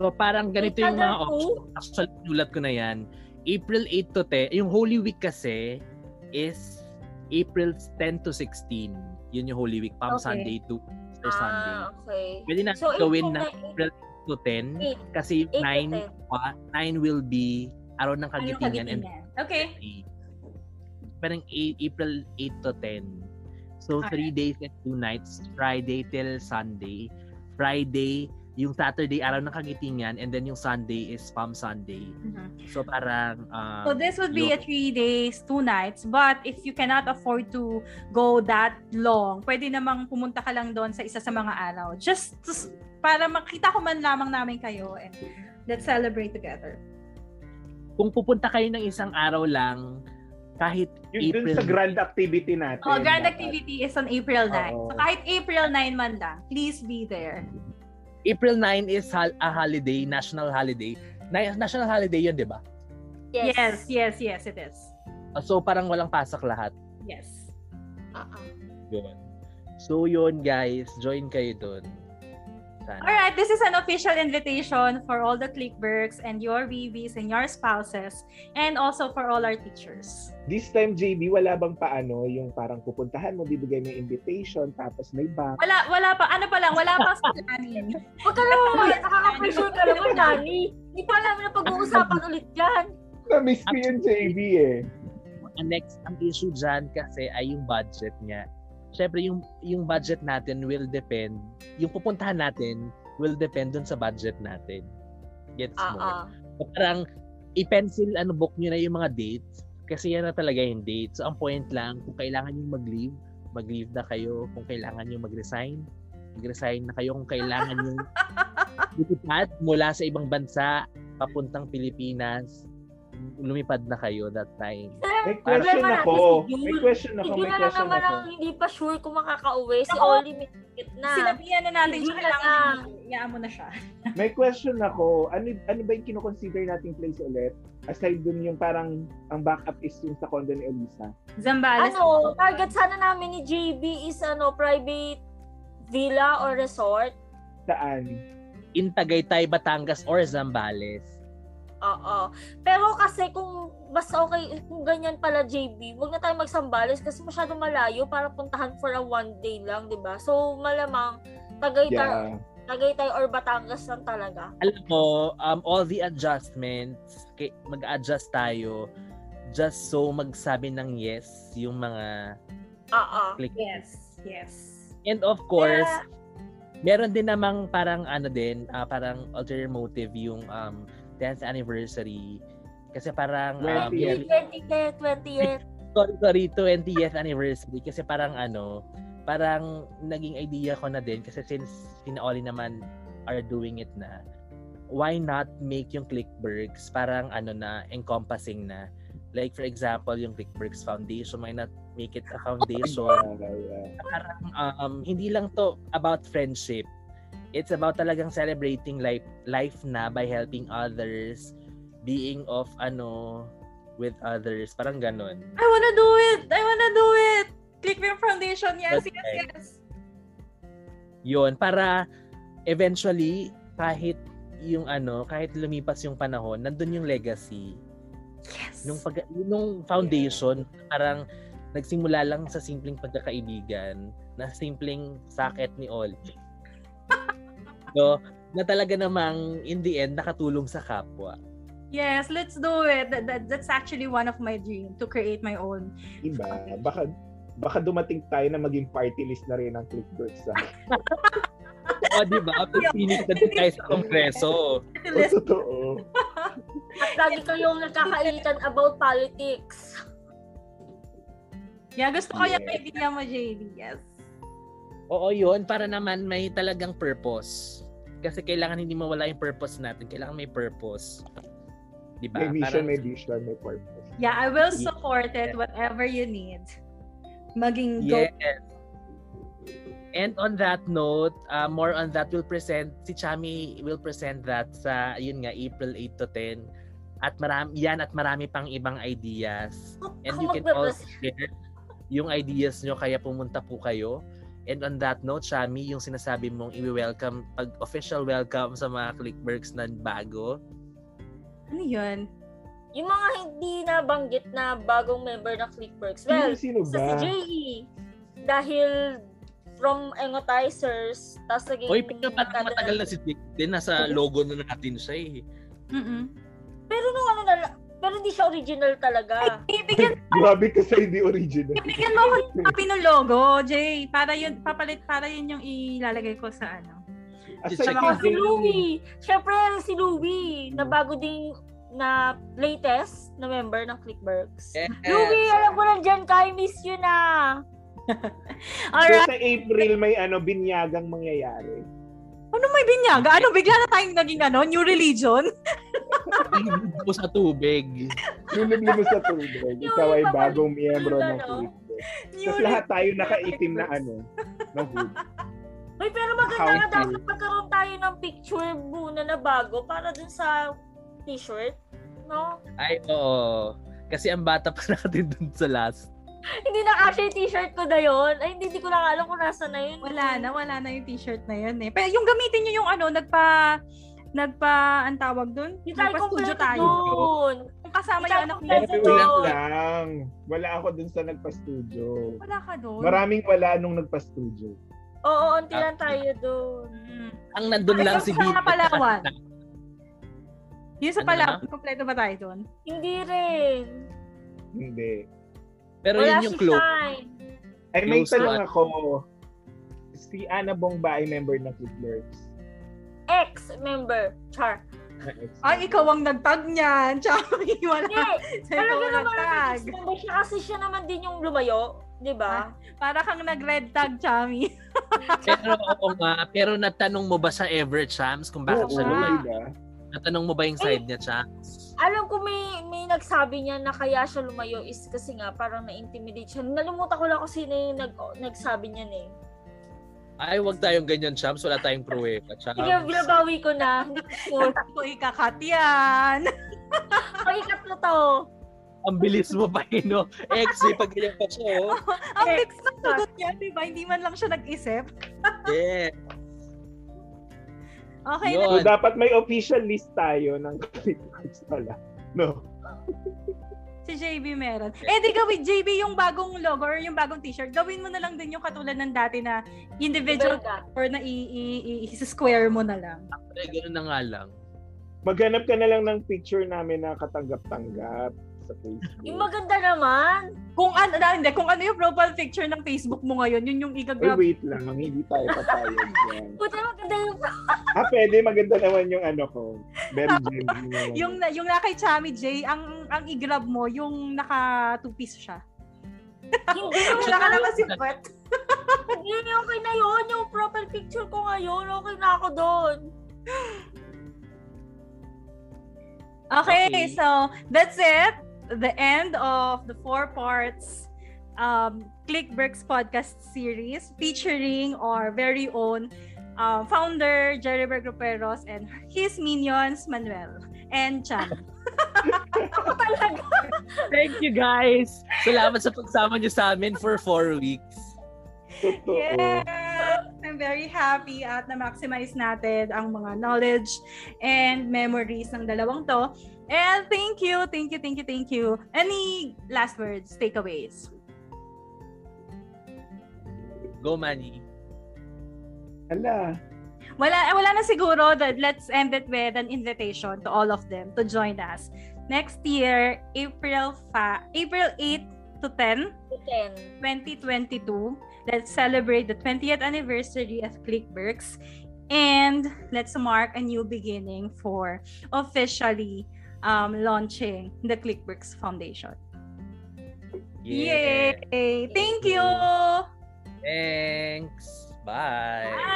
So parang ganito yung mga options. Actually, nulat ko na yan. April 8 to 10. Yung Holy Week kasi is April 10 to 16. Yun yung Holy Week. Palm
Okay.
Sunday to Easter Sunday.
Ah, okay.
Pwede na
So,
gawin na
April
to 10.
8,
Kasi
8 to
9, 9 will be araw ng
Ano
kagitingan. and
kagitingan? Okay.
three. Parang eight- April 8 to 10. So,
Alright.
three days and two nights. Friday till Sunday. Friday, yung Saturday, araw ng kagitingan. And then yung Sunday is Palm Sunday.
Mhm.
So, parang... Mm-hmm. Um,
So this would be a
yung-
three days, two nights. But if you cannot afford to go that long, pwede namang pumunta ka lang doon sa isa sa mga araw. Just to s- para makita ko man lamang namin kayo and let's celebrate together.
Kung pupunta kayo ng isang araw lang, kahit
Yung dun
April.
sa grand activity natin.
Oh, grand
dapat.
activity is on April 9. So
Oo.
kahit April 9 man lang, please be there.
April 9 is hol- a holiday, national holiday. Na- national holiday yun, di ba?
Yes.
Yes, yes, yes, it is.
So, parang walang pasak lahat.
Yes.
Ah, ah.
Yun. So, yun guys. Join kayo dun. Sana.
All right, this is an official invitation for all the clickbergs and your VVs and your spouses and also for all our teachers.
This time, JB, wala bang paano yung parang pupuntahan mo, bibigay mo yung invitation, tapos may bank.
Wala wala pa ano pa lang, wala pa sa planning.
Huwag ka naman, nakaka-pressure ka naman, Dani. Hindi pa alam na pag-uusapan ulit yan.
Na-miss ko yun, JB eh.
ang next ang issue dyan kasi ay yung budget niya. Siyempre yung yung budget natin will depend yung pupuntahan natin will depend dun sa budget natin. Gets
Ah,
mo?
ah.
So, parang i-pencil ano book niyo na yung mga dates kasi yan na talaga yung date. So ang point lang kung kailangan niyo mag-leave, mag-leave na kayo. Kung kailangan niyo mag-resign, mag-resign na kayo. Kung kailangan niyo lumipad mula sa ibang bansa papuntang Pilipinas, lumipad na kayo that time.
May
Pero,
question
problema
ako.
natin si
May
June.
question ako.
Hindi
May
na lang
question
naman
ako.
ang hindi pa sure kung makakauwi. Si
Ako,
Oli may ticket na.
Sinabihan na natin siya
Hindi
kailangan
na lang.
na Iyaan mo na siya.
May question ako. Ano, ano ba yung kinoconsider nating place ulit? Aside dun yung parang ang backup is yung sa condo ni Elisa.
Zambales.
ano, target sana namin ni JB is ano, private villa or resort.
Saan?
in Tagaytay, Batangas, or Zambales.
Oo. Pero kasi kung mas okay, kung ganyan pala JB, huwag na tayo magsambales kasi masyado malayo para puntahan for a one day lang, di ba? So, malamang Tagaytay,
Yeah.
Tagaytay or Batangas lang talaga.
Alam mo, um, all the adjustments, kay- mag-adjust tayo just so magsabi ng yes yung mga
Oo.
click.
Yes, yes.
And of course, meron din namang parang ano din, ah, parang alternative motive yung um, 10th anniversary. Kasi parang... um,
20th.
yung-
20th, 20th.
sorry, sorry, 20th anniversary kasi parang ano, parang naging idea ko na din kasi since sinaoli naman are doing it na, why not make yung Clickbergs parang ano na, encompassing na. Like for example, yung Clickbergs Foundation, why not make it a foundation?
Yeah, yeah.
Parang um, hindi lang to about friendship. It's about talagang celebrating life, life na by helping others, being of ano, with others. Parang ganun.
I wanna do it! I wanna do it! Clickbank Foundation, yes, yes,
Okay.
yes.
yun para eventually kahit yung ano kahit lumipas yung panahon nandun yung legacy
Yes.
nung pag nung foundation parang nagsimula lang sa simpleng pagkakaibigan na simpleng sakit ni Oli so na talaga namang in the end nakatulong sa kapwa
Yes, let's do it. That, that, that's actually one of my dream to create my own.
Iba. Baka, baka dumating tayo na maging party list na rin ah. ang clickbait sa
o di ba pinig na din tayo sa kongreso
O,
Let's
totoo.
At lagi kayong nagkakainitan about politics.
Yeah, gusto ko yung
Yeah.
idea mo, JD. Yes.
oo yun para naman may talagang purpose kasi kailangan hindi mawala yung purpose natin kailangan may purpose di ba
May mission,
Parang-
may vision, may purpose.
Yeah, I will support it, whatever you need. Maging go.
Yes. And on that note, uh, more on that will present si Chami will present that sa yun nga April 8 to 10 At marami, yan at marami pang ibang ideas.
Ako-
And
ako
you can all
magpre-present.
share yung ideas nyo kaya pumunta po kayo. And on that note, Shami, yung sinasabi mong i-welcome, pag official welcome sa mga clickworks na bago,
Ano yun?
Yung mga hindi nabanggit na bagong member ng Clickworks. Well,
Sino
sa
Diba?
ba?
si JE. Dahil from Engotizers, tapos naging...
Uy, pero parang
kada-
matagal na si Dick din. Nasa logo na natin siya eh.
Mm-mm.
Pero nung ano na, pero hindi siya original talaga.
Bibigyan,
Grabe ka sa hindi original.
bibigyan mo ako ng copy ng logo, Jay. Para yun, papalit, para yun yung ilalagay ko sa ano.
Asa yung
Check
Saka
Saka
si
Jay?
Louie. Siyempre, si Louie, na bago ding na latest na member ng Clickworks.
Yes.
Louie, alam ko nandiyan ka. I miss you na.
So
Alright.
sa April may ano binyagang mangyayari.
Ano may binyaga? Ano, bigla na tayong naging ano, new religion?
Ilibog po sa tubig.
Lulublob sa tubig. Ikaw ay
Yung
bagong miyembro ng
ano?
Click.
New
Tapos lahat tayo
religion.
nakaitim na ano, na hood.
Uy, pero maganda
How
na
to?
dapat magkaroon tayo ng picture muna na bago para dun sa t-shirt. No?
Ay, oo. Kasi ang bata pa natin dun sa last.
Hindi na kasi t-shirt ko na yun. Ay, hindi, hindi ko na alam kung nasa na yun.
Wala na, wala na yung t-shirt na yun eh. Pero yung gamitin nyo yung ano, nagpa, nagpa, ang tawag dun?
Yung tayo
Nagpa-studio
kompleto
tayo.
dun.
Yung kasama
Yung
yung
tayo
anak mo.
kompleto
Pero
Ito.
ulang lang. Wala ako dun sa nagpa-studio.
Wala ka dun.
Maraming wala nung nagpa-studio.
Oo, unti lang
Ah.
tayo dun.
Mm.
Ang nandun
Ay,
lang
yung
si
sa
Vita.
Palawan. Yung sa
Ano
pala,
na?
kompleto ba tayo dun?
Hindi rin.
Hindi.
Pero
Wala
yun
si
yung clue.
Shine.
Ay, may
Close
tanong ako. Si Ana Bongba ay member ng Clickworks.
Ex-member. Char.
Ay, ikaw ang nagtag niyan. Chami, wala.
Hindi,
Sa'yo
talaga
ang
naman ang
nagtag.
ex-member siya kasi siya naman din yung lumayo. Di
Ah.
ba?
Para kang nag-red tag, Chami.
Pero oo nga. Pero natanong mo ba sa Ever Champs kung bakit
Oo,
siya
wala.
lumayo?
diba?
Natanong mo ba yung side niya, Champs?
Alam ko may may nagsabi niya na kaya siya lumayo is kasi nga parang na-intimidate siya. Nalimutan ko lang kung sino yung nag, nagsabi niya eh.
Ay, wag tayong ganyan, Champs. Wala tayong pruweba, Champs.
Sige, binabawi ko na. Hindi ko sure.
Ako ikakat yan.
Paikat na to.
Ang bilis mo pa, eh, no? Exy, pag ganyan pa siya, oh.
Ang
Eh,
bilis ng
ah.
sagot niya, di ba? Hindi man lang siya nag-isip.
Yeah.
Okay na.
So,
Yun.
dapat may official list tayo ng Clickworks pala. No?
Si JB meron. Eh, di gawin, JB, yung bagong logo or yung bagong t-shirt, gawin mo na lang din yung katulad ng dati na individual
Berga.
or na i- i- i- i-square mo na lang.
Ay, ganun na nga lang.
Maghanap ka na lang ng picture namin na katanggap-tanggap sa Facebook.
Yung maganda naman.
Kung ano, na, hindi, kung ano yung profile picture ng Facebook mo ngayon, yun yung
Ay,
igagrab.
wait lang. Hindi tayo papayag dyan.
Puta maganda yung
Ah, pwede. Maganda naman yung ano ko. Very gentle naman.
Yung, na- yung na kay Chami J, ang, ang i-grab mo, yung naka two-piece siya.
hindi yung
Wala ka naman si Pat.
Hindi, okay na yun. Yung profile picture ko ngayon, okay na ako doon.
Okay,
Okay.
so that's it. The end of the four parts um, Clickworks podcast series featuring our very own um, founder, Jerry Bergroperos, and his minions, Manuel and Chan.
Ako talaga.
Thank you, guys. Salamat sa pagsama niyo sa amin for four weeks.
Totoo.
Yes! I'm very happy at na-maximize natin ang mga knowledge and memories ng dalawang to. And thank you, thank you, thank you, thank you. Any last words, takeaways?
Go, Manny.
Ala.
Wala, eh, wala na siguro that let's end it with an invitation to all of them to join us next year, April fa- April 8 to 10,
Ten.
2022. Let's celebrate the 20th anniversary of Clickworks and let's mark a new beginning for officially um, launching the Clickworks Foundation. Yay! Thank you!
Thanks. Bye.